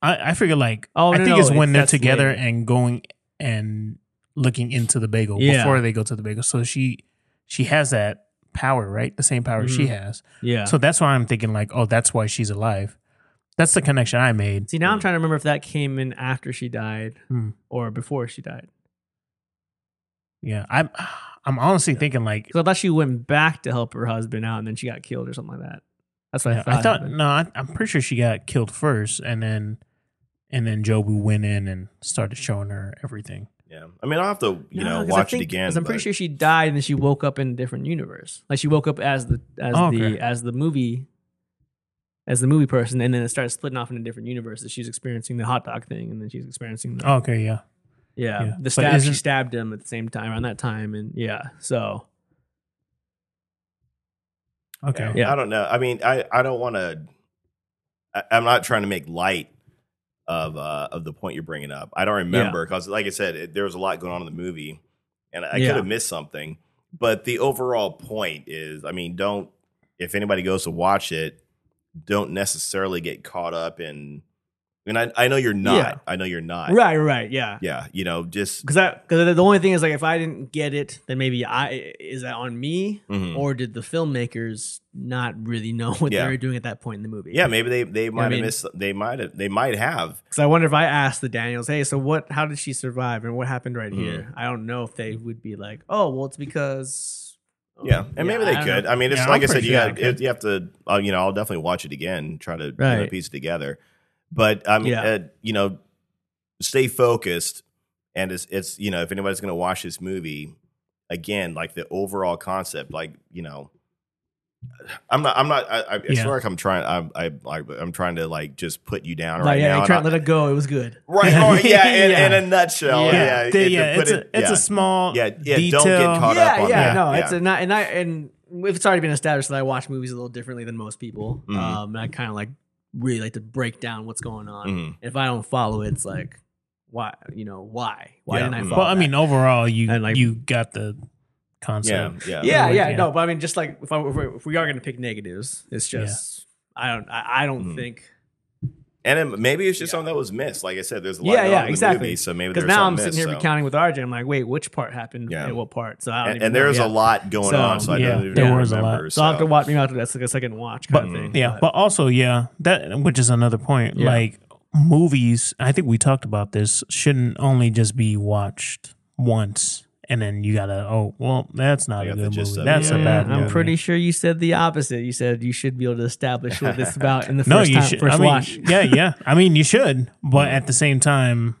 Speaker 2: I, I figure like
Speaker 1: Oh,
Speaker 2: I
Speaker 1: no,
Speaker 2: think
Speaker 1: no,
Speaker 2: it's when they're
Speaker 1: that's
Speaker 2: together
Speaker 1: later.
Speaker 2: and going and looking into the bagel
Speaker 1: Yeah.
Speaker 2: before they go to the bagel. So she she has that power, right? The same power she has.
Speaker 1: Mm-hmm. Yeah.
Speaker 2: So that's why I'm thinking like, oh, that's why she's alive. That's the connection I made.
Speaker 1: See, now I'm trying to remember if that came in after she died
Speaker 2: Hmm.
Speaker 1: or before she died.
Speaker 2: Yeah, I'm I'm honestly thinking like
Speaker 1: Because I thought she went back to help her husband out and then she got killed or something like that. That's what
Speaker 2: Yeah,
Speaker 1: I thought. happened.
Speaker 2: no, I, I'm pretty sure she got killed first, and then and then Jobu went in and started showing her everything.
Speaker 3: Yeah, I mean, I'll have to you
Speaker 1: No,
Speaker 3: know
Speaker 1: 'cause I
Speaker 3: watch
Speaker 1: think-
Speaker 3: it again.
Speaker 1: 'cause I'm pretty
Speaker 3: but-
Speaker 1: sure she died and then she woke up in a different universe. Like she woke up as the as
Speaker 2: Oh,
Speaker 1: the
Speaker 2: okay.
Speaker 1: as the movie as the movie person, and then it started splitting off into different universes. She's experiencing the hot dog thing, and then she's experiencing the
Speaker 2: Oh, okay, yeah,
Speaker 1: yeah,
Speaker 2: yeah.
Speaker 1: the
Speaker 2: But
Speaker 1: stab. She
Speaker 2: isn't-
Speaker 1: stabbed him at the same time around that time, and yeah, so
Speaker 2: okay,
Speaker 3: Yeah,
Speaker 1: Yeah.
Speaker 3: I don't know. I mean, I, I don't want to. I'm not trying to make light of uh, of the point you're bringing up. I don't remember because, like I said, it, there was a lot going on in the movie, and I
Speaker 1: Yeah.
Speaker 3: could have missed something. But the overall point is, I mean, don't if anybody goes to watch it, don't necessarily get caught up in. And I, I know you're not.
Speaker 1: Yeah.
Speaker 3: I know you're not.
Speaker 1: right, right, yeah,
Speaker 3: Yeah, you know, just
Speaker 1: because I because the only thing is like if I didn't get it, then maybe I is that on me
Speaker 3: Mhm.
Speaker 1: or did the filmmakers not really know what
Speaker 3: Yeah.
Speaker 1: they were doing at that point in the movie?
Speaker 3: yeah, maybe they they might have
Speaker 1: mean-
Speaker 3: missed. They might have. They might have.
Speaker 1: Because I wonder if I asked the Daniels, hey, so what? How did she survive, and what happened
Speaker 3: Mm.
Speaker 1: right here? I don't know if they would be like, oh, well, it's because.
Speaker 3: Yeah, and maybe they
Speaker 1: I don't
Speaker 3: could.
Speaker 1: know.
Speaker 3: I mean, it's
Speaker 2: Yeah, I'm
Speaker 3: like I said,
Speaker 2: pretty
Speaker 3: you
Speaker 2: sure
Speaker 3: got
Speaker 2: they could.
Speaker 3: you have to. Uh, you know, I'll definitely watch it again, try to you know,
Speaker 1: Right.
Speaker 3: piece it together. But I mean,
Speaker 1: Yeah.
Speaker 3: uh, you know, stay focused, and it's it's you know, if anybody's going to watch this movie again, like the overall concept, like you know, I'm not, I'm not. I, I, It's
Speaker 2: Yeah.
Speaker 3: like I'm trying. I'm, I, I, I'm trying to like just put you down
Speaker 1: Like,
Speaker 3: right
Speaker 1: yeah,
Speaker 3: now.
Speaker 1: they
Speaker 3: and
Speaker 1: tried
Speaker 3: I-
Speaker 1: to let it go. It was good.
Speaker 3: right, oh, yeah, in,
Speaker 1: Yeah.
Speaker 3: in a nutshell, yeah,
Speaker 2: yeah,
Speaker 3: it-
Speaker 2: they-
Speaker 3: to
Speaker 2: yeah,
Speaker 3: put
Speaker 2: it's
Speaker 3: it-
Speaker 2: a it's
Speaker 3: yeah.
Speaker 2: a small
Speaker 3: Yeah, yeah, don't get
Speaker 2: detail.
Speaker 3: caught
Speaker 1: yeah,
Speaker 3: up on
Speaker 1: yeah,
Speaker 3: that.
Speaker 1: no,
Speaker 3: Yeah.
Speaker 1: it's a not, and I and if it's already been established that I watch movies a little differently than most people,
Speaker 3: Mhm.
Speaker 1: um, and I kind of like really like to break down what's going on.
Speaker 3: Mhm.
Speaker 1: If I don't follow it, it's like, why? You know, why? Why
Speaker 3: Yeah,
Speaker 1: didn't I
Speaker 3: mhm.
Speaker 1: follow?
Speaker 2: Well, I
Speaker 1: that?
Speaker 2: mean, overall, you
Speaker 1: And, like-
Speaker 2: you got the
Speaker 3: yeah,
Speaker 2: concept.
Speaker 3: yeah,
Speaker 1: yeah,
Speaker 2: Like,
Speaker 1: yeah,
Speaker 2: yeah.
Speaker 1: no, but I mean, just like if, I, if we- if we are going to pick negatives, it's just I don't, I, I don't
Speaker 3: Mhm.
Speaker 1: think
Speaker 3: And it, maybe it's just
Speaker 1: Yeah.
Speaker 3: something that was missed. Like I said, there's a lot
Speaker 1: Yeah,
Speaker 3: going
Speaker 1: yeah,
Speaker 3: on in
Speaker 1: exactly.
Speaker 3: the movie, so maybe
Speaker 1: because
Speaker 3: there's
Speaker 1: now I'm
Speaker 3: something
Speaker 1: sitting here
Speaker 3: missed, so-
Speaker 1: recounting with RJ. I'm like, wait, which part happened
Speaker 3: Yeah.
Speaker 1: at what part? So I don't
Speaker 3: And,
Speaker 1: even
Speaker 3: and there's
Speaker 1: know.
Speaker 3: a lot going
Speaker 1: So-
Speaker 3: on, so I
Speaker 2: Yeah,
Speaker 3: don't even
Speaker 2: there
Speaker 3: remember.
Speaker 2: was a lot.
Speaker 1: So, I'll have to watch me out to that's like a second watch kind of
Speaker 2: But-
Speaker 3: mm,
Speaker 1: thing.
Speaker 2: yeah, but also yeah, that which is another point.
Speaker 1: Yeah.
Speaker 2: Like movies, I think we talked about this. Shouldn't only just be watched once, and then you gotta oh well, that's not
Speaker 3: I
Speaker 2: a
Speaker 3: got the
Speaker 2: good
Speaker 3: gist
Speaker 2: movie.
Speaker 3: of it,
Speaker 2: That's
Speaker 3: yeah.
Speaker 2: a bad.
Speaker 1: I'm
Speaker 2: movie.
Speaker 1: pretty sure you said the opposite. You said you should be able to establish what this is about in the first,
Speaker 2: no, you
Speaker 1: time,
Speaker 2: should.
Speaker 1: first
Speaker 2: I mean,
Speaker 1: watch.
Speaker 2: yeah, yeah. I mean, you should, but at the same time,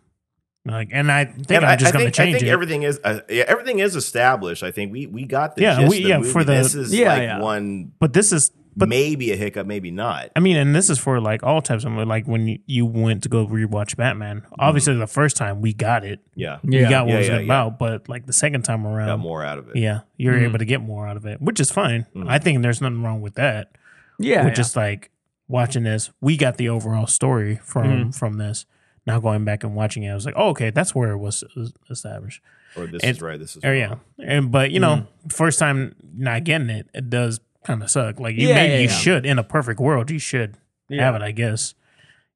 Speaker 2: like, and I think
Speaker 3: And I-
Speaker 2: I'm just
Speaker 3: I
Speaker 2: going to
Speaker 3: think- I
Speaker 2: change
Speaker 3: think
Speaker 2: it.
Speaker 3: everything is uh, yeah, everything is established. I think we we got the
Speaker 2: Yeah,
Speaker 3: gist
Speaker 2: we-
Speaker 3: of the
Speaker 2: yeah,
Speaker 3: movie.
Speaker 2: for the-
Speaker 3: this is
Speaker 1: Yeah,
Speaker 3: like
Speaker 1: yeah.
Speaker 3: one
Speaker 2: but this is, but
Speaker 3: maybe a hiccup, maybe not.
Speaker 2: I mean, and this is for like all types of movies. Like when you, you went to go rewatch Batman, obviously the first time we got it,
Speaker 3: Yeah,
Speaker 2: we got what
Speaker 3: Mm-hmm. Yeah,
Speaker 2: it was
Speaker 3: yeah, yeah.
Speaker 2: about. But like the second time
Speaker 3: got
Speaker 2: around,
Speaker 3: more out of it.
Speaker 2: yeah, you're
Speaker 1: Mhm.
Speaker 2: able to get more out of it, which is fine.
Speaker 3: Mhm.
Speaker 2: I think there's nothing wrong with that.
Speaker 1: yeah,
Speaker 2: We're
Speaker 1: yeah.
Speaker 2: just like watching this. We got the overall story from
Speaker 1: Mm-hmm.
Speaker 2: from this. Now going back and watching it, I was like, oh, okay, that's where it was was established.
Speaker 3: Or this
Speaker 2: And-
Speaker 3: is right. This is
Speaker 2: Oh
Speaker 3: wrong.
Speaker 2: yeah, and but you know,
Speaker 1: Mm.
Speaker 2: first time not getting it, it does kind of suck. Like you,
Speaker 1: Yeah,
Speaker 2: maybe
Speaker 1: yeah,
Speaker 2: you
Speaker 1: yeah.
Speaker 2: should in a perfect world, you should
Speaker 1: Yeah.
Speaker 2: have it, I guess.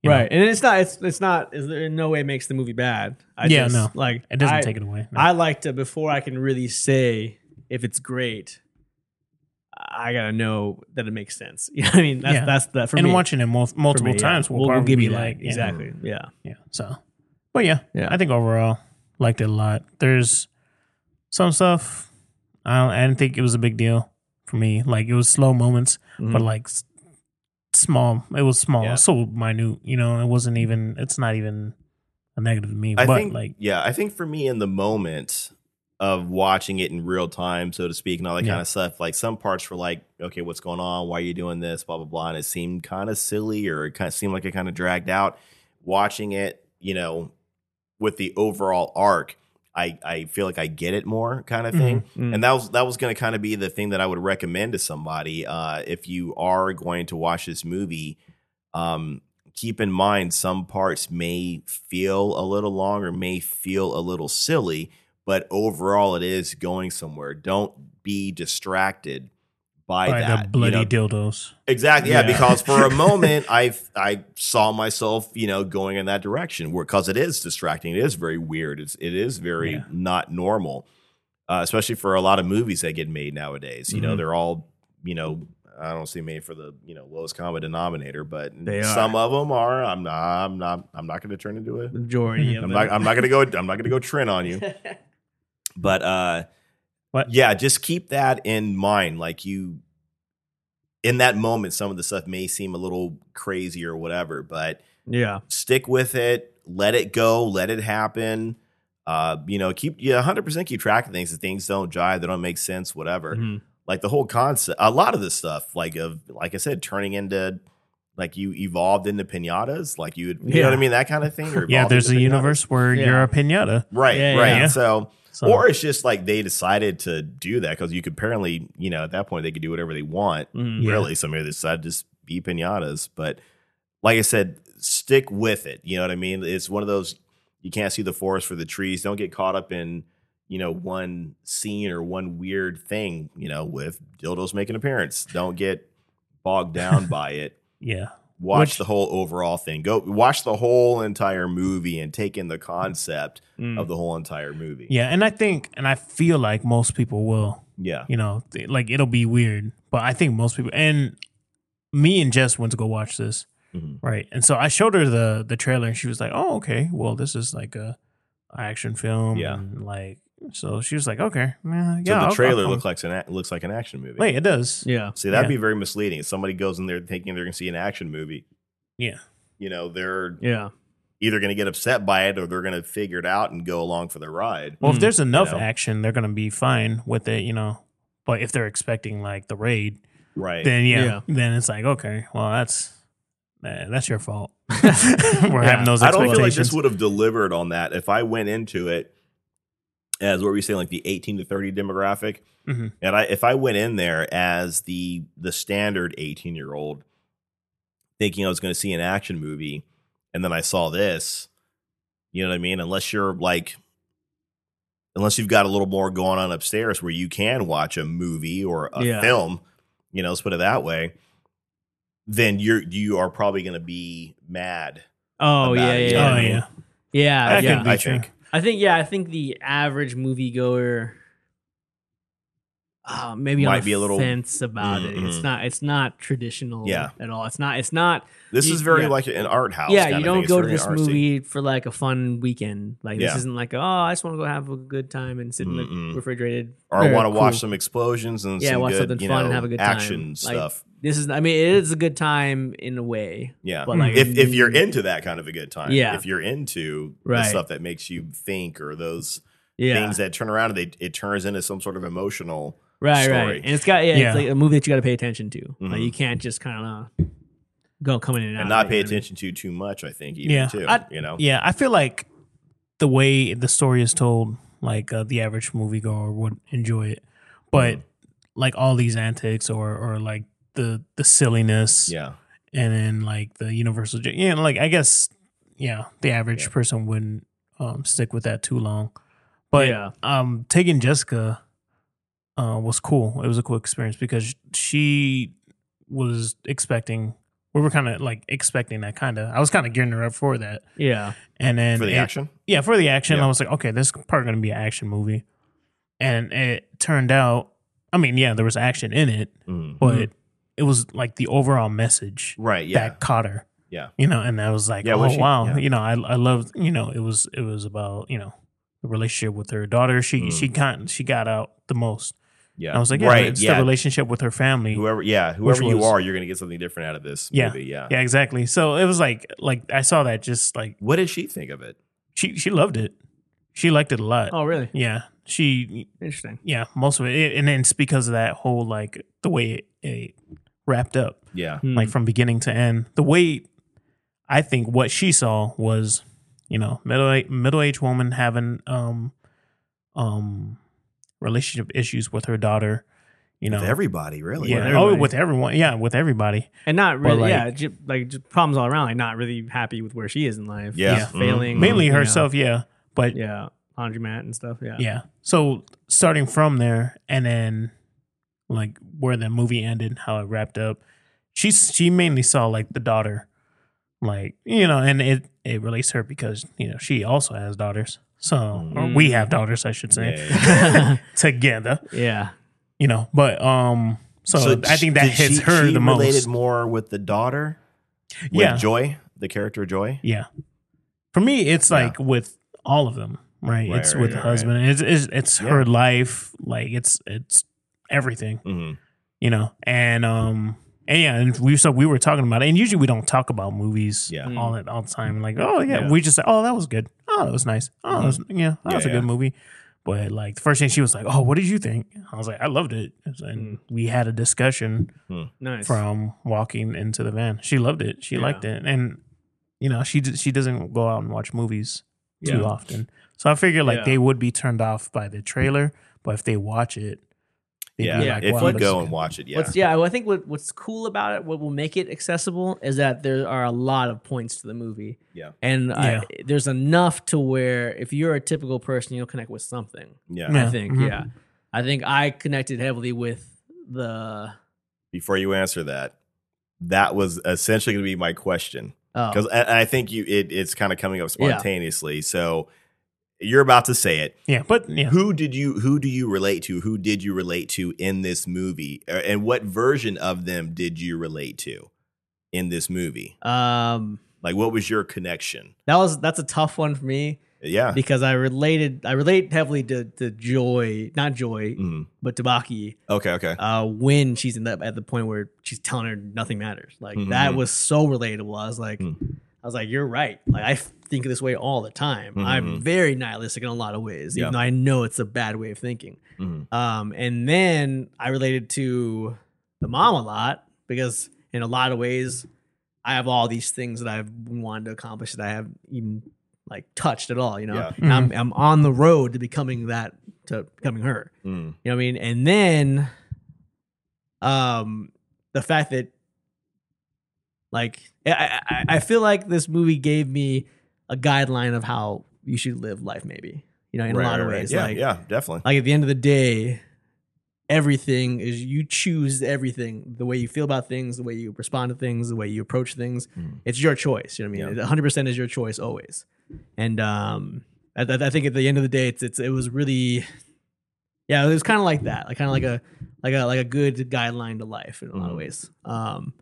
Speaker 2: You know,
Speaker 1: right. And it's not. It's it's not. Is there in no way makes the movie bad? I
Speaker 2: Yeah,
Speaker 1: just,
Speaker 2: no.
Speaker 1: Like
Speaker 2: it doesn't
Speaker 1: I-
Speaker 2: take it away. No.
Speaker 1: I like to before I can really say if it's great. I gotta know that it makes sense. You know what I mean? That's
Speaker 2: Yeah.
Speaker 1: that's that for
Speaker 2: and
Speaker 1: me.
Speaker 2: watching it mul-
Speaker 1: For
Speaker 2: multiple
Speaker 1: me, yeah.
Speaker 2: times will
Speaker 1: we'll, we'll
Speaker 2: probably
Speaker 1: give
Speaker 2: be
Speaker 1: you that.
Speaker 2: like yeah,
Speaker 1: exactly.
Speaker 3: Mm-hmm.
Speaker 1: Yeah.
Speaker 2: Yeah. So, but yeah,
Speaker 1: Yeah.
Speaker 2: I think overall liked it a lot. There's some stuff I, don't, I didn't think it was a big deal for me. Like it was slow moments, but like s- small. It was small,
Speaker 3: Mm-hmm. Yeah.
Speaker 2: so minute. You know, it wasn't even. It's not even a negative to me.
Speaker 3: I
Speaker 2: but
Speaker 3: think
Speaker 2: like,
Speaker 3: yeah, I think for me in the moment of watching it in real time, so to speak, and all that
Speaker 2: Yeah.
Speaker 3: kind of stuff, like some parts were like, okay, what's going on? Why are you doing this? Blah blah blah, and it seemed kind of silly or it kind of seemed like it kind of dragged out. Watching it, you know, with the overall arc, I I feel like I get it more kind of
Speaker 2: Mm-hmm.
Speaker 3: thing.
Speaker 1: Mhm.
Speaker 3: And that was that was going to kind of be the thing that I would recommend to somebody uh, if you are going to watch this movie. Um, keep in mind some parts may feel a little long or may feel a little silly, but overall it is going somewhere. Don't be distracted by,
Speaker 2: by
Speaker 3: that.
Speaker 2: the
Speaker 3: you
Speaker 2: bloody
Speaker 3: know?
Speaker 2: dildos.
Speaker 3: Exactly. Yeah,
Speaker 2: Yeah.
Speaker 3: because for a moment I I saw myself, you know, going in that direction where because it is distracting. It is very weird. It's it is very
Speaker 2: Yeah.
Speaker 3: not normal. Uh, especially for a lot of movies that get made nowadays. You know,
Speaker 1: Mhm.
Speaker 3: they're all, you know, I don't see made for the, you know, lowest common denominator, but
Speaker 1: They are.
Speaker 3: some of them are. I'm not I'm not I'm not gonna turn into a
Speaker 1: Majority of
Speaker 3: Mm-hmm. I'm uh,
Speaker 1: it.
Speaker 3: not I'm not gonna go I'm not gonna go trend on you. But uh
Speaker 2: What?
Speaker 3: yeah, just keep that in mind. Like you in that moment, some of the stuff may seem a little crazy or whatever, but
Speaker 1: yeah.
Speaker 3: stick with it, let it go, let it happen. Uh, you know, keep yeah, hundred percent keep track of things. If things don't jive, they don't make sense, whatever.
Speaker 2: Mm-hmm.
Speaker 1: Mhm.
Speaker 3: Like the whole concept a lot of this stuff, like of like I said, turning into like you evolved into pinatas, like you would you know what I
Speaker 1: Yeah.
Speaker 3: mean, that kind of thing. Or
Speaker 2: Yeah,
Speaker 3: evolved
Speaker 2: there's a
Speaker 3: into pinatas.
Speaker 2: universe where
Speaker 1: Yeah.
Speaker 2: you're a pinata.
Speaker 3: Right,
Speaker 1: Yeah,
Speaker 3: right.
Speaker 2: yeah.
Speaker 3: So
Speaker 2: So,
Speaker 3: or it's just like they decided to do that because you could apparently, you know, at that point they could do whatever they want,
Speaker 1: Mhm.
Speaker 2: Yeah.
Speaker 3: really. So maybe they decided to just be pinatas. But like I said, stick with it. You know what I mean? It's one of those you can't see the forest for the trees. Don't get caught up in, you know, one scene or one weird thing, you know, with dildos making an appearance. Don't get bogged down by it.
Speaker 2: yeah,
Speaker 3: Watch
Speaker 2: Which-
Speaker 3: the whole overall thing. Go watch the whole entire movie and take in the concept
Speaker 1: Mm.
Speaker 3: of the whole entire movie.
Speaker 2: yeah, and I think and I feel like most people will.
Speaker 3: Yeah.
Speaker 2: You know, th- like it'll be weird, but I think most people and me and Jess went to go watch this,
Speaker 3: Mhm.
Speaker 2: right? And so I showed her the the trailer, and she was like, "Oh, okay. Well, this is like a action film,
Speaker 3: Yeah.
Speaker 2: and like." So she was like, "Okay, yeah."
Speaker 3: So
Speaker 2: yeah, I'll-
Speaker 3: the trailer
Speaker 2: I'll
Speaker 3: looks
Speaker 2: come."
Speaker 3: like an ac- looks like an action movie.
Speaker 2: Wait, it does.
Speaker 1: Yeah.
Speaker 3: see that'd
Speaker 2: yeah.
Speaker 3: be very misleading. If somebody goes in there thinking they're going to see an action movie,
Speaker 2: Yeah.
Speaker 3: you know, they're
Speaker 1: Yeah.
Speaker 3: either going to get upset by it or they're going to figure it out and go along for the ride.
Speaker 2: Well,
Speaker 1: Mm,
Speaker 2: if there's enough
Speaker 3: know.
Speaker 2: action, they're gonna be fine with it, you know. But if they're expecting like the raid,
Speaker 3: Right.
Speaker 2: then yeah,
Speaker 1: Yeah.
Speaker 2: then it's like okay, well that's eh, that's your fault. We're having those expectations.
Speaker 3: I don't feel like this would have delivered on that if I went into it as what were you saying, like the eighteen to thirty demographic,
Speaker 2: Mhm.
Speaker 3: and I if I went in there as the the standard eighteen year old, thinking I was going to see an action movie, and then I saw this, you know what I mean? Unless you're like. Unless you've got a little more going on upstairs where you can watch a movie or a
Speaker 1: Yeah.
Speaker 3: film, you know, let's put it that way, then you're you are probably going to be mad
Speaker 1: Oh
Speaker 3: About
Speaker 1: yeah,
Speaker 3: it,
Speaker 1: yeah.
Speaker 2: oh
Speaker 3: yeah.
Speaker 2: yeah,
Speaker 1: Yeah,
Speaker 2: That
Speaker 1: yeah.
Speaker 2: can be
Speaker 3: I
Speaker 2: true.
Speaker 3: think.
Speaker 1: I think yeah, I think the average moviegoer uh, maybe on
Speaker 3: Might
Speaker 1: the
Speaker 3: be a little-
Speaker 1: fence about it.
Speaker 3: Mm,
Speaker 1: It's
Speaker 3: mm.
Speaker 1: not it's not traditional
Speaker 3: Yeah.
Speaker 1: at all. It's not it's not
Speaker 3: This
Speaker 1: You-
Speaker 3: is very
Speaker 1: yeah.
Speaker 3: like an art house.
Speaker 1: yeah,
Speaker 3: kind
Speaker 1: you
Speaker 3: of thing.
Speaker 1: don't
Speaker 3: It's
Speaker 1: go to
Speaker 3: very
Speaker 1: this
Speaker 3: artsy.
Speaker 1: movie for like a fun weekend. Like
Speaker 3: Yeah.
Speaker 1: this isn't like oh I just want to go have a good time and sit in
Speaker 3: Mm-mm.
Speaker 1: the refrigerated
Speaker 3: or I
Speaker 1: Very
Speaker 3: want to watch
Speaker 1: cool.
Speaker 3: some explosions and
Speaker 1: Yeah,
Speaker 3: some
Speaker 1: watch
Speaker 3: good,
Speaker 1: something
Speaker 3: you
Speaker 1: fun and
Speaker 3: know,
Speaker 1: have a good time.
Speaker 3: action
Speaker 1: Like,
Speaker 3: stuff.
Speaker 1: This is I mean it is a good time in a way.
Speaker 3: Yeah,
Speaker 1: but, like, mm.
Speaker 3: if if you're into that kind of a good time,
Speaker 1: Yeah.
Speaker 3: if you're into the
Speaker 1: Right.
Speaker 3: stuff that makes you think or those
Speaker 1: Yeah,
Speaker 3: things that turn around and they it turns into some sort of emotional.
Speaker 1: right,
Speaker 3: story.
Speaker 1: right. And it's got yeah,
Speaker 2: Yeah.
Speaker 1: it's like a movie that you got to pay attention to.
Speaker 3: Mhm.
Speaker 1: Like you can't just kind of go coming in and out
Speaker 3: And not
Speaker 1: like,
Speaker 3: pay
Speaker 1: you know what I mean?
Speaker 3: attention to too much, I think. Even
Speaker 2: Yeah.
Speaker 3: too,
Speaker 2: I-
Speaker 3: you know.
Speaker 2: yeah. I feel like the way the story is told, like uh, the average moviegoer would enjoy it,
Speaker 3: Mm.
Speaker 2: but like all these antics or or like the the silliness,
Speaker 3: Yeah.
Speaker 2: and then like the universal j- yeah like i guess yeah the average
Speaker 3: Yeah.
Speaker 2: person wouldn't um stick with that too long but
Speaker 1: Yeah.
Speaker 2: um taking jessica uh was cool it was a cool experience because she was expecting we were kind of like expecting that kind of i was kind of gearing her up for that
Speaker 1: Yeah.
Speaker 2: and then
Speaker 3: For the
Speaker 2: it-
Speaker 3: action,
Speaker 2: yeah for the action
Speaker 3: Yeah.
Speaker 2: i was like okay this is probably gonna be an action movie and it turned out i mean yeah there was action in it
Speaker 3: Mhm.
Speaker 2: but it was like the overall message
Speaker 3: right? Yeah,
Speaker 2: that caught her.
Speaker 3: Yeah.
Speaker 2: You know, and I was like,
Speaker 3: Yeah,
Speaker 2: oh
Speaker 3: what she-
Speaker 2: wow,
Speaker 3: yeah.
Speaker 2: you know, I I loved, you know, it was it was about you know the relationship with her daughter. She
Speaker 3: Mm.
Speaker 2: she got she got out the most.
Speaker 3: yeah.
Speaker 2: I was like, yeah,
Speaker 3: right?
Speaker 2: it's
Speaker 3: yeah.
Speaker 2: the relationship with her family.
Speaker 3: whoever, yeah, whoever you
Speaker 2: was-
Speaker 3: are, you're gonna get something different out of this
Speaker 2: Yeah.
Speaker 3: movie. Yeah.
Speaker 2: Yeah, exactly. So it was like like I saw that just like
Speaker 3: What did she think of it?
Speaker 2: she she loved it. She liked it a lot.
Speaker 1: Oh really?
Speaker 2: Yeah, she
Speaker 1: Interesting.
Speaker 2: yeah most of it, It- and it's because of that whole like the way it, it wrapped up.
Speaker 3: Yeah.
Speaker 1: Hmm.
Speaker 2: like from beginning to end. The way I think what she saw was, you know, middle middle aged woman having um um relationship issues with her daughter. You know,
Speaker 3: With everybody, really.
Speaker 2: yeah,
Speaker 1: With
Speaker 2: oh,
Speaker 3: right?
Speaker 1: everybody. Mm-hmm.
Speaker 2: with everyone, yeah, with everybody.
Speaker 1: and not
Speaker 2: Well,
Speaker 1: really,
Speaker 2: like-
Speaker 1: yeah, ju- like just problems all around. Like not really happy with where she is in life.
Speaker 3: Yeah.
Speaker 2: Yeah.
Speaker 1: She's failing
Speaker 3: Mhm.
Speaker 2: Mainly
Speaker 1: you know,
Speaker 2: herself, yeah, but yeah.
Speaker 1: yeah, laundromat and stuff. Yeah,
Speaker 2: So starting from there, and then like where the movie ended, how it wrapped up. She she mainly saw like the daughter, like you know, and it it relates to her because you know she also has daughters. So or we
Speaker 3: Mm.
Speaker 2: have daughters, I should say, together.
Speaker 1: Yeah.
Speaker 2: You know, but um, so, I think that
Speaker 3: did
Speaker 2: hits
Speaker 3: she-
Speaker 2: her
Speaker 3: she
Speaker 2: the
Speaker 3: Related
Speaker 2: most.
Speaker 3: more with the daughter, with
Speaker 2: Yeah.
Speaker 3: Joy, the character Joy.
Speaker 2: Yeah. For me, it's
Speaker 3: Yeah.
Speaker 2: like with all of them, right?
Speaker 3: Right,
Speaker 2: it's
Speaker 3: right,
Speaker 2: with the
Speaker 3: right,
Speaker 2: husband. It's it's, it's her
Speaker 3: Yeah.
Speaker 2: life. Like it's it's everything,
Speaker 3: hmm
Speaker 2: you know. And um and yeah, and we so we were talking about it. And usually we don't talk about movies
Speaker 3: Yeah.
Speaker 2: all that all the time. Like oh yeah,
Speaker 3: Yeah.
Speaker 2: we just say oh that was good. Oh that was nice. Oh that was, yeah, that
Speaker 3: Yeah,
Speaker 2: was a
Speaker 3: yeah.
Speaker 2: good movie. But like the first thing she was like, "Oh, what did you think?" I was like, "I loved it," and we had a discussion
Speaker 1: Nice.
Speaker 2: from walking into the van. She loved it. She
Speaker 1: Yeah.
Speaker 2: liked it, and you know she d- she doesn't go out and watch movies too
Speaker 1: Yeah.
Speaker 2: often. So I figure like
Speaker 1: Yeah.
Speaker 2: they would be turned off by the trailer, but if they watch it, they'd
Speaker 3: Yeah,
Speaker 2: be
Speaker 1: Yeah,
Speaker 2: like,
Speaker 3: if
Speaker 2: wow,
Speaker 3: you
Speaker 2: this-
Speaker 3: go and watch it, yeah,
Speaker 1: What's, yeah, well, I think what, what's cool about it, what will make it accessible, is that there are a lot of points to the movie,
Speaker 3: yeah,
Speaker 1: and
Speaker 2: Yeah.
Speaker 1: I, there's enough to where if you're a typical person, you'll connect with something.
Speaker 3: yeah,
Speaker 2: Yeah.
Speaker 1: I think,
Speaker 2: Mhm.
Speaker 1: yeah, I think I connected heavily with the
Speaker 3: Before you answer that, that was essentially going to be my question
Speaker 1: oh,
Speaker 3: because I, I think you it, it's kind of coming up spontaneously. So you're about to say it.
Speaker 2: yeah, but yeah,
Speaker 3: Who did you who do you relate to? Who did you relate to in this movie? Uh, And what version of them did you relate to in this movie?
Speaker 1: um,
Speaker 3: Like what was your connection?
Speaker 1: that was that's a tough one for me
Speaker 3: Yeah.
Speaker 1: because I related, I relate heavily to to Joy, not Joy,
Speaker 3: Mhm.
Speaker 1: but to Baki.
Speaker 3: Okay, okay.
Speaker 1: uh, when she's in that at the point where she's telling her nothing matters. Like that
Speaker 3: Mhm.
Speaker 1: was so relatable. I was like,
Speaker 3: Mm.
Speaker 1: I was like, you're right. Like I f- think this way all the time. I'm
Speaker 3: Mhm.
Speaker 1: very nihilistic in a lot of ways,
Speaker 3: Yeah.
Speaker 1: even though I know it's a bad way of thinking.
Speaker 3: Mhm.
Speaker 1: Um, and then I related to the mom a lot because in a lot of ways, I have all these things that I've wanted to accomplish that I have even like touched at all. You know,
Speaker 3: Yeah.
Speaker 1: And I'm I'm on the road to becoming that to becoming her.
Speaker 3: Mm.
Speaker 1: You know what I mean? And then um the fact that like I- I, I, I feel like this movie gave me a guideline of how you should live life, maybe. You know, in
Speaker 3: Right,
Speaker 1: a lot of
Speaker 3: right, right.
Speaker 1: ways.
Speaker 3: Yeah,
Speaker 1: like
Speaker 3: yeah, definitely.
Speaker 1: like at the end of the day, everything is you choose everything, the way you feel about things, the way you respond to things, the way you approach things.
Speaker 3: Mhm.
Speaker 1: It's your choice. You know what I mean?
Speaker 3: Yeah.
Speaker 1: Hundred percent is your choice always. And um, I, I I think at the end of the day, it's, it's it was really, yeah, it was kind of like that, like kind of like a like a like a good guideline to life in a lot of
Speaker 3: Mhm.
Speaker 1: ways. Um,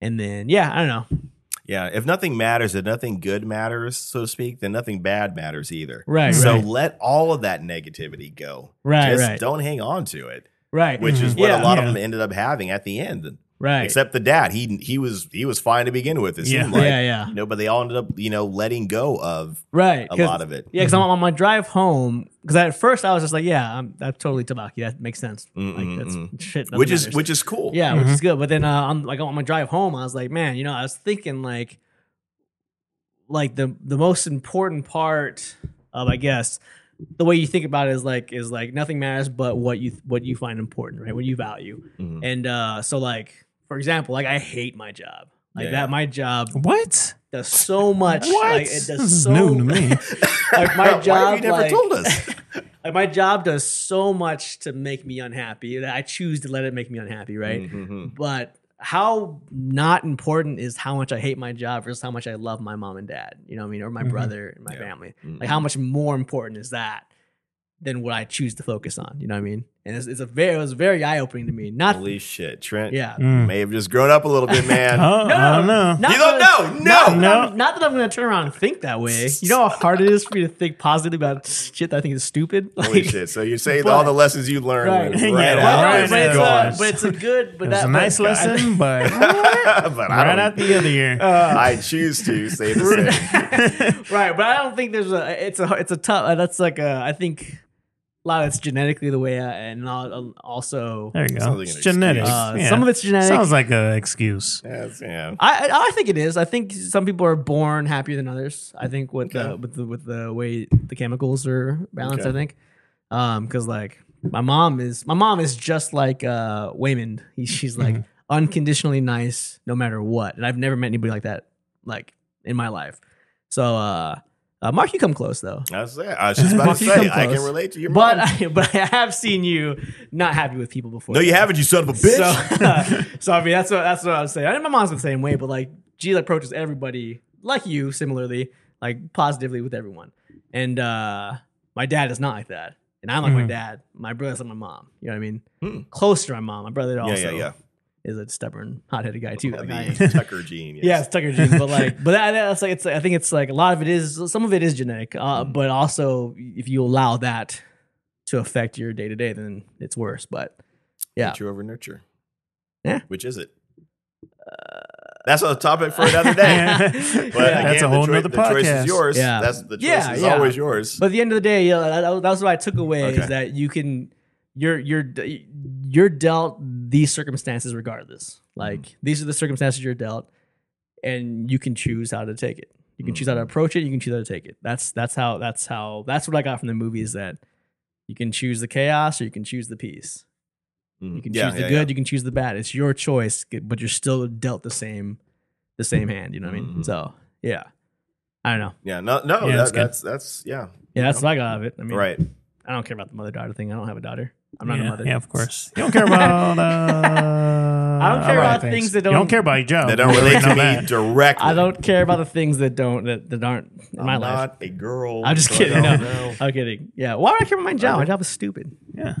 Speaker 1: and then yeah, I don't know,
Speaker 3: Yeah, if nothing matters, if nothing good matters, so to speak, then nothing bad matters either.
Speaker 1: right,
Speaker 3: So
Speaker 1: right,
Speaker 3: let all of that negativity go.
Speaker 1: right,
Speaker 3: Just
Speaker 1: right,
Speaker 3: don't hang on to it,
Speaker 1: right,
Speaker 3: which is
Speaker 1: Mhm.
Speaker 3: what
Speaker 1: Yeah.
Speaker 3: a lot of
Speaker 2: Yeah.
Speaker 3: them ended up having at the end.
Speaker 1: right,
Speaker 3: Except the dad, he he was he was fine to begin with. It
Speaker 2: Yeah.
Speaker 3: seemed like
Speaker 1: yeah, yeah,
Speaker 3: you know, but they all ended up you know letting go of
Speaker 1: right,
Speaker 3: a
Speaker 1: 'cause-
Speaker 3: lot of it.
Speaker 1: Yeah, because on my drive home, because at first I was just like, yeah, I'm, that's totally Tabaki. That makes sense.
Speaker 3: Mm,
Speaker 1: Like that's
Speaker 3: mm,
Speaker 1: shit. nothing
Speaker 3: which is
Speaker 1: matters.
Speaker 3: which is cool.
Speaker 1: yeah, which
Speaker 2: Mm-hmm.
Speaker 1: is good. But then uh, on like on my drive home, I was like, man, you know, I was thinking like, like the the most important part of I guess the way you think about it is like is like nothing matters but what you what you find important, right? What you value.
Speaker 3: Mhm.
Speaker 1: And uh, so like for example, like I hate my job. Like
Speaker 3: Yeah.
Speaker 1: that, my job
Speaker 2: what?
Speaker 1: does so much.
Speaker 2: What?
Speaker 1: Like, it does
Speaker 2: this is
Speaker 1: so
Speaker 2: new to me.
Speaker 1: Like my job,
Speaker 3: Why have you never
Speaker 1: like,
Speaker 3: told us?
Speaker 1: like my job does so much to make me unhappy that I choose to let it make me unhappy, right?
Speaker 3: Mhm.
Speaker 1: But how not important is how much I hate my job versus how much I love my mom and dad, you know what I mean, or my
Speaker 2: Mhm.
Speaker 1: brother and my
Speaker 3: Yeah.
Speaker 1: family.
Speaker 3: Mhm.
Speaker 1: Like how much more important is that than what I choose to focus on, you know what I mean? And it's, it's a very it was very eye opening to me. Not
Speaker 3: Holy shit, Trent.
Speaker 1: yeah.
Speaker 2: Mm.
Speaker 3: may have just grown up a little bit, man.
Speaker 2: Oh, I don't know.
Speaker 1: Not
Speaker 3: you don't
Speaker 1: that-
Speaker 3: know.
Speaker 1: Not,
Speaker 3: No.
Speaker 1: that
Speaker 2: No.
Speaker 1: I'm- not that I'm going to turn around and think that way. You know how hard it is for me to think positively about shit that I think is stupid.
Speaker 3: Holy
Speaker 1: Like-
Speaker 3: shit! So you're saying
Speaker 1: But-
Speaker 3: all the lessons you learned
Speaker 1: Right.
Speaker 3: right,
Speaker 2: Yeah,
Speaker 3: right
Speaker 2: but-
Speaker 3: out.
Speaker 2: Right
Speaker 1: but, it's
Speaker 2: now.
Speaker 1: a, but it's a good, but
Speaker 2: it was
Speaker 1: that
Speaker 2: a nice
Speaker 1: but-
Speaker 2: lesson, but
Speaker 3: but I
Speaker 2: right
Speaker 3: don't.
Speaker 2: out the other year.
Speaker 1: Uh,
Speaker 3: I choose to say the same.
Speaker 1: right? But I don't think there's a. It's a. It's a tough. uh, That's like a. I think a lot of it's genetically the way, I, and al- also
Speaker 2: there you go.
Speaker 3: Sounds like an
Speaker 2: it's genetics.
Speaker 3: excuse.
Speaker 1: Uh, some of it's genetic.
Speaker 2: Sounds like an excuse.
Speaker 3: Yes, yeah.
Speaker 1: I I I think it is. I think some people are born happier than others. I think with the
Speaker 3: Okay.
Speaker 1: with the with the way the chemicals are balanced.
Speaker 3: Okay.
Speaker 1: I think, um, because like my mom is my mom is just like uh Waymond. He, she's
Speaker 3: Mm-hmm.
Speaker 1: like unconditionally nice no matter what, and I've never met anybody like that like in my life. So uh, Uh, Mark, you come close though.
Speaker 3: I was, I was just about to
Speaker 1: You come
Speaker 3: say I can
Speaker 1: close.
Speaker 3: relate to your
Speaker 1: But
Speaker 3: mom.
Speaker 1: I, but I have seen you not happy with people before.
Speaker 3: no, you haven't, you son of a bitch.
Speaker 1: So, so I mean, that's what that's what I was saying. I mean, my mom's been the same way, but like G approaches everybody like you, similarly, like positively with everyone. And uh my dad is not like that, and I'm like my
Speaker 2: Mhm.
Speaker 1: dad. My brother's like my mom. You know what I mean?
Speaker 3: Mm-hmm. Hmm.
Speaker 1: Close to my mom. My brother
Speaker 3: yeah,
Speaker 1: also
Speaker 3: yeah, yeah.
Speaker 1: is a stubborn, hot-headed guy too. Like I am.
Speaker 3: The Tucker gene. Yes.
Speaker 1: Yeah, it's Tucker genes, but like, but that, that's like, it's. I think it's like a lot of it is. Some of it is genetic, uh,
Speaker 3: Hmm.
Speaker 1: but also if you allow that to affect your day to day, then it's worse. But yeah.
Speaker 3: Nature over nurture.
Speaker 1: Yeah.
Speaker 3: Which is it? That's a topic for another day.
Speaker 2: Yeah.
Speaker 3: But
Speaker 1: Yeah.
Speaker 3: again,
Speaker 2: That's a whole
Speaker 3: the, choi-
Speaker 2: nother
Speaker 3: the choice
Speaker 2: podcast.
Speaker 3: is yours.
Speaker 1: Yeah.
Speaker 3: That's the choice
Speaker 1: Yeah,
Speaker 3: is
Speaker 1: yeah.
Speaker 3: always yours.
Speaker 1: But at the end of the day, yeah, that, that was what I took away
Speaker 3: Okay.
Speaker 1: is that you can you're you're d- you're dealt these circumstances regardless. Like
Speaker 3: Mm-hmm.
Speaker 1: these are the circumstances you're dealt, and you can choose how to take it. You can choose how to
Speaker 3: Mm-hmm.
Speaker 1: approach it. You can choose how to take it. That's that's how that's how that's what I got from the movie is that you can choose the chaos or you can choose the peace.
Speaker 3: Mm.
Speaker 1: You can
Speaker 3: Yeah,
Speaker 1: choose the
Speaker 3: yeah,
Speaker 1: good. You can choose the bad. It's your choice, g- but you're still dealt the same the same hand. You know what I mean?
Speaker 3: Mhm.
Speaker 1: So yeah, I don't know.
Speaker 3: Yeah. Yeah, no, no,
Speaker 2: Yeah, that's
Speaker 3: that,
Speaker 2: good.
Speaker 3: that's, that's, yeah.
Speaker 1: Yeah, that's what I got out of it. I mean,
Speaker 3: Right.
Speaker 1: I don't care about the mother daughter thing. I don't have a daughter. I'm not
Speaker 2: yeah,
Speaker 1: a mother.
Speaker 2: yeah, of course. You don't care about. Uh, I
Speaker 1: don't care about things that
Speaker 2: You
Speaker 1: don't-
Speaker 2: don't care about your job.
Speaker 3: They don't
Speaker 2: You already
Speaker 3: relate
Speaker 2: know
Speaker 3: to
Speaker 2: that.
Speaker 3: me directly.
Speaker 1: I don't care about the things that don't that, that aren't in
Speaker 3: I'm
Speaker 1: my
Speaker 3: not
Speaker 1: life.
Speaker 3: a girl.
Speaker 1: I'm just
Speaker 3: so I
Speaker 1: kidding. No,
Speaker 3: don't know.
Speaker 1: I'm kidding. Yeah. Why would I care about my job? My job is stupid.
Speaker 2: Yeah.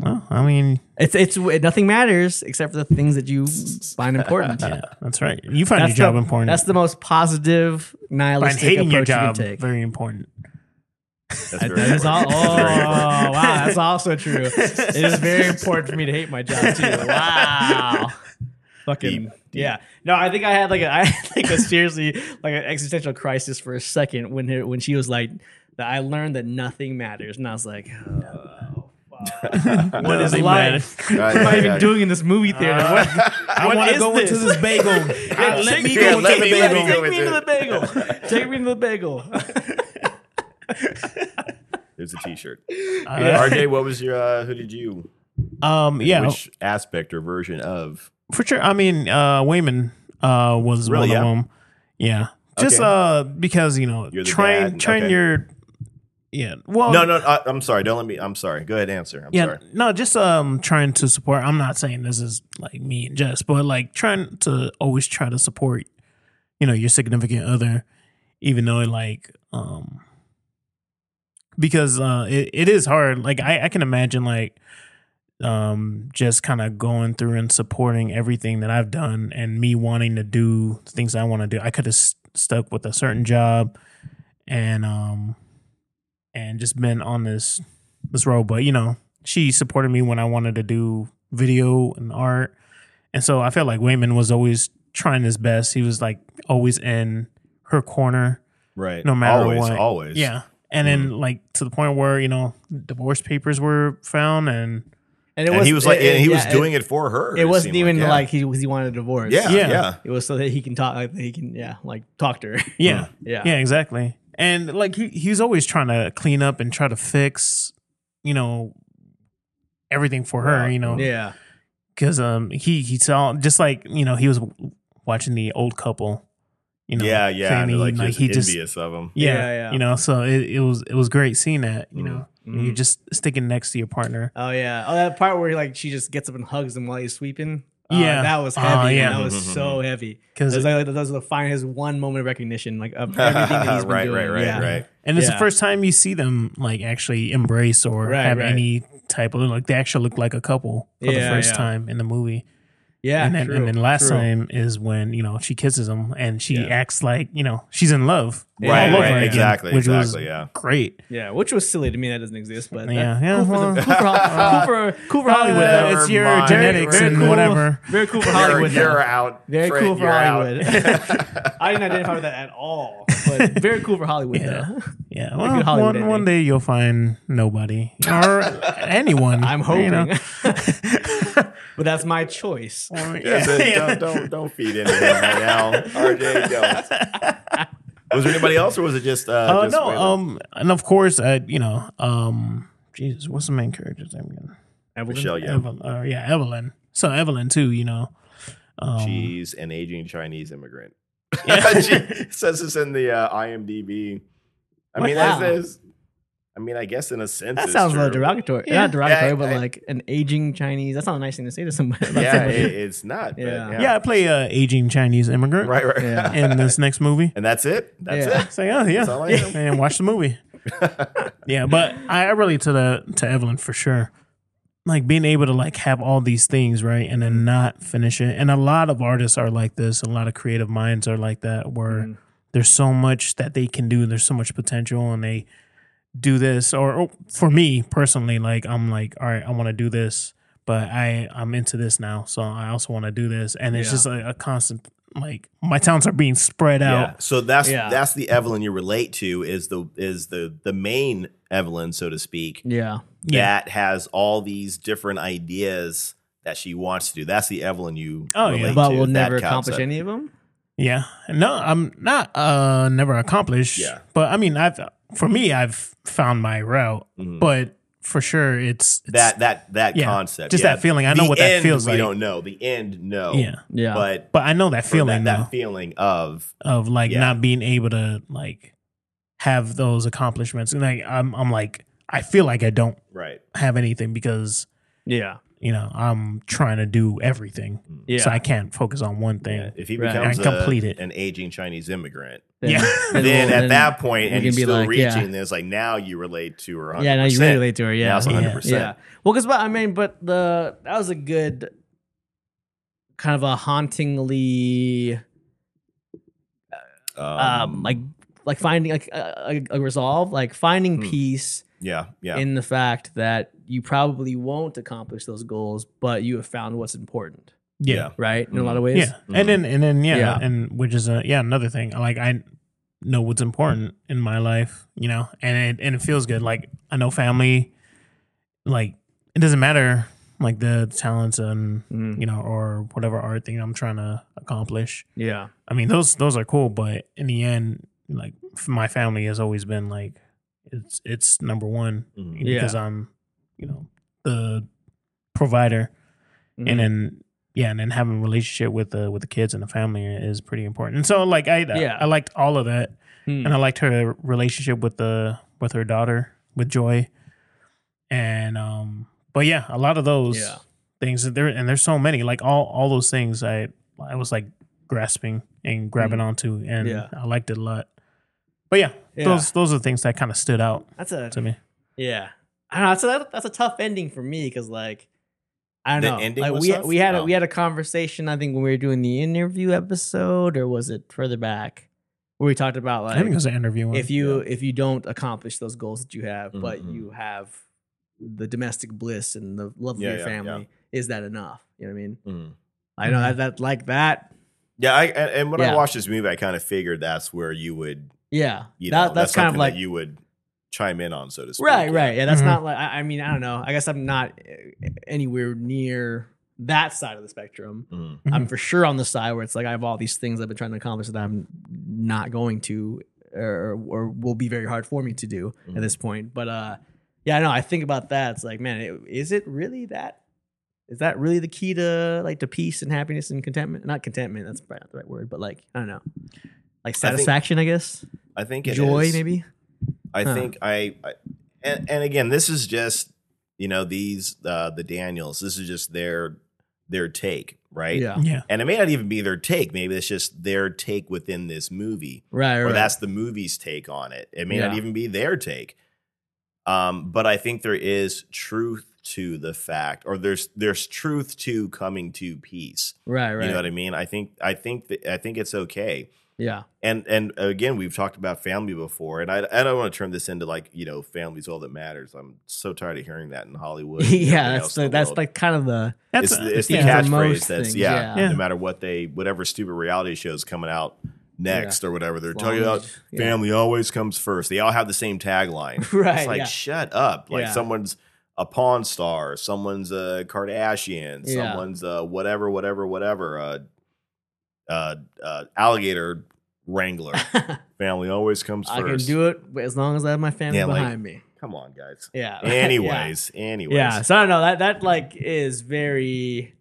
Speaker 2: Well, I mean,
Speaker 1: It's it's it, nothing matters except for the things that you find important.
Speaker 2: yeah, that's right. You find
Speaker 1: Uh, That's
Speaker 2: your job
Speaker 1: the,
Speaker 2: important.
Speaker 1: That's the most positive
Speaker 2: find
Speaker 1: nihilistic
Speaker 2: hating your
Speaker 1: approach
Speaker 2: job
Speaker 1: you can take.
Speaker 2: very important.
Speaker 3: That's very
Speaker 1: That is all, oh,
Speaker 3: important. That's very important.
Speaker 1: wow, that's also true. It is very important for me to hate my job too. Wow, fucking
Speaker 3: Deep,
Speaker 1: yeah. No, I think I had like a, I had like a seriously like an existential crisis for a second when her, when she was like that. I learned that nothing matters, and I was like, oh, fuck. what is
Speaker 2: Nothing
Speaker 1: life?
Speaker 3: matters.
Speaker 1: What am I
Speaker 3: Yeah,
Speaker 1: even
Speaker 3: yeah.
Speaker 1: doing in this movie theater? what
Speaker 2: I
Speaker 1: what
Speaker 2: want to
Speaker 1: is
Speaker 2: go
Speaker 1: this?
Speaker 2: into this bagel.
Speaker 1: Yeah,
Speaker 2: I- let
Speaker 1: take
Speaker 2: me
Speaker 3: yeah,
Speaker 2: go
Speaker 3: let
Speaker 2: into the
Speaker 3: me- let
Speaker 2: bagel.
Speaker 3: me go
Speaker 1: Take me
Speaker 3: with
Speaker 1: into
Speaker 3: it.
Speaker 1: the bagel. Take me into the bagel.
Speaker 3: There's a T-shirt.
Speaker 2: Uh,
Speaker 3: RJ, what was your? Uh, who did you?
Speaker 2: Um, yeah,
Speaker 3: Which aspect or version of?
Speaker 2: for sure. I mean, uh, Wayman uh, was
Speaker 3: Really,
Speaker 2: one
Speaker 3: yeah?
Speaker 2: of them. Yeah, just
Speaker 3: Okay.
Speaker 2: uh, because you know,
Speaker 3: You're the
Speaker 2: train
Speaker 3: dad,
Speaker 2: train
Speaker 3: okay.
Speaker 2: your yeah. Well,
Speaker 3: No, no. I, I'm sorry. Don't let me. I'm sorry. Go ahead. Answer. I'm
Speaker 2: Oh. yeah,
Speaker 3: sorry.
Speaker 2: no, just um, trying to support. I'm not saying this is like me and Jess, but like trying to always try to support, you know, your significant other, even though like um, because uh, it, it is hard. Like I, I can imagine like um just kind of going through and supporting everything that I've done and me wanting to do things I want to do. I could have st- stuck with a certain job and um and just been on this this road, but you know, she supported me when I wanted to do video and art. And so I felt like Wayman was always trying his best. He was like always in her corner
Speaker 3: Right.
Speaker 2: no matter
Speaker 3: always,
Speaker 2: what.
Speaker 3: Always.
Speaker 2: Yeah. And then
Speaker 1: Mm.
Speaker 2: like to the point where, you know, divorce papers were found and
Speaker 1: it
Speaker 3: And he was like, and he was
Speaker 1: yeah,
Speaker 3: doing it, for her.
Speaker 1: It wasn't
Speaker 3: seemed
Speaker 1: even
Speaker 3: yeah.
Speaker 1: like he was he wanted a divorce.
Speaker 3: Yeah. Yeah.
Speaker 2: Yeah.
Speaker 1: It was so that he can talk like he can yeah, like talk to her.
Speaker 2: yeah.
Speaker 1: yeah.
Speaker 2: Yeah, exactly. And like he he's always trying to clean up and try to fix, you know, everything for her, you know.
Speaker 1: Yeah.
Speaker 2: because um he he saw just like you know he was watching the old couple you know
Speaker 3: yeah. Yeah.
Speaker 2: saying
Speaker 3: And
Speaker 2: he-
Speaker 3: like,
Speaker 2: like, he
Speaker 3: he was
Speaker 2: just
Speaker 3: envious of him.
Speaker 2: yeah,
Speaker 1: Yeah, yeah.
Speaker 2: you know so it, it was it was great seeing that you
Speaker 3: Mm.
Speaker 2: know
Speaker 1: Mhm.
Speaker 2: you're just sticking next to your partner
Speaker 1: Oh yeah. Oh that part where like she just gets up and hugs him while he's sweeping. Oh,
Speaker 2: Yeah.
Speaker 1: That was
Speaker 2: Oh,
Speaker 1: heavy.
Speaker 2: yeah.
Speaker 1: That was so
Speaker 3: Mm-hmm.
Speaker 1: heavy. That
Speaker 2: because
Speaker 1: was like that was the fine his one moment of recognition, like of everything that he's been
Speaker 3: right,
Speaker 1: doing.
Speaker 3: right, right,
Speaker 1: yeah.
Speaker 3: right.
Speaker 2: and it's
Speaker 1: yeah.
Speaker 2: the first time you see them like actually embrace or
Speaker 1: Right,
Speaker 2: have
Speaker 1: right.
Speaker 2: any type of like they actually look like a couple for
Speaker 1: Yeah,
Speaker 2: the first
Speaker 1: yeah.
Speaker 2: time in the movie
Speaker 1: Yeah.
Speaker 2: and then
Speaker 1: true,
Speaker 2: and then last
Speaker 1: true.
Speaker 2: time is when you know she kisses him and she
Speaker 1: Yeah.
Speaker 2: acts like you know she's in love
Speaker 1: Yeah.
Speaker 3: Right,
Speaker 1: All over
Speaker 3: right,
Speaker 1: again,
Speaker 3: exactly,
Speaker 2: which was
Speaker 3: exactly, yeah.
Speaker 2: great
Speaker 1: Yeah, which was silly to me. That doesn't exist, but that-
Speaker 2: Yeah, yeah,
Speaker 1: Cool for, them,
Speaker 2: well-
Speaker 1: cool for, Hol- cool for, cool for Hollywood.
Speaker 2: Hollywood,
Speaker 3: Never
Speaker 2: it's your
Speaker 3: mind.
Speaker 2: genetics
Speaker 1: Very
Speaker 2: and
Speaker 1: cool.
Speaker 2: whatever.
Speaker 1: Uh, Very cool for
Speaker 3: You're-
Speaker 1: Hollywood.
Speaker 3: You're,
Speaker 1: though.
Speaker 3: out.
Speaker 1: Very
Speaker 3: Friend,
Speaker 1: cool for
Speaker 3: you're out.
Speaker 1: Hollywood. I didn't identify with that at all, but very cool for Hollywood.
Speaker 2: Yeah.
Speaker 1: though.
Speaker 2: Yeah,
Speaker 1: good
Speaker 2: well,
Speaker 1: Hollywood
Speaker 2: one, one
Speaker 1: ending.
Speaker 2: day you'll find nobody or anyone.
Speaker 1: I'm
Speaker 2: you
Speaker 1: hoping,
Speaker 2: know.
Speaker 1: but that's my choice.
Speaker 2: Or-
Speaker 3: Yeah,
Speaker 2: yeah,
Speaker 3: so
Speaker 2: yeah.
Speaker 3: Don't, don't don't feed into him right now. RJ, don't. Was there anybody else, or was it just? Uh,
Speaker 2: Uh,
Speaker 3: just
Speaker 2: no,
Speaker 3: Waylon?
Speaker 2: um, and of course, uh, you know, um, Jesus, what's the main character's name again?
Speaker 1: Evelyn?
Speaker 3: Michelle, yeah.
Speaker 2: Evelyn, uh, yeah, Evelyn. So Evelyn too, you know. Um,
Speaker 3: She's an aging Chinese immigrant. she says this in the uh, IMDb I mean,
Speaker 1: Wow.
Speaker 3: that is. I mean, I guess in a sense,
Speaker 1: That
Speaker 3: it's
Speaker 1: sounds a little
Speaker 3: true.
Speaker 1: derogatory.
Speaker 2: Yeah.
Speaker 1: Not derogatory,
Speaker 3: Yeah,
Speaker 1: but
Speaker 3: I-
Speaker 1: like an aging Chinese. That's not a nice thing to say to somebody. about
Speaker 3: Yeah,
Speaker 1: somebody.
Speaker 3: it, it's not. But
Speaker 1: Yeah.
Speaker 3: yeah.
Speaker 2: Yeah, I play uh, aging Chinese immigrant
Speaker 3: Right. Right.
Speaker 1: Yeah.
Speaker 2: in this next movie.
Speaker 3: And that's it. That's
Speaker 1: Yeah.
Speaker 3: it.
Speaker 2: It's like, oh yeah,
Speaker 3: all I am.
Speaker 2: and watch the movie. yeah, but I I relate to the to Evelyn for sure. Like being able to like have all these things right, and then not finish it. And a lot of artists are like this. A lot of creative minds are like that, where
Speaker 3: Mm-hmm.
Speaker 2: there's so much that they can do. There's so much potential, and they do this. Or, or for me personally, like I'm like, all right, I want to do this, but I I'm into this now, so I also want to do this, and it's
Speaker 1: Yeah.
Speaker 2: just a, a constant. Like my talents are being spread out.
Speaker 3: Yeah. So that's
Speaker 1: Yeah.
Speaker 3: that's the Evelyn you relate to is the is the the main Evelyn, so to speak,
Speaker 1: Yeah.
Speaker 2: Yeah.
Speaker 3: that has all these different ideas that she wants to do. That's the Evelyn you
Speaker 2: Oh, yeah.
Speaker 3: relate
Speaker 1: But
Speaker 3: to.
Speaker 1: we'll
Speaker 3: that
Speaker 1: never accomplish
Speaker 3: concept.
Speaker 1: any of them.
Speaker 2: Yeah. No, I'm not uh never accomplished.
Speaker 3: Yeah.
Speaker 2: But I mean I've for me I've found my route.
Speaker 3: Mhm.
Speaker 2: But for sure it's, it's
Speaker 3: that that that
Speaker 2: Yeah.
Speaker 3: concept.
Speaker 2: Just
Speaker 3: yeah.
Speaker 2: that feeling. I know
Speaker 3: The
Speaker 2: what that
Speaker 3: end,
Speaker 2: feels
Speaker 3: we
Speaker 2: like.
Speaker 3: don't know the end. No.
Speaker 2: Yeah.
Speaker 1: Yeah.
Speaker 3: But
Speaker 2: But I know that
Speaker 3: feeling
Speaker 2: feeling
Speaker 3: that,
Speaker 2: though,
Speaker 3: feeling of
Speaker 2: of like
Speaker 3: yeah.
Speaker 2: not being able to like have those accomplishments. And like I'm I'm like I feel like I don't
Speaker 3: right.
Speaker 2: have anything because,
Speaker 1: yeah.
Speaker 2: you know, I'm trying to do everything.
Speaker 1: Yeah.
Speaker 2: So I can't focus on one thing.
Speaker 3: Hmm. Yeah. If he
Speaker 1: Right.
Speaker 3: becomes
Speaker 2: And
Speaker 3: a-
Speaker 2: complete it.
Speaker 3: an aging Chinese immigrant,
Speaker 2: Yeah.
Speaker 3: then,
Speaker 1: we'll-
Speaker 3: at that point,
Speaker 1: we
Speaker 3: and
Speaker 1: can
Speaker 3: he's
Speaker 1: be
Speaker 3: still
Speaker 1: like,
Speaker 3: reaching,
Speaker 1: yeah.
Speaker 3: then it's like now you relate to her. 100%.
Speaker 1: Yeah, now you really relate to her. Yeah.
Speaker 3: Now it's
Speaker 2: Yeah.
Speaker 3: 100.
Speaker 1: Yeah.
Speaker 3: percent
Speaker 1: Well, because I mean, but the that was a good kind of a hauntingly um like like finding like a, a, a resolve, like finding
Speaker 3: Hmm.
Speaker 1: peace
Speaker 3: Yeah, yeah,
Speaker 1: in the fact that you probably won't accomplish those goals, but you have found what's important,
Speaker 2: yeah.
Speaker 1: right? In a lot of
Speaker 2: Yeah,
Speaker 1: ways.
Speaker 2: and then and then yeah,
Speaker 1: Yeah.
Speaker 2: and which is a yeah another thing. Like I know what's important in my life, you know, and it and it feels good. Like I know family. Like it doesn't matter like the talents and
Speaker 1: Mhm.
Speaker 2: you know or whatever art thing I'm trying to accomplish.
Speaker 1: Yeah.
Speaker 2: I mean those those are cool, but in the end, like f- my family has always been like it's it's number one
Speaker 3: Mhm.
Speaker 1: Yeah.
Speaker 2: because I'm you know the provider
Speaker 1: Mm-hmm.
Speaker 2: and then yeah, and then having a relationship with the with the kids and the family is pretty important. And so like I
Speaker 1: Yeah.
Speaker 2: I liked all of that,
Speaker 1: Hmm.
Speaker 2: and I liked her relationship with the with her daughter with Joy, and um, but yeah, a lot of those
Speaker 1: Yeah.
Speaker 2: things that there and there's so many like all all those things I I was like grasping and grabbing onto, and
Speaker 1: Mm. Yeah.
Speaker 2: I liked it a lot. But yeah,
Speaker 1: Yeah.
Speaker 2: those those are things that kind of stood out
Speaker 1: That's a
Speaker 2: to me.
Speaker 1: yeah. I don't know. That's a, that's a tough ending for me because like I
Speaker 3: The
Speaker 1: don't know.
Speaker 3: ending
Speaker 1: Like
Speaker 3: was
Speaker 1: we
Speaker 3: tough?
Speaker 1: we had a,
Speaker 3: Oh.
Speaker 1: we had a conversation. I think when we were doing the interview episode, or was it further back where we talked about
Speaker 2: I think it
Speaker 1: like
Speaker 2: was an interview. one.
Speaker 1: if you if you don't accomplish those goals that you have, but
Speaker 3: Mhm.
Speaker 1: you have the domestic bliss and the love of
Speaker 3: Yeah,
Speaker 1: your
Speaker 3: yeah,
Speaker 1: family, is that enough? You know what I mean?
Speaker 3: Mm.
Speaker 1: I know that that like that.
Speaker 3: yeah. I, and and when
Speaker 1: Yeah.
Speaker 3: I watched this movie, I kind of figured that's where you would,
Speaker 1: Yeah,
Speaker 3: you know,
Speaker 1: that, that's, kind of
Speaker 3: something
Speaker 1: like
Speaker 3: that you would chime in on, so to speak.
Speaker 1: right
Speaker 3: yeah.
Speaker 1: right yeah that's
Speaker 2: Mhm.
Speaker 1: not like I, I mean i don't know i guess i'm not uh, anywhere near that side of the spectrum
Speaker 3: Mhm.
Speaker 1: i'm for sure on the side where it's like i have all these things i've been trying to accomplish that i'm not going to or, or will be very hard for me to do at
Speaker 3: Mhm.
Speaker 1: this point but uh yeah i know i think about that it's like man it, is it really that is that really the key to like to peace and happiness and contentment not contentment that's probably not the right word but like i don't know like
Speaker 3: think-
Speaker 1: satisfaction i, guess
Speaker 3: I think it
Speaker 1: joy
Speaker 3: is.
Speaker 1: maybe
Speaker 3: I
Speaker 1: Huh.
Speaker 3: think I, I and, and again, this is just you know these uh, the Daniels. This is just their their take, right?
Speaker 1: yeah
Speaker 2: yeah,
Speaker 3: And it may not even be their take. Maybe it's just their take within this movie.
Speaker 1: right
Speaker 3: or
Speaker 1: right
Speaker 3: that's the movie's take on it. It may not
Speaker 1: Yeah.
Speaker 3: even be their take. Um, but I think there is truth to the fact, or there's there's truth to coming to peace.
Speaker 1: right right
Speaker 3: You know what I mean? I think I think that, I think it's okay.
Speaker 1: yeah
Speaker 3: And and again, we've talked about family before, and I I don't want to turn this into like you know family's all that matters. I'm so tired of hearing that in Hollywood. and everything
Speaker 1: yeah,
Speaker 3: else
Speaker 1: that's
Speaker 3: in
Speaker 1: the,
Speaker 3: the
Speaker 1: that's
Speaker 3: world.
Speaker 1: like kind of the
Speaker 2: that's
Speaker 3: It's, the- it's the
Speaker 1: yeah. For
Speaker 3: catchphrase
Speaker 1: most
Speaker 3: that's
Speaker 1: things,
Speaker 3: yeah,
Speaker 1: yeah.
Speaker 3: No matter what they, whatever stupid reality show is coming out next or whatever, they're
Speaker 1: long
Speaker 3: talking about
Speaker 1: as- yeah.
Speaker 3: family always comes first. They all have the same tagline.
Speaker 1: Right,
Speaker 3: It's like
Speaker 1: yeah.
Speaker 3: shut up. Like
Speaker 1: Yeah.
Speaker 3: someone's a pawn star, someone's a Kardashian,
Speaker 1: Yeah.
Speaker 3: someone's a whatever, whatever, whatever, uh, uh, uh, alligator wrangler. family always comes
Speaker 1: I
Speaker 3: first.
Speaker 1: can do it as long as I have my family
Speaker 3: Yeah, like-
Speaker 1: behind me.
Speaker 3: Come on, guys.
Speaker 1: Yeah.
Speaker 3: Anyways, anyways.
Speaker 1: yeah. yeah. So I don't know that that like is very.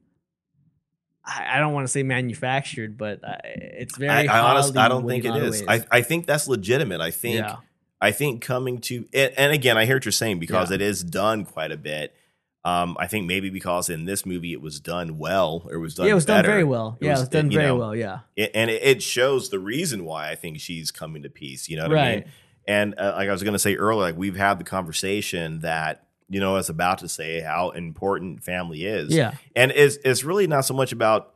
Speaker 1: I, I don't want to say manufactured, but uh, it's very.
Speaker 3: I, I honestly, I don't
Speaker 1: Hollywood
Speaker 3: think
Speaker 1: in
Speaker 3: it
Speaker 1: a lot of
Speaker 3: is.
Speaker 1: ways.
Speaker 3: I, I think that's legitimate. I think
Speaker 1: yeah.
Speaker 3: I think coming to and, and again, I hear what you're saying because it is done quite a bit. Um, I think maybe because in this movie it was done well, or it was done.
Speaker 1: yeah, it was done
Speaker 3: better.
Speaker 1: very well.
Speaker 3: It
Speaker 1: yeah,
Speaker 3: was-
Speaker 1: it was done
Speaker 3: you
Speaker 1: very
Speaker 3: know,
Speaker 1: well. Yeah.
Speaker 3: it, and it, it shows the reason why I think she's coming to peace. You know what I
Speaker 1: Right.
Speaker 3: mean? And uh, like I was going to say earlier, like we've had the conversation that you know I was about to say how important family is.
Speaker 1: Yeah.
Speaker 3: and it's it's really not so much about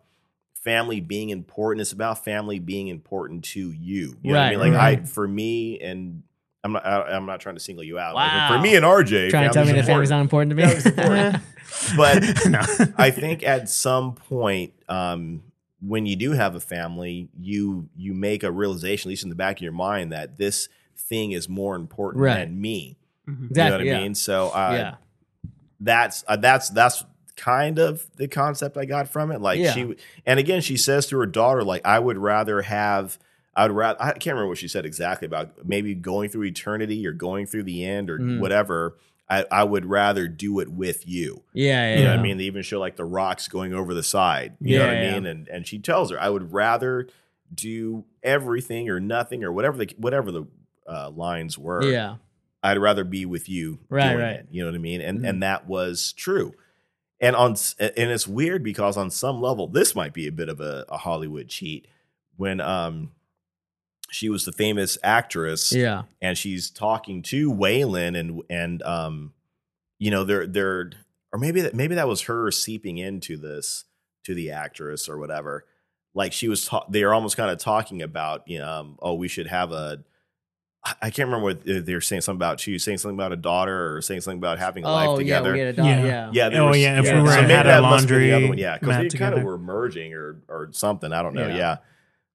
Speaker 3: family being important; it's about family being important to you. You know what I
Speaker 1: Right,
Speaker 3: mean? Like I,
Speaker 1: right.
Speaker 3: for me, and I'm not I, I'm not trying to single you out.
Speaker 1: Wow.
Speaker 3: for me and RJ,
Speaker 1: Trying to tell me that
Speaker 3: family's
Speaker 1: family's
Speaker 3: important.
Speaker 1: not important to me.
Speaker 3: But
Speaker 2: no.
Speaker 3: I think at some point, um, when you do have a family, you you make a realization, at least in the back of your mind, that this thing is more important
Speaker 1: Right.
Speaker 3: than me. You know what
Speaker 1: exactly. yeah.
Speaker 3: I mean? So uh,
Speaker 1: yeah.
Speaker 3: that's uh, that's that's kind of the concept I got from it. Like
Speaker 1: Yeah.
Speaker 3: she, and again, she says to her daughter, like, I would rather have. I would rather, I can't remember what she said exactly about maybe going through eternity or going through the end or
Speaker 1: Mm.
Speaker 3: whatever. I, I would rather do it with you.
Speaker 1: Yeah. Yeah.
Speaker 3: You know what
Speaker 1: yeah.
Speaker 3: I mean? They even show like the rocks going over the side. You know what
Speaker 1: Yeah,
Speaker 3: I
Speaker 1: yeah.
Speaker 3: mean? And and she tells her, I would rather do everything or nothing or whatever the whatever the uh, lines were.
Speaker 1: Yeah.
Speaker 3: I'd rather be with you.
Speaker 1: Right,
Speaker 3: doing
Speaker 1: right.
Speaker 3: it. you know what I mean? And
Speaker 1: Mhm.
Speaker 3: and that was true. And on s- and it's weird because on some level this might be a bit of a, a Hollywood cheat when um she was the famous actress
Speaker 1: Yeah.
Speaker 3: and she's talking to Waylon and and um, you know they're they're or maybe that maybe that was her seeping into this to the actress or whatever. Like she was, ta- they were almost kind of talking about you know, um, oh, we should have a. I I can't remember what uh, they were saying something about. She was saying something about a daughter or saying something about having a life
Speaker 1: Oh yeah.
Speaker 3: together.
Speaker 1: We
Speaker 3: Yeah,
Speaker 1: had a dog.
Speaker 2: Yeah.
Speaker 1: Yeah.
Speaker 3: they
Speaker 2: Oh,
Speaker 3: were-
Speaker 2: yeah, if
Speaker 1: we were-
Speaker 3: so maybe
Speaker 1: had
Speaker 2: a
Speaker 3: that must have been the
Speaker 2: laundry
Speaker 3: other one, yeah, because
Speaker 2: mat
Speaker 3: they kind of
Speaker 2: together.
Speaker 3: were merging or or something. I don't know.
Speaker 1: Yeah.
Speaker 3: Yeah.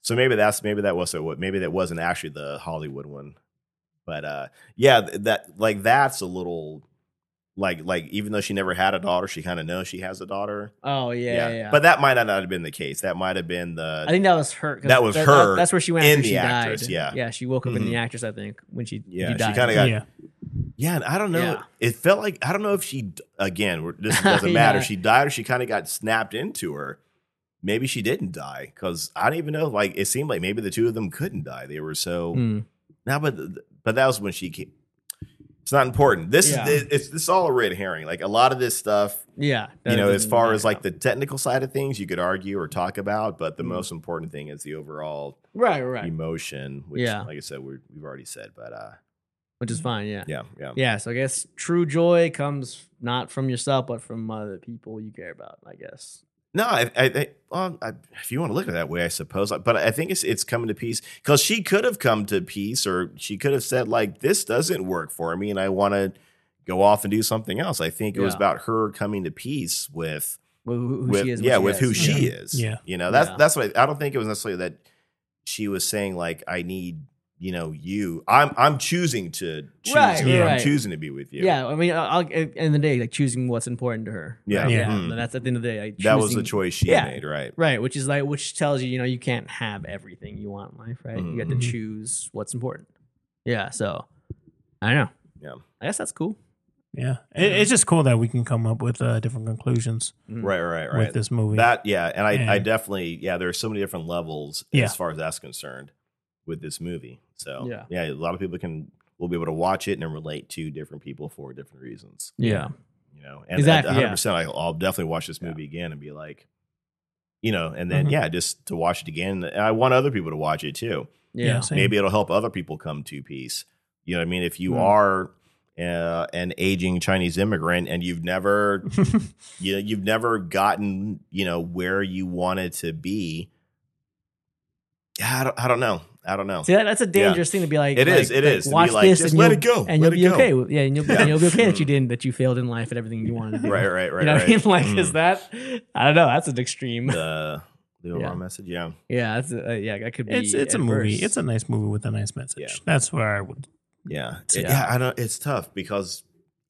Speaker 3: So maybe that's maybe that was what maybe that wasn't actually the Hollywood one, but uh, yeah, th- that like that's a little like like even though she never had a daughter, she kind of knows she has a daughter.
Speaker 1: Oh yeah. Yeah.
Speaker 3: But that might not have been the case. That might have been the
Speaker 1: I think that was her. 'cause
Speaker 3: That was her
Speaker 1: that's where she went
Speaker 3: in
Speaker 1: after
Speaker 3: the
Speaker 1: she
Speaker 3: actress,
Speaker 1: died.
Speaker 3: yeah.
Speaker 1: Yeah. She woke up in
Speaker 3: Mhm.
Speaker 1: the actress. I think when she
Speaker 3: Yeah,
Speaker 1: she
Speaker 3: she
Speaker 1: died.
Speaker 3: kinda got-
Speaker 2: yeah.
Speaker 3: yeah. And I don't know.
Speaker 1: Yeah.
Speaker 3: It felt like I don't know if she d- again. we're- This doesn't
Speaker 1: Yeah.
Speaker 3: matter. She died or she kind of got snapped into her. Maybe she didn't die because I don't even know. Like it seemed like maybe the two of them couldn't die. They were so.
Speaker 1: Mm.
Speaker 3: No, but but that was when she came. It's not important. This
Speaker 1: Yeah.
Speaker 3: is it's this is all a red herring. Like a lot of this stuff,
Speaker 1: Yeah.
Speaker 3: you know, as far as like the technical side of things, you could argue or talk about, but the most important thing is the overall
Speaker 1: right, Hmm. right,
Speaker 3: emotion, which,
Speaker 1: Yeah.
Speaker 3: like I said, we're, we've already said. But uh,
Speaker 1: which is fine. Yeah.
Speaker 3: yeah, yeah,
Speaker 1: Yeah, so I guess true joy comes not from yourself, but from uh, the people you care about. I guess.
Speaker 3: No, I, I, I, well, I, if you want to look at it that way, I suppose. But I think it's it's coming to peace because she could have come to peace, or she could have said like, "This doesn't work for me, and I want to go off and do something else." I think it was
Speaker 1: Yeah.
Speaker 3: about her coming to peace with
Speaker 1: Who, who
Speaker 3: with
Speaker 1: she is? what
Speaker 3: yeah,
Speaker 1: she
Speaker 3: with
Speaker 1: is.
Speaker 3: who she
Speaker 2: Yeah.
Speaker 3: is.
Speaker 2: Yeah.
Speaker 3: you know that's
Speaker 1: Yeah.
Speaker 3: that's what I, I don't think it was necessarily that she was saying like, "I need you know you." I'm I'm choosing to choose
Speaker 1: Right,
Speaker 3: you. I'm
Speaker 1: right.
Speaker 3: choosing to be with you.
Speaker 1: Yeah, I mean, I'll, I'll, at the end of the day, like choosing what's important to her.
Speaker 3: Yeah.
Speaker 1: right?
Speaker 2: Yeah.
Speaker 1: yeah.
Speaker 3: Mhm.
Speaker 1: but That's at the end of the day. Like,
Speaker 3: that was the
Speaker 1: choosing-
Speaker 3: choice she
Speaker 1: Yeah.
Speaker 3: made, right?
Speaker 1: Right, which is like which tells you, you know, you can't have everything you want in life, right? You have to
Speaker 3: Mm-hmm.
Speaker 2: Mhm.
Speaker 1: choose what's important. Yeah, so I don't know.
Speaker 3: Yeah.
Speaker 1: I guess that's cool.
Speaker 2: Yeah. It, it's just cool that we can come up with uh, different conclusions
Speaker 1: Mm.
Speaker 3: Right, right, right.
Speaker 2: with this movie.
Speaker 3: That yeah, and I, I
Speaker 2: And-
Speaker 3: definitely yeah. There are so many different levels
Speaker 2: Yeah.
Speaker 3: as far as that's concerned with this movie. So
Speaker 1: Yeah.
Speaker 3: a lot of people can will be able to watch it and relate to different people for different reasons.
Speaker 1: Yeah.
Speaker 3: You know, and
Speaker 1: Exactly, yeah.
Speaker 3: One hundred percent. I'll definitely watch this movie again and be like, you know, and then
Speaker 2: Mhm.
Speaker 3: yeah, just to watch it again. And I want other people to watch it too.
Speaker 1: Yeah.
Speaker 2: same.
Speaker 3: Maybe it'll help other people come to peace. You know what I mean? If you
Speaker 1: Mm.
Speaker 3: are uh, an aging Chinese immigrant and you've never you know you've never gotten you know where you wanted to be i don't, I don't know i don't know
Speaker 1: See, that, that's a dangerous thing to be like. It
Speaker 3: It is,
Speaker 1: is.
Speaker 3: it is, to be
Speaker 1: Watch
Speaker 3: like,
Speaker 1: this
Speaker 3: just
Speaker 1: and
Speaker 3: let
Speaker 1: you'll-
Speaker 3: it go,
Speaker 1: and you'll
Speaker 3: let it
Speaker 1: be
Speaker 3: go.
Speaker 1: okay. With, yeah, and you'll,
Speaker 3: Yeah.
Speaker 1: and you'll be okay that
Speaker 3: Mhm.
Speaker 1: you didn't that you failed in life at everything you wanted to do.
Speaker 3: right right right
Speaker 1: you know what I mean?
Speaker 3: right
Speaker 1: Like,
Speaker 3: Mhm.
Speaker 1: is that? I don't know. That's an extreme.
Speaker 3: the the
Speaker 1: Yeah.
Speaker 3: overall message yeah
Speaker 1: Yeah, that's uh, yeah. That could be.
Speaker 2: it's it's a
Speaker 1: adverse.
Speaker 2: movie. It's a nice movie with a nice message.
Speaker 3: Yeah.
Speaker 2: That's where I would.
Speaker 3: yeah
Speaker 2: It's-
Speaker 3: It- yeah,
Speaker 1: yeah.
Speaker 3: i don't it's tough because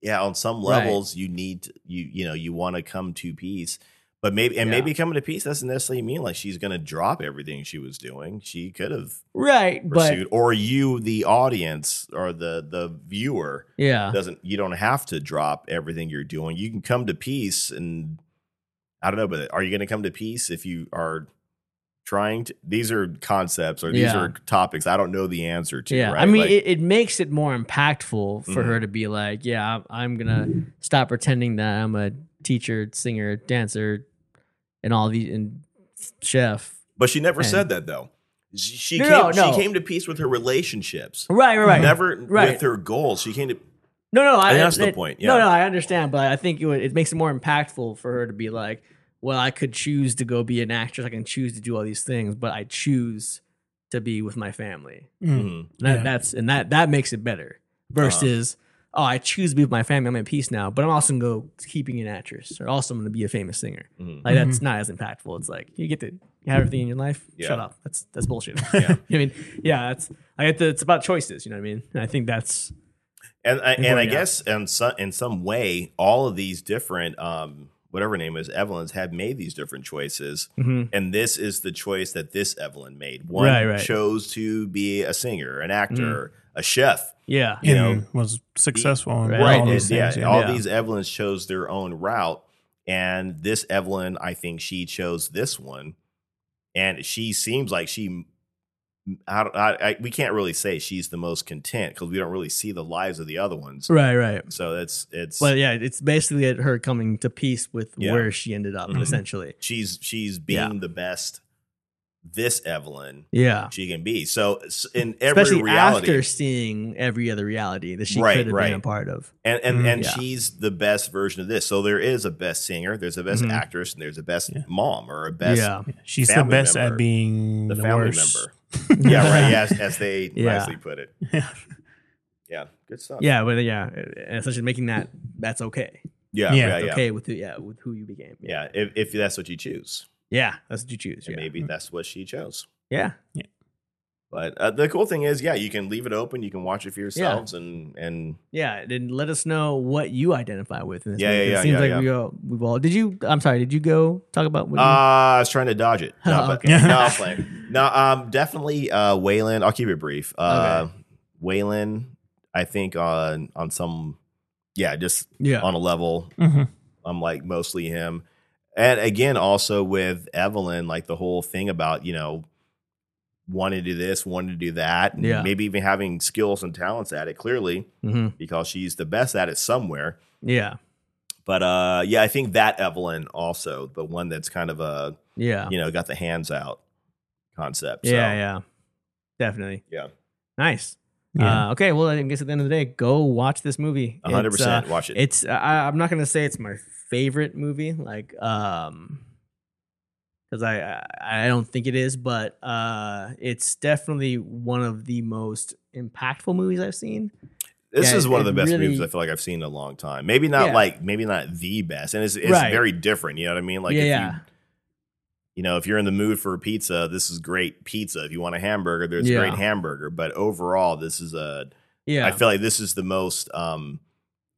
Speaker 3: yeah on some
Speaker 1: Right.
Speaker 3: levels you need to- you you know you want to come to peace but maybe and
Speaker 1: Yeah.
Speaker 3: maybe coming to peace doesn't necessarily mean like she's gonna drop everything she was doing she could have
Speaker 1: right, but
Speaker 3: pursued or you the audience or the the viewer
Speaker 1: yeah,
Speaker 3: doesn't you don't have to drop everything you're doing. You can come to peace and I don't know, but are you going to come to peace if you are trying to these are concepts or these
Speaker 1: Yeah.
Speaker 3: are topics I don't know the answer to.
Speaker 1: Yeah,
Speaker 3: right?
Speaker 1: I mean,
Speaker 3: Like,
Speaker 1: it, it makes it more impactful for
Speaker 3: Mhm.
Speaker 1: her to be like, yeah, I'm, I'm gonna stop pretending that I'm a teacher, singer, dancer, and all these and chef.
Speaker 3: but she never
Speaker 1: and-
Speaker 3: said that though. She, she
Speaker 1: No,
Speaker 3: came,
Speaker 1: no, no.
Speaker 3: she came to peace with her relationships.
Speaker 1: Right, right, right.
Speaker 3: Never
Speaker 1: Right.
Speaker 3: with her goals. She came to
Speaker 1: No, no, I,
Speaker 3: think that's the
Speaker 1: it-
Speaker 3: point,
Speaker 1: No,
Speaker 3: yeah.
Speaker 1: no, I understand, but I think it, would, it makes it more impactful for her to be like, well, I could choose to go be an actress. I can choose to do all these things, but I choose to be with my family.
Speaker 2: Mm.
Speaker 3: Mhm.
Speaker 1: That,
Speaker 2: Yeah.
Speaker 1: That's and that that makes it better versus. Oh, I choose to be with my family. I'm at peace now, but I'm also gonna go keeping an actress, or also I'm gonna be a famous singer.
Speaker 3: Mhm.
Speaker 1: Like that's not as impactful. It's like you get to have everything in your life.
Speaker 3: Yeah.
Speaker 1: Shut up. That's that's bullshit. I mean, yeah, that's I get the, it's about choices. You know what I mean? And I think that's
Speaker 3: and I, and I
Speaker 1: yeah.
Speaker 3: guess in some in some way, all of these different um, whatever her name is Evelyn's have made these different choices,
Speaker 1: Mm-hmm.
Speaker 3: and this is the choice that this Evelyn made. One
Speaker 1: Right, right. Mm.
Speaker 3: chose to be a singer, an actor, a chef.
Speaker 1: yeah.
Speaker 3: You know,
Speaker 2: And was successful and
Speaker 1: Right,
Speaker 2: all
Speaker 3: and
Speaker 2: these
Speaker 3: yeah,
Speaker 2: things. Yeah.
Speaker 3: all
Speaker 1: Yeah.
Speaker 3: these Evelyns chose their own route, and this Evelyn, I think she chose this one, and she seems like she. I, don't- I, I we can't really say she's the most content because we don't really see the lives of the other ones.
Speaker 1: Right, right.
Speaker 3: So that's it's
Speaker 1: But yeah, it's basically at her coming to peace with
Speaker 3: Yeah. Mm-hmm.
Speaker 1: where she ended up,
Speaker 2: Mhm.
Speaker 1: essentially.
Speaker 3: she's she's being the best this Evelyn
Speaker 1: Yeah.
Speaker 3: she can be. So s- in every
Speaker 1: Especially
Speaker 3: reality,
Speaker 1: after seeing every other reality that she
Speaker 3: Right,
Speaker 1: could have
Speaker 3: right.
Speaker 1: been a part of.
Speaker 3: and and,
Speaker 2: Mhm.
Speaker 3: and
Speaker 1: mm, Yeah.
Speaker 3: she's the best version of this. So there is a best singer, there's a best
Speaker 1: Mhm.
Speaker 3: actress, and there's a best
Speaker 2: Yeah.
Speaker 3: mom or a best
Speaker 1: yeah.
Speaker 2: She's the
Speaker 3: family
Speaker 2: best
Speaker 3: member.
Speaker 2: at being
Speaker 3: the,
Speaker 2: the,
Speaker 3: family
Speaker 2: worst.
Speaker 3: member. Yeah, right. Yes, as they
Speaker 1: Yeah.
Speaker 3: nicely put it.
Speaker 2: Yeah.
Speaker 3: Yeah, good stuff.
Speaker 1: Yeah, but yeah, and essentially making that that's okay.
Speaker 2: Yeah.
Speaker 3: yeah, yeah,
Speaker 1: It's
Speaker 3: Uh, yeah.
Speaker 1: okay with who, yeah, with who you became.
Speaker 3: Yeah, if, if that's what you choose,
Speaker 1: Yeah, that's what you choose.
Speaker 3: and
Speaker 1: Yeah.
Speaker 3: maybe that's what she chose.
Speaker 1: Yeah.
Speaker 3: But uh, the cool thing is, yeah, you can leave it open. You can watch it for yourselves, and and
Speaker 1: Yeah, then let us know what you identify with. In this
Speaker 3: Yeah,
Speaker 1: movie.
Speaker 3: yeah,
Speaker 1: It
Speaker 3: yeah,
Speaker 1: seems
Speaker 3: yeah,
Speaker 1: like
Speaker 3: yeah.
Speaker 1: we all we've all. Did you? I'm sorry. Did you go talk about? What you,
Speaker 3: Uh, I was trying to dodge it. No,
Speaker 1: Oh,
Speaker 3: but-
Speaker 1: okay.
Speaker 3: no, I'm playing. No, um, definitely uh, Waylon. I'll keep it brief. Uh, Waylon, I think on on some, yeah, just
Speaker 1: yeah.
Speaker 3: on a level,
Speaker 2: Mhm.
Speaker 3: I'm like mostly him. And again, also with Evelyn, like the whole thing about you know wanting to do this, wanting to do that, and
Speaker 1: Yeah.
Speaker 3: maybe even having skills and talents at it. Clearly,
Speaker 1: hmm
Speaker 3: because she's the best at it somewhere.
Speaker 1: Yeah.
Speaker 3: But uh, yeah, I think that Evelyn also the one that's kind of a
Speaker 1: Yeah.
Speaker 3: you know, got the hands out concept. So,
Speaker 1: Yeah. Yeah. Definitely.
Speaker 3: Yeah.
Speaker 1: Nice.
Speaker 2: Yeah.
Speaker 1: Uh, okay. Well, I guess at the end of the day, go watch this movie.
Speaker 3: a hundred
Speaker 1: It's, uh,
Speaker 3: percent. Watch it.
Speaker 1: It's I, I'm not gonna say it's my favorite movie, like um, because I, I I don't think it is, but uh, it's definitely one of the most impactful movies I've seen.
Speaker 3: this
Speaker 1: yeah,
Speaker 3: is one
Speaker 1: it
Speaker 3: of the best
Speaker 1: really-
Speaker 3: movies I feel like I've seen in a long time. Maybe not
Speaker 1: Yeah.
Speaker 3: like maybe not the best, and it's it's
Speaker 1: Right.
Speaker 3: very different. You know what I mean? Like
Speaker 1: yeah,
Speaker 3: if
Speaker 1: yeah.
Speaker 3: you you know if you're in the mood for a pizza, this is great pizza. If you want a hamburger, there's
Speaker 1: Yeah.
Speaker 3: great hamburger. But overall, this is a I
Speaker 1: yeah.
Speaker 3: feel like this is the most um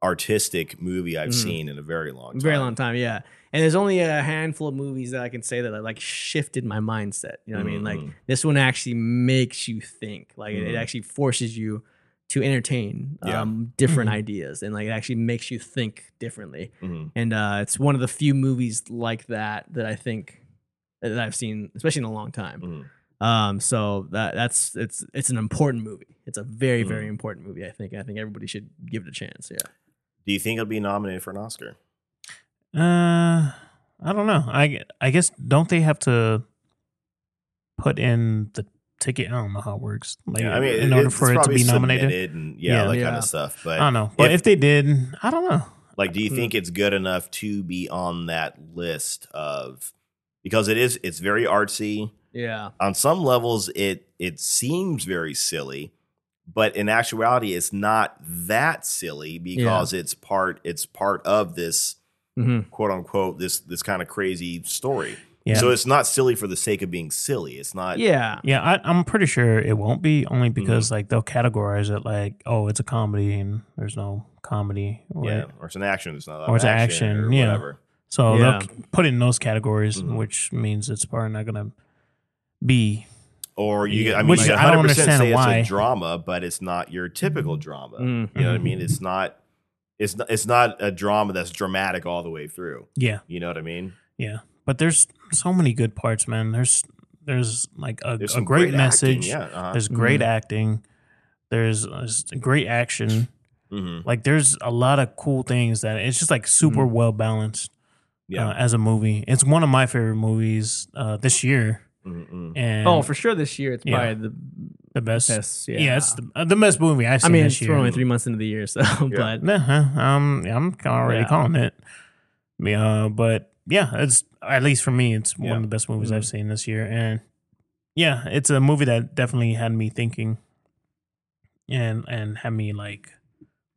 Speaker 3: artistic movie I've
Speaker 1: Mhm.
Speaker 3: seen in a very long time.
Speaker 1: Very long time, yeah. And there's only a handful of movies that I can say that I like shifted my mindset. You know what I mean?
Speaker 3: Mhm.
Speaker 1: Like this one actually makes you think. Like it, it
Speaker 3: Mhm.
Speaker 1: actually forces you to entertain
Speaker 3: Yeah. Mm-hmm.
Speaker 1: um, different
Speaker 2: Mhm.
Speaker 1: ideas, and like it actually makes you think differently.
Speaker 3: Mhm.
Speaker 1: And uh, it's one of the few movies like that that I think uh, that I've seen, especially in a long time.
Speaker 3: Mhm.
Speaker 2: Mm.
Speaker 1: Um, so that that's it's it's an important movie. It's a very
Speaker 2: Mm.
Speaker 3: Mhm.
Speaker 1: very important movie. I think. I think everybody should give it a chance. Yeah.
Speaker 3: Do you think it'll be nominated for an Oscar?
Speaker 2: Uh, I don't know. I I guess don't they have to put in the ticket? I don't know how it works. Like,
Speaker 3: I mean,
Speaker 2: in order
Speaker 3: it's
Speaker 2: for it to
Speaker 3: probably
Speaker 2: be nominated,
Speaker 3: submitted and yeah,
Speaker 2: Yeah.
Speaker 3: all that
Speaker 1: Yeah.
Speaker 3: kind of stuff. But
Speaker 2: I don't know. But
Speaker 3: if-
Speaker 2: if, they did, I don't know.
Speaker 3: Like, do you
Speaker 2: Mm.
Speaker 3: think it's good enough to be on that list of? Because it is, it's very artsy.
Speaker 1: Yeah.
Speaker 3: On some levels, it it seems very silly, but in actuality, it's not that silly because it's part it's part of this
Speaker 1: hmm
Speaker 3: quote unquote this this kind of crazy story.
Speaker 2: Yeah,
Speaker 3: So it's not silly for the sake of being silly. It's not.
Speaker 1: Yeah.
Speaker 2: yeah. I, I'm pretty sure it won't be only
Speaker 3: Mm-hmm.
Speaker 2: because like they'll categorize it like, oh, it's a comedy and there's no comedy. Or,
Speaker 3: Yeah, or it's an action. It's not. a lot
Speaker 2: Or
Speaker 3: of
Speaker 2: it's an action,
Speaker 3: or
Speaker 2: yeah.
Speaker 3: whatever.
Speaker 2: So
Speaker 1: Yeah.
Speaker 2: they'll put it in those categories,
Speaker 3: Mhm.
Speaker 2: which means it's probably not gonna be.
Speaker 3: Or you,
Speaker 2: Yeah.
Speaker 3: I mean,
Speaker 2: Which
Speaker 3: you can
Speaker 2: I don't
Speaker 3: 100%
Speaker 2: understand
Speaker 3: say
Speaker 2: why. Mm-hmm.
Speaker 3: it's a drama, but it's not your typical drama.
Speaker 1: Mm.
Speaker 3: You know what I mean? It's not it's not it's not a drama that's dramatic all the way through.
Speaker 2: Yeah,
Speaker 3: You know what I mean?
Speaker 2: yeah. But there's so many good parts, man. There's there's like a,
Speaker 3: There's
Speaker 2: a
Speaker 3: some
Speaker 2: great,
Speaker 3: acting,
Speaker 2: message.
Speaker 3: Yeah. Uh-huh.
Speaker 2: There's great
Speaker 1: Mm-hmm.
Speaker 2: acting. There's, there's great action.
Speaker 3: hmm
Speaker 2: Like there's a lot of cool things that it's just like super
Speaker 1: Mm-hmm.
Speaker 2: well balanced
Speaker 3: Yeah.
Speaker 2: uh, as a movie. It's one of my favorite movies uh, this year,
Speaker 3: Mhm.
Speaker 2: and
Speaker 1: Oh, for sure this year it's
Speaker 2: Yeah.
Speaker 1: probably the
Speaker 2: the best.
Speaker 1: best. Yeah,
Speaker 2: yeah. it's the, uh, the best movie I've
Speaker 1: I
Speaker 2: seen
Speaker 1: mean,
Speaker 2: this
Speaker 1: it's-
Speaker 2: year.
Speaker 1: we're only three months into the year, so but
Speaker 2: Nah, um, yeah, I'm kinda already
Speaker 1: Yeah.
Speaker 2: calling it. Yeah, but yeah, it's at least for me, it's
Speaker 3: Yeah.
Speaker 2: one of the best movies I've
Speaker 1: Mhm.
Speaker 2: seen this year, and yeah, it's a movie that definitely had me thinking, and and had me like,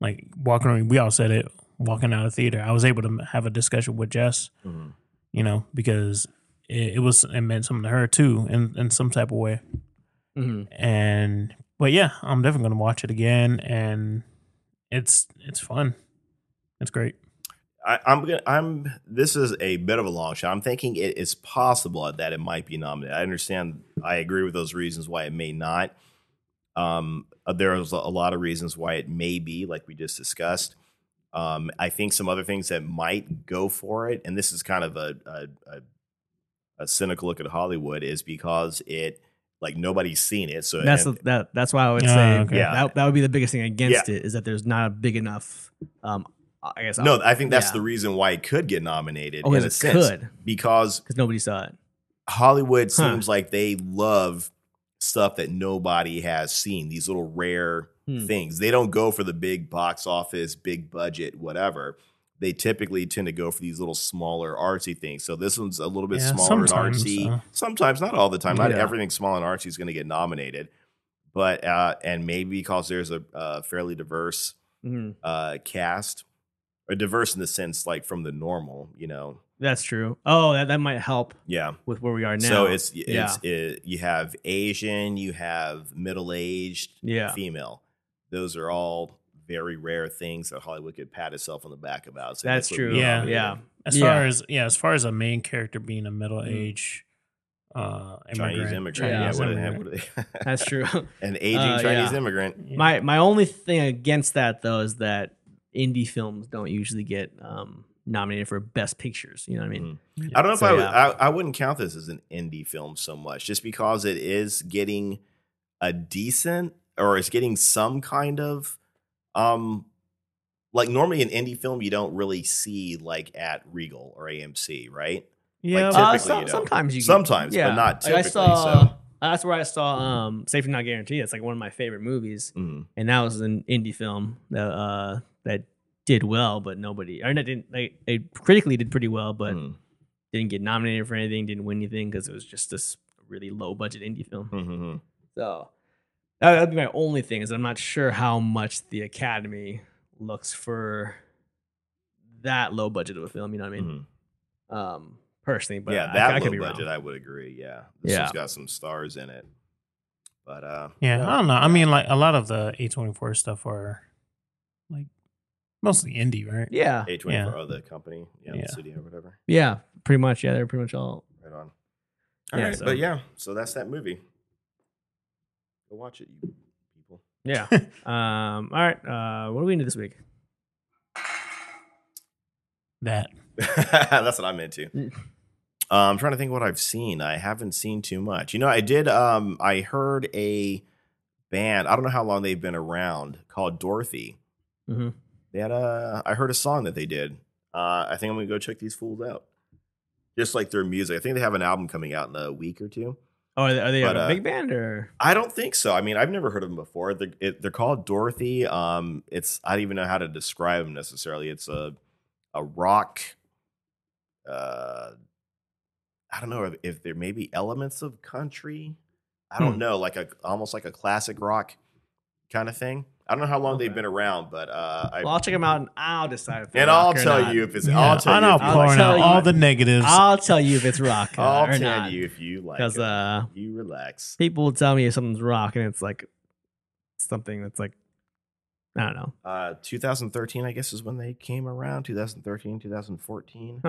Speaker 2: like walking. around- We all said it walking out of theater. I was able to have a discussion with Jess,
Speaker 3: Mhm.
Speaker 2: you know, because it, it was it meant something to her too, in in some type of way
Speaker 1: mhm.
Speaker 2: and but yeah, I'm definitely gonna watch it again, and it's it's fun, it's great.
Speaker 3: I, I'm gonna. I'm. This is a bit of a long shot. I'm thinking it is possible that it might be nominated. I understand. I agree with those reasons why it may not. Um, there's a lot of reasons why it may be, like we just discussed. Um, I think some other things that might go for it, and this is kind of a a, a, a cynical look at Hollywood, is because it like nobody's seen it. So
Speaker 1: that's
Speaker 3: and-
Speaker 1: the- that. That's why I would
Speaker 2: Ah,
Speaker 1: say
Speaker 2: okay.
Speaker 3: Yeah.
Speaker 1: that that would be the biggest thing against it is that there's not a big enough. Um, I guess
Speaker 3: no. I think that's
Speaker 1: yeah.
Speaker 3: the reason why it could get nominated
Speaker 1: Oh,
Speaker 3: in
Speaker 1: 'cause
Speaker 3: a
Speaker 1: it
Speaker 3: sense
Speaker 1: could.
Speaker 3: because
Speaker 1: because nobody saw it.
Speaker 3: Hollywood
Speaker 1: Huh.
Speaker 3: seems like they love stuff that nobody has seen, these little rare
Speaker 1: Hmm.
Speaker 3: things. They don't go for the big box office, big budget, whatever. They typically tend to go for these little smaller artsy things. So this one's a little bit
Speaker 2: Yeah,
Speaker 3: smaller and
Speaker 2: sometimes,
Speaker 3: artsy.
Speaker 2: uh,
Speaker 3: Sometimes, not all the time. Not
Speaker 1: Yeah.
Speaker 3: everything small and artsy is going to get nominated. But, uh, and maybe because there's a, a fairly diverse
Speaker 1: Mhm.
Speaker 3: uh, cast, or diverse in the sense like from the normal, you know?
Speaker 1: That's true. Oh, that, that might help
Speaker 3: Yeah.
Speaker 1: with where we are now.
Speaker 3: So it's
Speaker 1: yeah,
Speaker 3: it's it, you have Asian, you have middle aged
Speaker 1: yeah.
Speaker 3: female. Those are all very rare things that Hollywood could pat itself on the back about. So
Speaker 1: That's
Speaker 3: this would
Speaker 1: true.
Speaker 3: be
Speaker 2: Yeah.
Speaker 3: nominated.
Speaker 1: yeah. Mm.
Speaker 2: As far as yeah, as far as a main character being a middle age uh,
Speaker 3: Chinese immigrant.
Speaker 1: Chinese
Speaker 3: yeah, what
Speaker 1: immigrant.
Speaker 3: An,
Speaker 1: That's true.
Speaker 3: an aging
Speaker 1: Uh,
Speaker 3: Chinese
Speaker 1: yeah.
Speaker 3: immigrant.
Speaker 2: Yeah.
Speaker 1: My my only thing against that though is that indie films don't usually get um, nominated for best pictures. You know what I mean?
Speaker 3: Mhm. I don't know
Speaker 1: So,
Speaker 3: if I, would,
Speaker 1: yeah.
Speaker 3: I I wouldn't count this as an indie film so much, just because it is getting a decent or it's getting some kind of um like normally an indie film you don't really see like at Regal or AMC, right?
Speaker 2: yeah,
Speaker 3: like,
Speaker 2: but-
Speaker 1: Uh,
Speaker 3: typically,
Speaker 1: some-
Speaker 3: you know.
Speaker 1: sometimes you get-
Speaker 3: Sometimes, but not
Speaker 1: Like, I
Speaker 3: typically,
Speaker 1: saw
Speaker 3: so.
Speaker 1: that's where I saw um, Safety Not Guaranteed. It's like one of my favorite movies,
Speaker 3: Mm.
Speaker 1: and that was an indie film that uh, that did well, but nobody or that didn't. Like, it critically did pretty well, but
Speaker 3: Mm.
Speaker 1: didn't get nominated for anything, didn't win anything because it was just this really low budget indie film.
Speaker 3: Mhm.
Speaker 1: So that that'd be my only thing is I'm not sure how much the Academy looks for that low budget of a film. You know what I mean?
Speaker 3: Mhm.
Speaker 1: Um, personally, but
Speaker 3: yeah,
Speaker 1: I-
Speaker 3: that
Speaker 1: I, could
Speaker 3: low
Speaker 1: be
Speaker 3: budget,
Speaker 1: wrong.
Speaker 3: I would agree. Yeah, this
Speaker 1: Yeah.
Speaker 3: one's got some stars in it, but uh,
Speaker 2: yeah, I don't know. I mean, like a lot of the A twenty four stuff are like mostly indie, right?
Speaker 1: yeah,
Speaker 3: A twenty four, the company, yeah,
Speaker 2: Yeah.
Speaker 3: the studio, whatever.
Speaker 1: yeah, pretty much. Yeah, they're pretty much all.
Speaker 3: Right on. All right,
Speaker 1: Yeah, so-
Speaker 3: but yeah, so that's that movie. Go watch it, you people.
Speaker 1: Yeah. um. All right. Uh. What are we into this week?
Speaker 2: That
Speaker 3: that's what I'm into.
Speaker 1: Mm.
Speaker 3: Uh, I'm trying to think what I've seen. I haven't seen too much. You know, I did. Um, I heard a band. I don't know how long they've been around called Dorothy.
Speaker 1: Mhm.
Speaker 3: They had a. I heard a song that they did. Uh, I think I'm gonna go check these fools out. Just like their music. I think they have an album coming out in a week or two.
Speaker 1: Oh, are they, are they
Speaker 3: But,
Speaker 1: a
Speaker 3: uh,
Speaker 1: big band or?
Speaker 3: I don't think so. I mean, I've never heard of them before. They're, it, they're called Dorothy. Um, it's I don't even know how to describe them necessarily. It's a a rock. Uh, I don't know if, if there may be elements of country. I don't
Speaker 2: Hmm.
Speaker 3: know, like a almost like a classic rock kind of thing. I don't know how long
Speaker 1: Okay.
Speaker 3: they've been around, but uh, I,
Speaker 1: Well, I'll check them out and I'll decide. If they're
Speaker 3: and I'll
Speaker 1: rock or
Speaker 3: tell
Speaker 1: not.
Speaker 3: you if it's.
Speaker 2: Yeah,
Speaker 3: I'll tell
Speaker 2: and
Speaker 3: you.
Speaker 2: I'll
Speaker 3: if you
Speaker 2: pour
Speaker 3: like
Speaker 1: it
Speaker 2: out
Speaker 1: it.
Speaker 2: all the negatives.
Speaker 1: I'll tell you if it's rock uh,
Speaker 3: I'll
Speaker 1: or
Speaker 3: tell
Speaker 1: not.
Speaker 3: you if you like.
Speaker 1: Because
Speaker 3: Because
Speaker 1: uh,
Speaker 3: you relax.
Speaker 1: people will tell me if something's rock and it's like something that's like I don't know.
Speaker 3: Uh, 2013, I guess, is when they came around. 2013, 2014.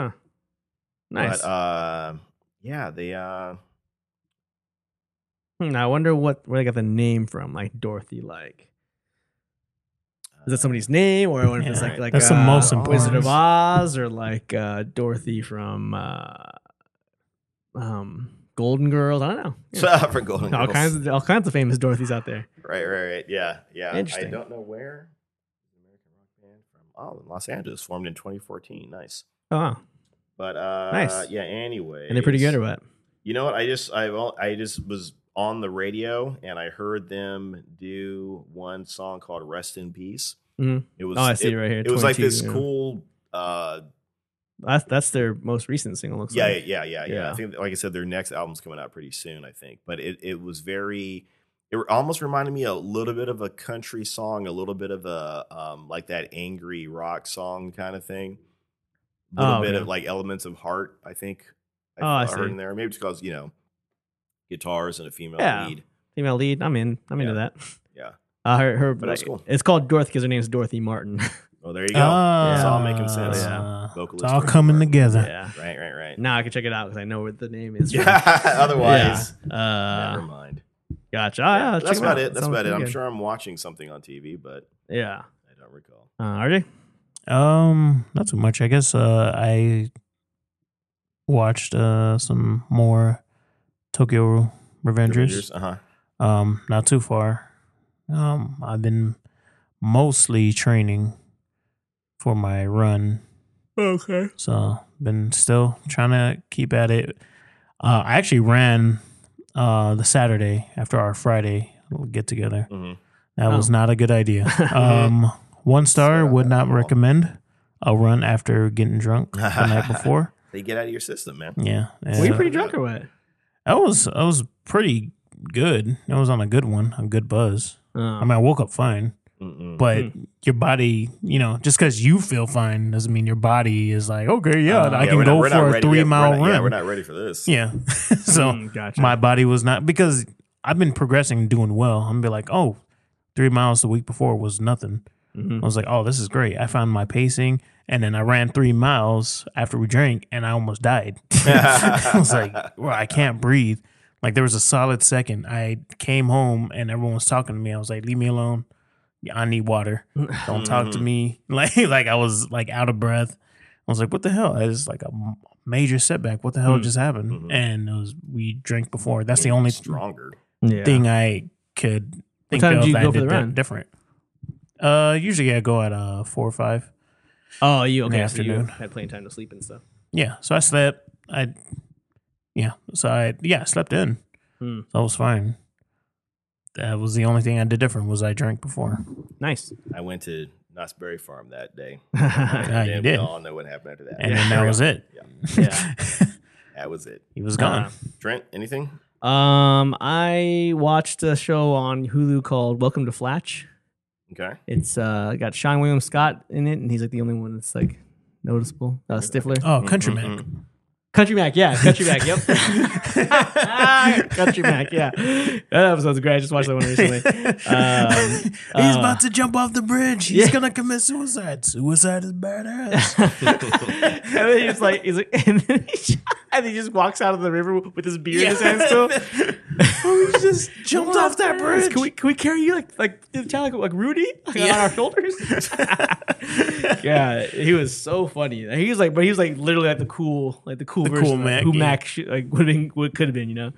Speaker 1: Nice.
Speaker 3: But uh, yeah, they uh,
Speaker 1: Hmm, I wonder what where they got the name from, like Dorothy. Like, is that somebody's name, or I wonder if it's
Speaker 2: Yeah.
Speaker 1: like like
Speaker 2: That's the
Speaker 1: uh,
Speaker 2: most
Speaker 1: Wizard
Speaker 2: important.
Speaker 1: of Oz, or like uh, Dorothy from uh, um Golden Girls. I don't know. Yeah.
Speaker 3: uh, for Golden
Speaker 1: all
Speaker 3: Girls.
Speaker 1: kinds of all kinds of famous Dorothy's out there.
Speaker 3: Right, right, right. Yeah, yeah.
Speaker 1: Interesting.
Speaker 3: I don't know where the American rock band from. Oh, in Los Angeles, formed in 2014. Nice.
Speaker 1: Oh, wow.
Speaker 3: But uh,
Speaker 1: Nice.
Speaker 3: Yeah. Anyway,
Speaker 1: and they're pretty good or what?
Speaker 3: You know what? I just I I just was on the radio and I heard them do one song called "Rest in Peace."
Speaker 1: Mhm.
Speaker 3: It was
Speaker 1: Oh, I see
Speaker 3: it,
Speaker 1: it right here.
Speaker 3: it was like
Speaker 1: 22,
Speaker 3: this
Speaker 1: yeah.
Speaker 3: cool. Uh,
Speaker 1: That's that's their most recent single. Looks
Speaker 3: yeah,
Speaker 1: like.
Speaker 3: yeah, yeah, yeah,
Speaker 1: Yeah.
Speaker 3: I think, like I said, their next album's coming out pretty soon. I think, but it it was very. It almost reminded me a little bit of a country song, a little bit of a um, like that angry rock song kind of thing. A little
Speaker 1: Oh,
Speaker 3: bit
Speaker 1: yeah.
Speaker 3: of like elements of heart. I think.
Speaker 1: Oh, I
Speaker 3: heard
Speaker 1: see.
Speaker 3: in there. Maybe it's because you know, guitars and a female
Speaker 1: Yeah.
Speaker 3: lead.
Speaker 1: Female lead. I'm in. I'm into that.
Speaker 3: Yeah.
Speaker 1: Uh, her, her,
Speaker 3: But that's cool.
Speaker 1: It's called Dorothy because her name's Dorothy Martin.
Speaker 3: Oh, there you go.
Speaker 2: Ah,
Speaker 3: it's
Speaker 1: Oh,
Speaker 3: all making sense.
Speaker 2: yeah.
Speaker 3: Vocalist
Speaker 2: It's all
Speaker 3: Rick
Speaker 2: coming
Speaker 3: Martin.
Speaker 2: together.
Speaker 1: yeah.
Speaker 3: Right, right, right.
Speaker 1: Now I can check it out because I know what the name is.
Speaker 3: Yeah. Otherwise,
Speaker 1: Yeah.
Speaker 3: never
Speaker 1: Uh,
Speaker 3: mind.
Speaker 1: gotcha.
Speaker 3: Yeah,
Speaker 1: Ah, check
Speaker 3: Oh, that's about
Speaker 1: out.
Speaker 3: it. That's
Speaker 1: Sounds
Speaker 3: about it.
Speaker 1: pretty
Speaker 3: I'm
Speaker 1: good.
Speaker 3: sure I'm watching something on TV, but
Speaker 1: Yeah.
Speaker 3: I don't recall.
Speaker 1: Uh, RJ?
Speaker 2: Um, not too much. I guess uh, I watched uh, some more Tokyo Revengers.
Speaker 3: Uh huh.
Speaker 2: Um, not too far. Um, I've been mostly training for my run.
Speaker 1: Okay.
Speaker 2: So been still trying to keep at it. Uh, I actually ran uh, the Saturday after our Friday get together.
Speaker 3: hmm
Speaker 2: That
Speaker 1: Oh.
Speaker 2: was not a good idea. Um, one star
Speaker 3: Sorry
Speaker 2: would
Speaker 3: about that,
Speaker 2: not
Speaker 3: Paul.
Speaker 2: recommend a run after getting drunk the night before.
Speaker 3: They get out of your system, man.
Speaker 2: Yeah,
Speaker 1: Were you
Speaker 2: and
Speaker 1: pretty drunk or what?
Speaker 2: I was I was pretty good. I was on a good one, a good buzz. I
Speaker 1: Um,
Speaker 2: mean, I woke up fine,
Speaker 3: Mm-mm.
Speaker 2: but
Speaker 1: Hmm.
Speaker 2: your body, you know, just because you feel fine doesn't mean your body is like, okay, yeah,
Speaker 1: Uh,
Speaker 2: I
Speaker 3: Yeah,
Speaker 2: can
Speaker 3: we're not-
Speaker 2: go
Speaker 3: we're not
Speaker 2: for a
Speaker 3: ready
Speaker 2: three
Speaker 3: yet. We're
Speaker 2: mile
Speaker 3: not-
Speaker 2: run.
Speaker 3: Yeah, we're not ready for this.
Speaker 2: Yeah. so
Speaker 1: mm, gotcha.
Speaker 2: my body was not because I've been progressing, and doing well. I'm be like, oh, three miles the week before was nothing.
Speaker 1: Mhm.
Speaker 2: I was like, oh, this is great. I found my pacing, and then I ran three miles after we drank, and I almost died. I was like, well, I can't breathe. Like there was a solid second. I came home and everyone was talking to me. I was like, leave me alone. Yeah, I need water. Don't talk to
Speaker 3: Mhm.
Speaker 2: me. Like like I was like out of breath. I was like, what the hell? It was like a m- major setback. What the hell
Speaker 1: Mm.
Speaker 2: just happened?
Speaker 3: Mhm.
Speaker 2: And it was we drank before. That's the only
Speaker 3: stronger.
Speaker 1: Yeah.
Speaker 2: thing I could think
Speaker 1: time
Speaker 2: of.
Speaker 1: do you
Speaker 2: that
Speaker 1: go for
Speaker 2: did
Speaker 1: the
Speaker 2: that
Speaker 1: run?
Speaker 2: Different. Uh, usually I go at uh four or five.
Speaker 1: Oh, you okay?
Speaker 2: the
Speaker 1: So you
Speaker 2: afternoon.
Speaker 1: had plenty of time to sleep and stuff.
Speaker 2: Yeah. So I slept. I. Yeah. So I yeah I slept in.
Speaker 1: Hmm.
Speaker 2: That was fine. That was the only thing I did different was I drank before.
Speaker 1: Nice.
Speaker 3: I went to Knott's Berry Farm that day.
Speaker 1: yeah.
Speaker 3: And
Speaker 2: Ah, you
Speaker 3: then we
Speaker 2: did.
Speaker 3: all know what happened after that.
Speaker 2: And then that was it.
Speaker 3: That was it.
Speaker 2: he was gone.
Speaker 3: Trent, anything?
Speaker 1: Um, I watched a show on Hulu called Welcome to Flatch.
Speaker 3: Okay.
Speaker 1: It's uh got Sean William Scott in it, and he's like the only one that's like noticeable. Uh, Stifler,
Speaker 2: oh, Countryman.
Speaker 1: Country Mac, yeah, Country Mac, yep, Country Mac, yeah. That episode's great. I just watched that one recently. Um,
Speaker 2: He's
Speaker 1: uh,
Speaker 2: about to jump off the bridge. He's
Speaker 1: yeah.
Speaker 2: gonna commit suicide. Suicide is badass.
Speaker 1: and then he's like, he's like, and then he, just- and he just walks out of the river with his beard in his hand still.
Speaker 2: Oh, He just jumped off that bridge.
Speaker 1: Can we can we carry you like like the child like, like Rudy like, on our shoulders? yeah, he was so funny. He was like, but he was like literally like the cool like the cool
Speaker 2: The
Speaker 1: version
Speaker 2: cool
Speaker 1: of
Speaker 2: Mac,
Speaker 1: who
Speaker 2: yeah.
Speaker 1: Mac sh- like would have been what could have been, you know.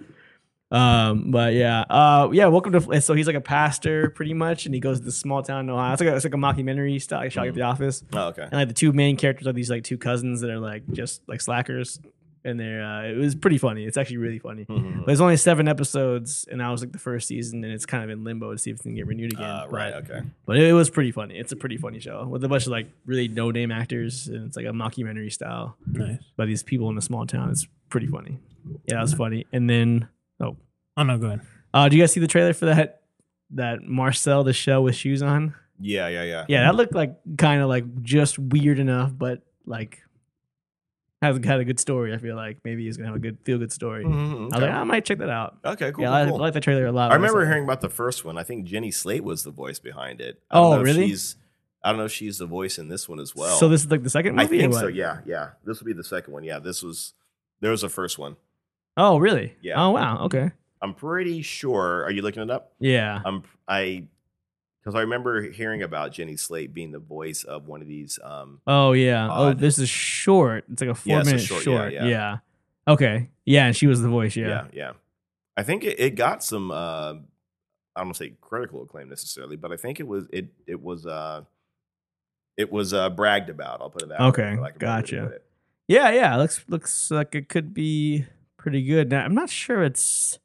Speaker 1: Um, but yeah, uh, yeah. Welcome to. and So he's like a pastor, pretty much, and he goes to this small town in Ohio. It's like a, it's like a mockumentary style, like Shock
Speaker 2: Mm-hmm.
Speaker 1: at the Office.
Speaker 3: Oh, okay.
Speaker 1: And like the two main characters are these like two cousins that are like just like slackers, and they're uh, it was pretty funny. It's actually really funny.
Speaker 3: Mm-hmm.
Speaker 1: But there's only seven episodes, and I was like the first season, and it's kind of in limbo to see if it's gonna get renewed again.
Speaker 3: Uh,
Speaker 1: But-
Speaker 3: right. Okay.
Speaker 1: But it was pretty funny. It's a pretty funny show with a bunch of like really no name actors, and it's like a mockumentary style
Speaker 2: nice.
Speaker 1: by these people in a small town. It's pretty funny. Yeah, that was funny. And then, oh,
Speaker 2: Oh no, go ahead.
Speaker 1: uh, do you guys see the trailer for that that Marcel the Shell with shoes on?
Speaker 3: Yeah, yeah, yeah.
Speaker 1: Yeah, that looked like kind of like just weird enough, but like has had a good story. I feel like maybe he's gonna have a good feel good story.
Speaker 3: Mhm,
Speaker 1: I was like, "Ah,
Speaker 3: okay.
Speaker 1: I might check that out.
Speaker 3: Okay, cool.
Speaker 1: yeah,
Speaker 3: cool,
Speaker 1: I,
Speaker 3: cool.
Speaker 1: I like the trailer a lot.
Speaker 3: I
Speaker 1: when
Speaker 3: remember
Speaker 1: saw it.
Speaker 3: hearing about the first one. I think Jenny Slate was the voice behind it. I don't
Speaker 1: Oh,
Speaker 3: know if
Speaker 1: really?
Speaker 3: She's, I don't know if she's the voice in this one as well.
Speaker 1: So this is like the second movie.
Speaker 3: I think
Speaker 1: or what?
Speaker 3: so. Yeah, yeah. This will be the second one. Yeah, this was there was the first one.
Speaker 1: Oh, really?
Speaker 3: Yeah.
Speaker 1: Oh, wow. Okay.
Speaker 3: I'm pretty sure. Are you looking it up?
Speaker 1: Yeah.
Speaker 3: I'm I because I remember hearing about Jenny Slate being the voice of one of these. Um,
Speaker 1: Oh yeah. Oh,
Speaker 3: Odd.
Speaker 1: this is short. It's like a four
Speaker 3: uh, Yeah, it's a
Speaker 1: minute short.
Speaker 3: short, yeah, yeah.
Speaker 1: Okay. Yeah, and she was the voice. Yeah.
Speaker 3: yeah, yeah. I think it, it got some. Uh, I don't want to say critical acclaim necessarily, but I think it was it it was uh it was uh bragged about. I'll put it that.
Speaker 1: Okay,
Speaker 3: way, for lack of a better way to
Speaker 1: gotcha.
Speaker 3: put it.
Speaker 1: yeah, yeah. Looks looks like it could be pretty good. Now I'm not sure it's.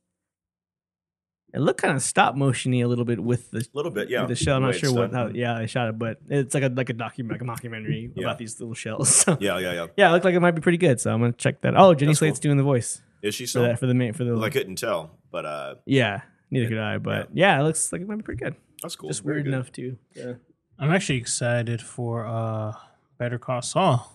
Speaker 1: It looked kind of stop motiony a little bit with the
Speaker 3: A little bit, yeah.
Speaker 1: with the shell. I'm
Speaker 3: way
Speaker 1: not
Speaker 3: it's
Speaker 1: sure what.
Speaker 3: done.
Speaker 1: How, yeah, they shot it, but it's like a like a document, like a mockumentary
Speaker 3: Yeah.
Speaker 1: about these little shells. So, yeah.
Speaker 3: Yeah, yeah, yeah.
Speaker 1: it looked like it might be pretty good. So I'm gonna check that. Oh, Jenny
Speaker 3: That's cool.
Speaker 1: Slate's doing the voice
Speaker 3: Is she
Speaker 1: for
Speaker 3: still?
Speaker 1: that for the main for the.
Speaker 3: Well, I couldn't tell, but uh,
Speaker 1: yeah, neither could I. But yeah. it looks like it might be pretty good.
Speaker 3: that's cool.
Speaker 1: Just
Speaker 3: Very
Speaker 1: weird
Speaker 3: good.
Speaker 1: enough to. Yeah.
Speaker 2: I'm actually excited for uh Better Call Saul.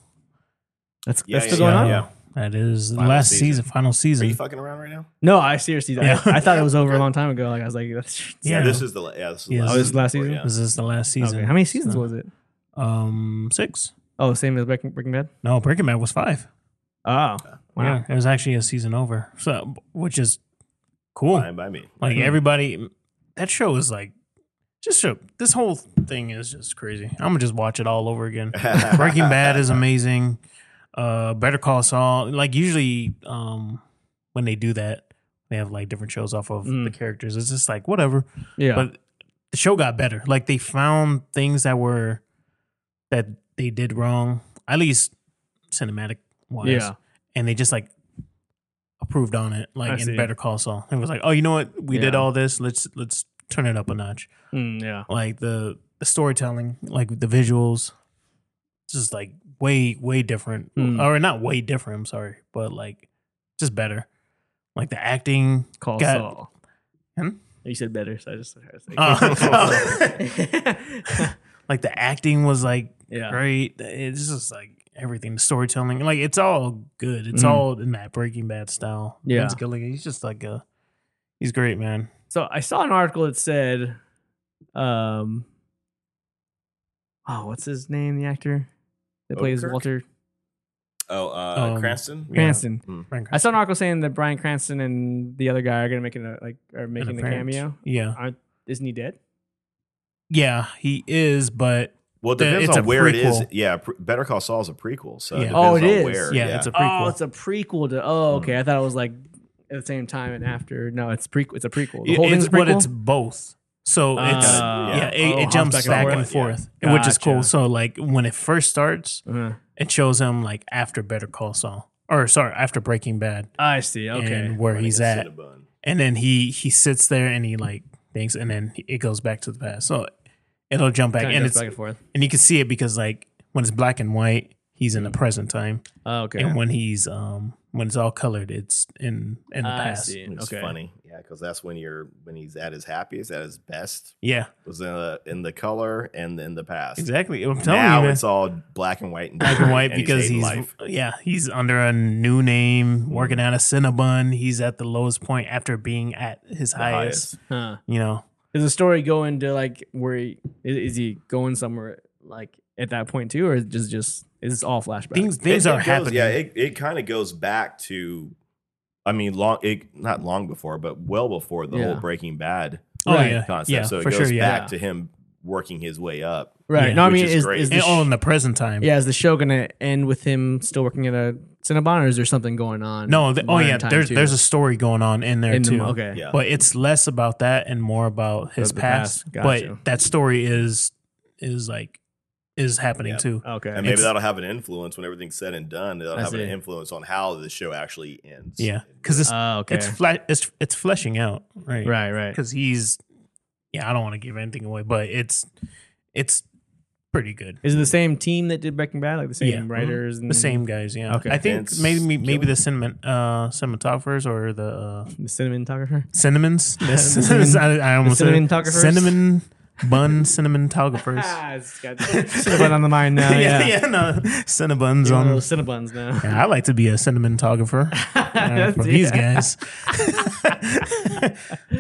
Speaker 1: That's
Speaker 3: Yeah,
Speaker 1: that's
Speaker 3: yeah,
Speaker 1: still going
Speaker 2: yeah,
Speaker 1: on.
Speaker 2: yeah. That is the
Speaker 3: Final
Speaker 2: last
Speaker 3: season.
Speaker 2: season. final
Speaker 3: Are you
Speaker 2: season.
Speaker 3: fucking around right now?
Speaker 1: No, I seriously,
Speaker 2: Yeah.
Speaker 1: I, I thought it was over a long time ago. Like I was like, that's,
Speaker 2: Yeah.
Speaker 3: this is the la- yeah. This is the
Speaker 2: Yeah,
Speaker 1: oh, this is last
Speaker 3: before,
Speaker 1: season?
Speaker 3: yeah.
Speaker 2: This is the last season.
Speaker 1: Okay. How many seasons
Speaker 2: So,
Speaker 1: was it?
Speaker 2: Um, six.
Speaker 1: Oh, same as Breaking Breaking Bad.
Speaker 2: No, Breaking Bad was five.
Speaker 1: Oh, wow.
Speaker 2: Yeah, it was actually a season over. So, which is cool.
Speaker 3: Fine by me.
Speaker 2: Like
Speaker 1: Mhm.
Speaker 2: everybody, that show is like just show. This whole thing is just crazy. I'm gonna just watch it all over again. Breaking Bad is amazing. Uh, Better Call Saul. Like usually, um, when they do that, they have like different shows off of
Speaker 1: Mm.
Speaker 2: the characters. It's just like whatever.
Speaker 1: Yeah,
Speaker 2: But the show got better. Like they found things that were that they did wrong, at least cinematic wise.
Speaker 1: yeah,
Speaker 2: And they just like approved on it,
Speaker 1: I
Speaker 2: like
Speaker 1: see.
Speaker 2: in Better Call Saul. It was like, oh, you know what? We did
Speaker 1: Yeah.
Speaker 2: all this. Let's let's turn it up a notch.
Speaker 1: Mm, yeah.
Speaker 2: Like the, the storytelling, like the visuals, it's just like way way different,
Speaker 1: Mm.
Speaker 2: or not way different. I'm sorry, but like just better. Like the acting,
Speaker 1: Call
Speaker 2: Got-
Speaker 1: Saul. Oh,
Speaker 2: Hmm?
Speaker 1: You said better, so I just. I was like,
Speaker 2: Oh. like the acting was like
Speaker 1: yeah,
Speaker 2: right? It's just like everything, the storytelling, like it's all good. It's
Speaker 1: Mhm.
Speaker 2: all in that Breaking Bad style.
Speaker 1: Yeah.
Speaker 2: Vince Gilligan, he's just like a, he's great, man.
Speaker 1: So I saw an article that said, um, oh, what's his name? The actor that plays
Speaker 3: Odenkirk?
Speaker 1: Walter
Speaker 3: Oh, uh,
Speaker 2: Um,
Speaker 3: Cranston.
Speaker 2: Yeah.
Speaker 1: Cranston.
Speaker 2: Frank
Speaker 1: I saw an article saying that Brian Cranston and the other guy are gonna make an, uh, like are making a
Speaker 2: appearance.
Speaker 1: cameo.
Speaker 2: Yeah,
Speaker 1: Isn't he dead?
Speaker 2: yeah, he is, but
Speaker 3: Well, it
Speaker 2: Yeah,
Speaker 3: depends
Speaker 2: it's
Speaker 3: on
Speaker 2: a
Speaker 3: where it is.
Speaker 2: prequel.
Speaker 3: Yeah, pre- Better Call Saul is a prequel, so
Speaker 2: Yeah.
Speaker 3: it
Speaker 1: Oh,
Speaker 3: depends
Speaker 1: it
Speaker 3: on
Speaker 1: is.
Speaker 3: where.
Speaker 2: yeah, it's a prequel.
Speaker 1: Oh, it's a prequel to. Oh, okay. I thought it was like at the same time and after. No, it's prequel. It's a prequel. The whole
Speaker 2: it's
Speaker 1: thing's a
Speaker 2: what
Speaker 1: prequel?
Speaker 2: it's both. So
Speaker 1: Ah.
Speaker 2: Oh, it's
Speaker 1: Got
Speaker 3: it.
Speaker 2: yeah,
Speaker 1: Yeah.
Speaker 2: it,
Speaker 1: Oh,
Speaker 2: it
Speaker 1: hops
Speaker 2: jumps
Speaker 1: back
Speaker 2: back,
Speaker 1: and
Speaker 2: and
Speaker 3: forth.
Speaker 2: forth, which is cool.
Speaker 1: Gotcha.
Speaker 2: So like when it first starts,
Speaker 1: Uh,
Speaker 2: it shows him like after Better Call Saul, or sorry, after Breaking Bad,
Speaker 1: I see. Okay.
Speaker 2: and where
Speaker 3: Running
Speaker 2: he's
Speaker 3: a
Speaker 2: at.
Speaker 3: Cinnabon.
Speaker 2: and then he he sits there and he like thinks and then it goes back to the past so it'll jump back
Speaker 1: Kinda
Speaker 2: and
Speaker 1: goes
Speaker 2: it's
Speaker 1: back and forth.
Speaker 2: and you can see it because like when it's black and white he's
Speaker 1: Mm.
Speaker 2: in the present time
Speaker 1: Oh, okay.
Speaker 2: and when he's um when it's all colored it's in in the
Speaker 1: I
Speaker 2: past
Speaker 1: see.
Speaker 3: It's
Speaker 1: okay.
Speaker 3: funny, yeah, because that's when you're when he's at his happiest, at his best,
Speaker 2: yeah
Speaker 3: was in the in the color and in the past.
Speaker 2: exactly i'm telling
Speaker 3: Now
Speaker 2: you man.
Speaker 3: it's all black and white and
Speaker 2: black and white
Speaker 3: and
Speaker 2: because
Speaker 3: hating
Speaker 2: he's yeah he's under a new
Speaker 1: Mm.
Speaker 2: name working at a cinnabon he's at the lowest point after being at his
Speaker 3: The
Speaker 2: highest,
Speaker 3: highest.
Speaker 1: Huh.
Speaker 2: you know
Speaker 1: Does the story go into like where he, is, is he going somewhere like at that point too, or is it just just is this all flashback?
Speaker 2: things things
Speaker 3: It- it
Speaker 2: are
Speaker 3: goes-
Speaker 2: happening
Speaker 3: Yeah, it, it kind of goes back to, I mean, long it not long before, but well before the whole
Speaker 1: Yeah.
Speaker 3: Breaking Bad
Speaker 2: oh
Speaker 1: Right.
Speaker 2: yeah
Speaker 3: concept.
Speaker 2: yeah
Speaker 3: so it
Speaker 2: for
Speaker 3: goes
Speaker 2: sure yeah
Speaker 3: back to him working his way up.
Speaker 1: right.
Speaker 2: yeah,
Speaker 1: no, I
Speaker 3: which
Speaker 1: mean,
Speaker 3: is
Speaker 1: is,
Speaker 3: great.
Speaker 1: is the
Speaker 2: and all
Speaker 1: sh-
Speaker 2: in the present time
Speaker 1: yeah, is the show gonna end with him still working at a Cinnabon, or is there something going on?
Speaker 2: No, th- oh
Speaker 1: around
Speaker 2: yeah,
Speaker 1: time,
Speaker 2: there's
Speaker 1: too?
Speaker 2: there's a story going on in there
Speaker 1: in the,
Speaker 2: too.
Speaker 1: okay.
Speaker 3: Yeah.
Speaker 2: But it's less about that and more about his
Speaker 1: Of the
Speaker 2: past.
Speaker 1: past, gotcha.
Speaker 2: But that story is is like is happening
Speaker 3: Yeah.
Speaker 2: too.
Speaker 1: Okay.
Speaker 3: And maybe
Speaker 2: It's-
Speaker 3: that'll have an influence when everything's said and done. That'll
Speaker 1: I
Speaker 3: have
Speaker 1: see.
Speaker 3: an influence on how the show actually ends.
Speaker 2: Yeah, because it's
Speaker 1: Oh, okay.
Speaker 2: it's flat it's it's fleshing out right
Speaker 1: right. Right.
Speaker 2: because he's yeah I don't want to give anything away but it's it's pretty good
Speaker 1: Is it the same team that did Breaking Bad? Like the same
Speaker 2: Yeah.
Speaker 1: writers and
Speaker 2: the same guys yeah
Speaker 1: Mm-hmm. Okay.
Speaker 2: I think
Speaker 3: Vince
Speaker 2: maybe maybe
Speaker 3: Gilligan.
Speaker 2: the cinnamon uh cinematographers or the uh,
Speaker 1: the cinematographer?
Speaker 2: cinnamons
Speaker 1: The cinnamon-
Speaker 2: I, I almost said it.
Speaker 1: cinematographers?
Speaker 2: cinnamon bun cinematographers
Speaker 1: Ah, it's got Cinnabon on the mind now.
Speaker 2: yeah,
Speaker 1: Yeah,
Speaker 2: yeah, no. Cinnabons
Speaker 1: You're one of
Speaker 2: on.
Speaker 1: those Cinnabons now.
Speaker 2: Yeah, I like to be a cinematographer uh, for these
Speaker 1: Yeah.
Speaker 2: guys.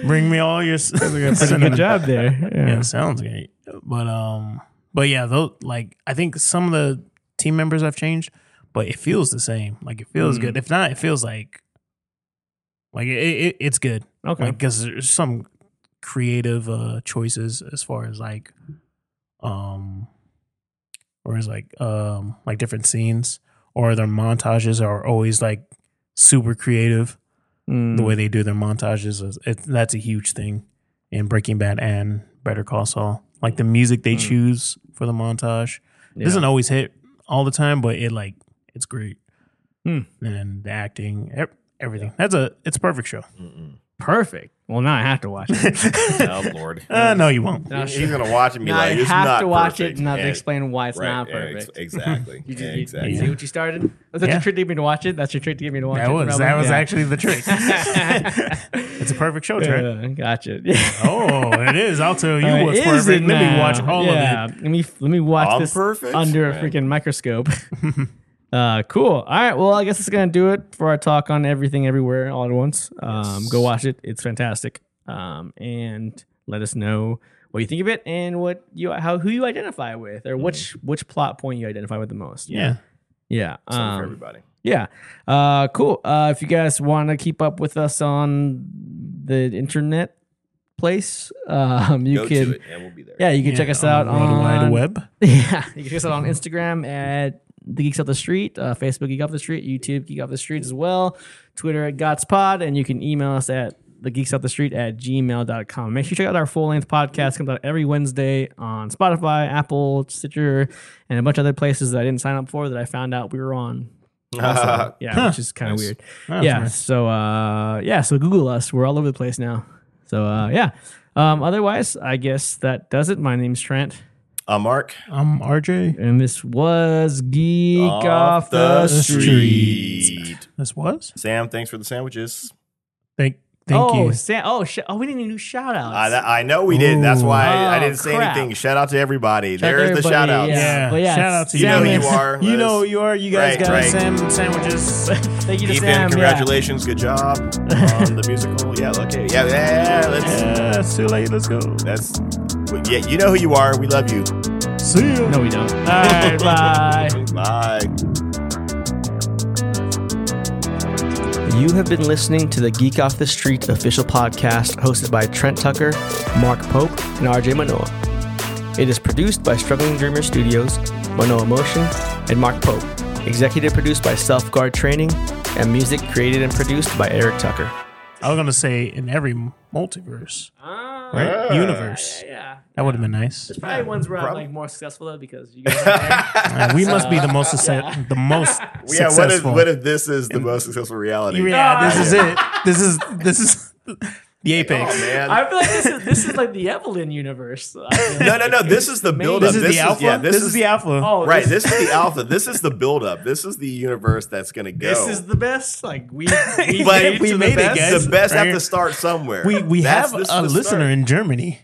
Speaker 2: Bring me all your. s-
Speaker 1: Pretty
Speaker 2: cinnamon.
Speaker 1: good job there. Yeah.
Speaker 2: Yeah, sounds great. But um, but yeah, though, like I think some of the team members have changed, but it feels the same. Like it feels
Speaker 1: Mm.
Speaker 2: good. If not, it feels like, like it, it it's good.
Speaker 1: Okay.
Speaker 2: Like because there's some creative uh choices as far as like, um, or as like um like different scenes or their montages are always like super creative.
Speaker 1: Mm.
Speaker 2: The way they do their montages is it, that's a huge thing in Breaking Bad and Better Call Saul. Like the music they choose for the montage
Speaker 1: Mm. Yeah.
Speaker 2: doesn't always hit all the time, but it like it's great.
Speaker 1: Hmm.
Speaker 2: And the acting, ev- everything. That's a it's a perfect show.
Speaker 1: perfect. Well, now I have to watch it.
Speaker 3: Oh Lord,
Speaker 2: Uh, no, you won't.
Speaker 1: Now,
Speaker 3: he's gonna watch it and be
Speaker 1: now I
Speaker 3: like, "It's
Speaker 1: have
Speaker 3: not
Speaker 1: to watch
Speaker 3: perfect."
Speaker 1: it and I have to
Speaker 3: Yeah,
Speaker 1: explain why it's
Speaker 3: right,
Speaker 1: not
Speaker 3: yeah, ex-
Speaker 1: perfect.
Speaker 3: exactly.
Speaker 1: You,
Speaker 3: Yeah,
Speaker 1: just, you-
Speaker 3: exactly.
Speaker 1: you see what you started? Oh, That's
Speaker 2: Yeah.
Speaker 1: your trick to get me to watch it. That's your trick to get me to watch
Speaker 2: That
Speaker 1: it.
Speaker 2: was
Speaker 1: probably?
Speaker 2: that was
Speaker 1: Yeah.
Speaker 2: actually the trick. it's a perfect show, Trent.
Speaker 1: Yeah, gotcha. Yeah.
Speaker 2: Oh, it is. I'll tell you
Speaker 1: Uh,
Speaker 2: what's
Speaker 1: is
Speaker 2: perfect.
Speaker 1: it
Speaker 2: Let me
Speaker 1: now?
Speaker 2: watch all
Speaker 1: yeah.
Speaker 2: of it.
Speaker 1: Let me let me watch
Speaker 3: All
Speaker 1: this
Speaker 3: perfect?
Speaker 1: under a
Speaker 3: Right.
Speaker 1: freaking microscope. uh, cool. All right. Well, I guess it's gonna do it for our talk on everything, everywhere, all at once. Um, Go watch it. It's fantastic. Um, and let us know what you think of it and what you how who you identify with or which which plot point you identify with the most.
Speaker 2: Mm-hmm. Yeah.
Speaker 1: Yeah.
Speaker 3: Something
Speaker 1: Um,
Speaker 3: for everybody.
Speaker 1: yeah. Uh, cool. Uh, if you guys want to keep up with us on the internet place, um, you
Speaker 3: Go
Speaker 1: can.
Speaker 3: to it, and we'll be there.
Speaker 1: Yeah, you can
Speaker 2: Yeah,
Speaker 1: check us
Speaker 2: on
Speaker 1: out
Speaker 2: the World
Speaker 1: on
Speaker 2: Wide Web.
Speaker 1: Yeah, you can check us out on Instagram at the Geeks Up the Street, uh, Facebook Geek Up the Street, YouTube Geek Up the Street as well, Twitter at GotsPod, and you can email us at the geeks up the street at gmail.com. Make sure you check out our full length podcast. Comes out every Wednesday on Spotify, Apple, Stitcher, and a bunch of other places that I didn't sign up for that I found out we were on. Also, yeah, which is kind of
Speaker 3: Nice.
Speaker 1: weird
Speaker 2: That's
Speaker 1: yeah.
Speaker 2: nice.
Speaker 1: So uh, yeah. So Google us. We're all over the place now. So uh, yeah. Um, otherwise, I guess that does it. My name's Trent,
Speaker 3: Uh, Mark.
Speaker 2: I'm RJ.
Speaker 1: and this was Geek Off, the, Street.
Speaker 3: street.
Speaker 2: This was.
Speaker 3: Sam, thanks for the sandwiches.
Speaker 2: Thank thank
Speaker 1: oh,
Speaker 2: you.
Speaker 1: Sam, oh, sh- oh, we didn't even do shout outs.
Speaker 3: I, I know we did. That's why I, I
Speaker 1: Ooh.
Speaker 3: didn't say
Speaker 1: Oh, crap.
Speaker 3: anything. Shout out to everybody. There's the shout out.
Speaker 2: Yeah.
Speaker 1: But yeah,
Speaker 2: Shout out to
Speaker 3: You
Speaker 1: Sam
Speaker 3: know who
Speaker 1: is-
Speaker 3: you are.
Speaker 2: You
Speaker 3: Liz.
Speaker 2: know you are. You guys
Speaker 3: Right,
Speaker 2: got
Speaker 3: right.
Speaker 2: Sam sandwiches.
Speaker 1: Thank you to
Speaker 3: Ethan,
Speaker 1: Sam. yeah.
Speaker 3: congratulations. Good job on the musical. Yeah, okay. Yeah, yeah, yeah, let's.
Speaker 2: yeah, it's too late. Let's go.
Speaker 3: That's. Yeah, you know who you are. We love you.
Speaker 2: See ya.
Speaker 1: No, we don't. All right. Bye.
Speaker 3: Bye.
Speaker 4: You have been listening to the Geek Off the Street official podcast hosted by Trent Tucker, Mark Pope, and RJ Manoa. It is produced by Struggling Dreamer Studios, Manoa Motion, and Mark Pope. Executive produced by Self Guard Training, and music created and produced by Eric Tucker.
Speaker 2: I was gonna say in every multiverse, right?
Speaker 3: Ah.
Speaker 2: Universe.
Speaker 1: Yeah.
Speaker 2: That would have been nice.
Speaker 1: Probably ones where I'm
Speaker 3: Prob-
Speaker 1: like more successful though because you guys.
Speaker 2: Uh, we must be the most success, the most
Speaker 3: Yeah, what if,
Speaker 2: successful.
Speaker 3: what if this is the most successful reality?
Speaker 2: yeah, this is it. This is this is the apex.
Speaker 3: Oh, man.
Speaker 1: I feel like this is this is like the Evelyn universe. I feel
Speaker 3: no,
Speaker 1: like.
Speaker 3: no, no. This is the build up.
Speaker 2: This is the alpha.
Speaker 3: Yeah,
Speaker 2: this, is, the alpha.
Speaker 1: Oh,
Speaker 3: Right,
Speaker 1: This,
Speaker 3: this is the alpha. This is the build up. This is the universe that's going to go.
Speaker 1: this is the best. Like we, we
Speaker 3: but
Speaker 1: made it
Speaker 2: we
Speaker 1: to
Speaker 2: made it,
Speaker 1: the best.
Speaker 2: guys.
Speaker 3: The best
Speaker 2: Right.
Speaker 3: have to start somewhere.
Speaker 2: we we
Speaker 3: That's-
Speaker 2: have
Speaker 3: this is
Speaker 2: a
Speaker 3: the
Speaker 2: listener
Speaker 3: start.
Speaker 2: in Germany.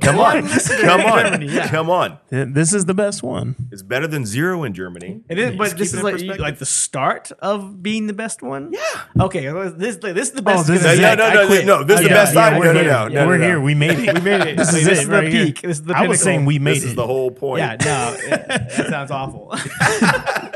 Speaker 3: Come on, come on,
Speaker 1: Germany, yeah.
Speaker 3: come on.
Speaker 2: Th- This is the best one.
Speaker 3: It's better than zero in Germany.
Speaker 1: It is, but
Speaker 3: Just
Speaker 1: this is
Speaker 3: keep it in
Speaker 1: like
Speaker 3: perspective.
Speaker 1: like the start of being the best one. Yeah. Okay. well, This like, this is the best.
Speaker 2: this
Speaker 1: it's
Speaker 2: is
Speaker 1: gonna
Speaker 2: it.
Speaker 1: be.
Speaker 2: No,
Speaker 1: I
Speaker 3: no, no,
Speaker 1: quit.
Speaker 3: no, Oh, this is the
Speaker 1: Okay,
Speaker 3: best
Speaker 1: yeah,
Speaker 3: time.
Speaker 1: we're
Speaker 3: No, no,
Speaker 1: here.
Speaker 3: no, no.
Speaker 2: We're here. We made it. We
Speaker 1: made it.
Speaker 2: This
Speaker 1: Like,
Speaker 2: is
Speaker 1: this
Speaker 2: it
Speaker 1: is the
Speaker 2: right here.
Speaker 1: peak. This is the
Speaker 2: I was
Speaker 1: pinnacle.
Speaker 2: saying we made
Speaker 3: This
Speaker 2: it.
Speaker 3: is the whole point.
Speaker 1: Yeah. No. it- That sounds awful.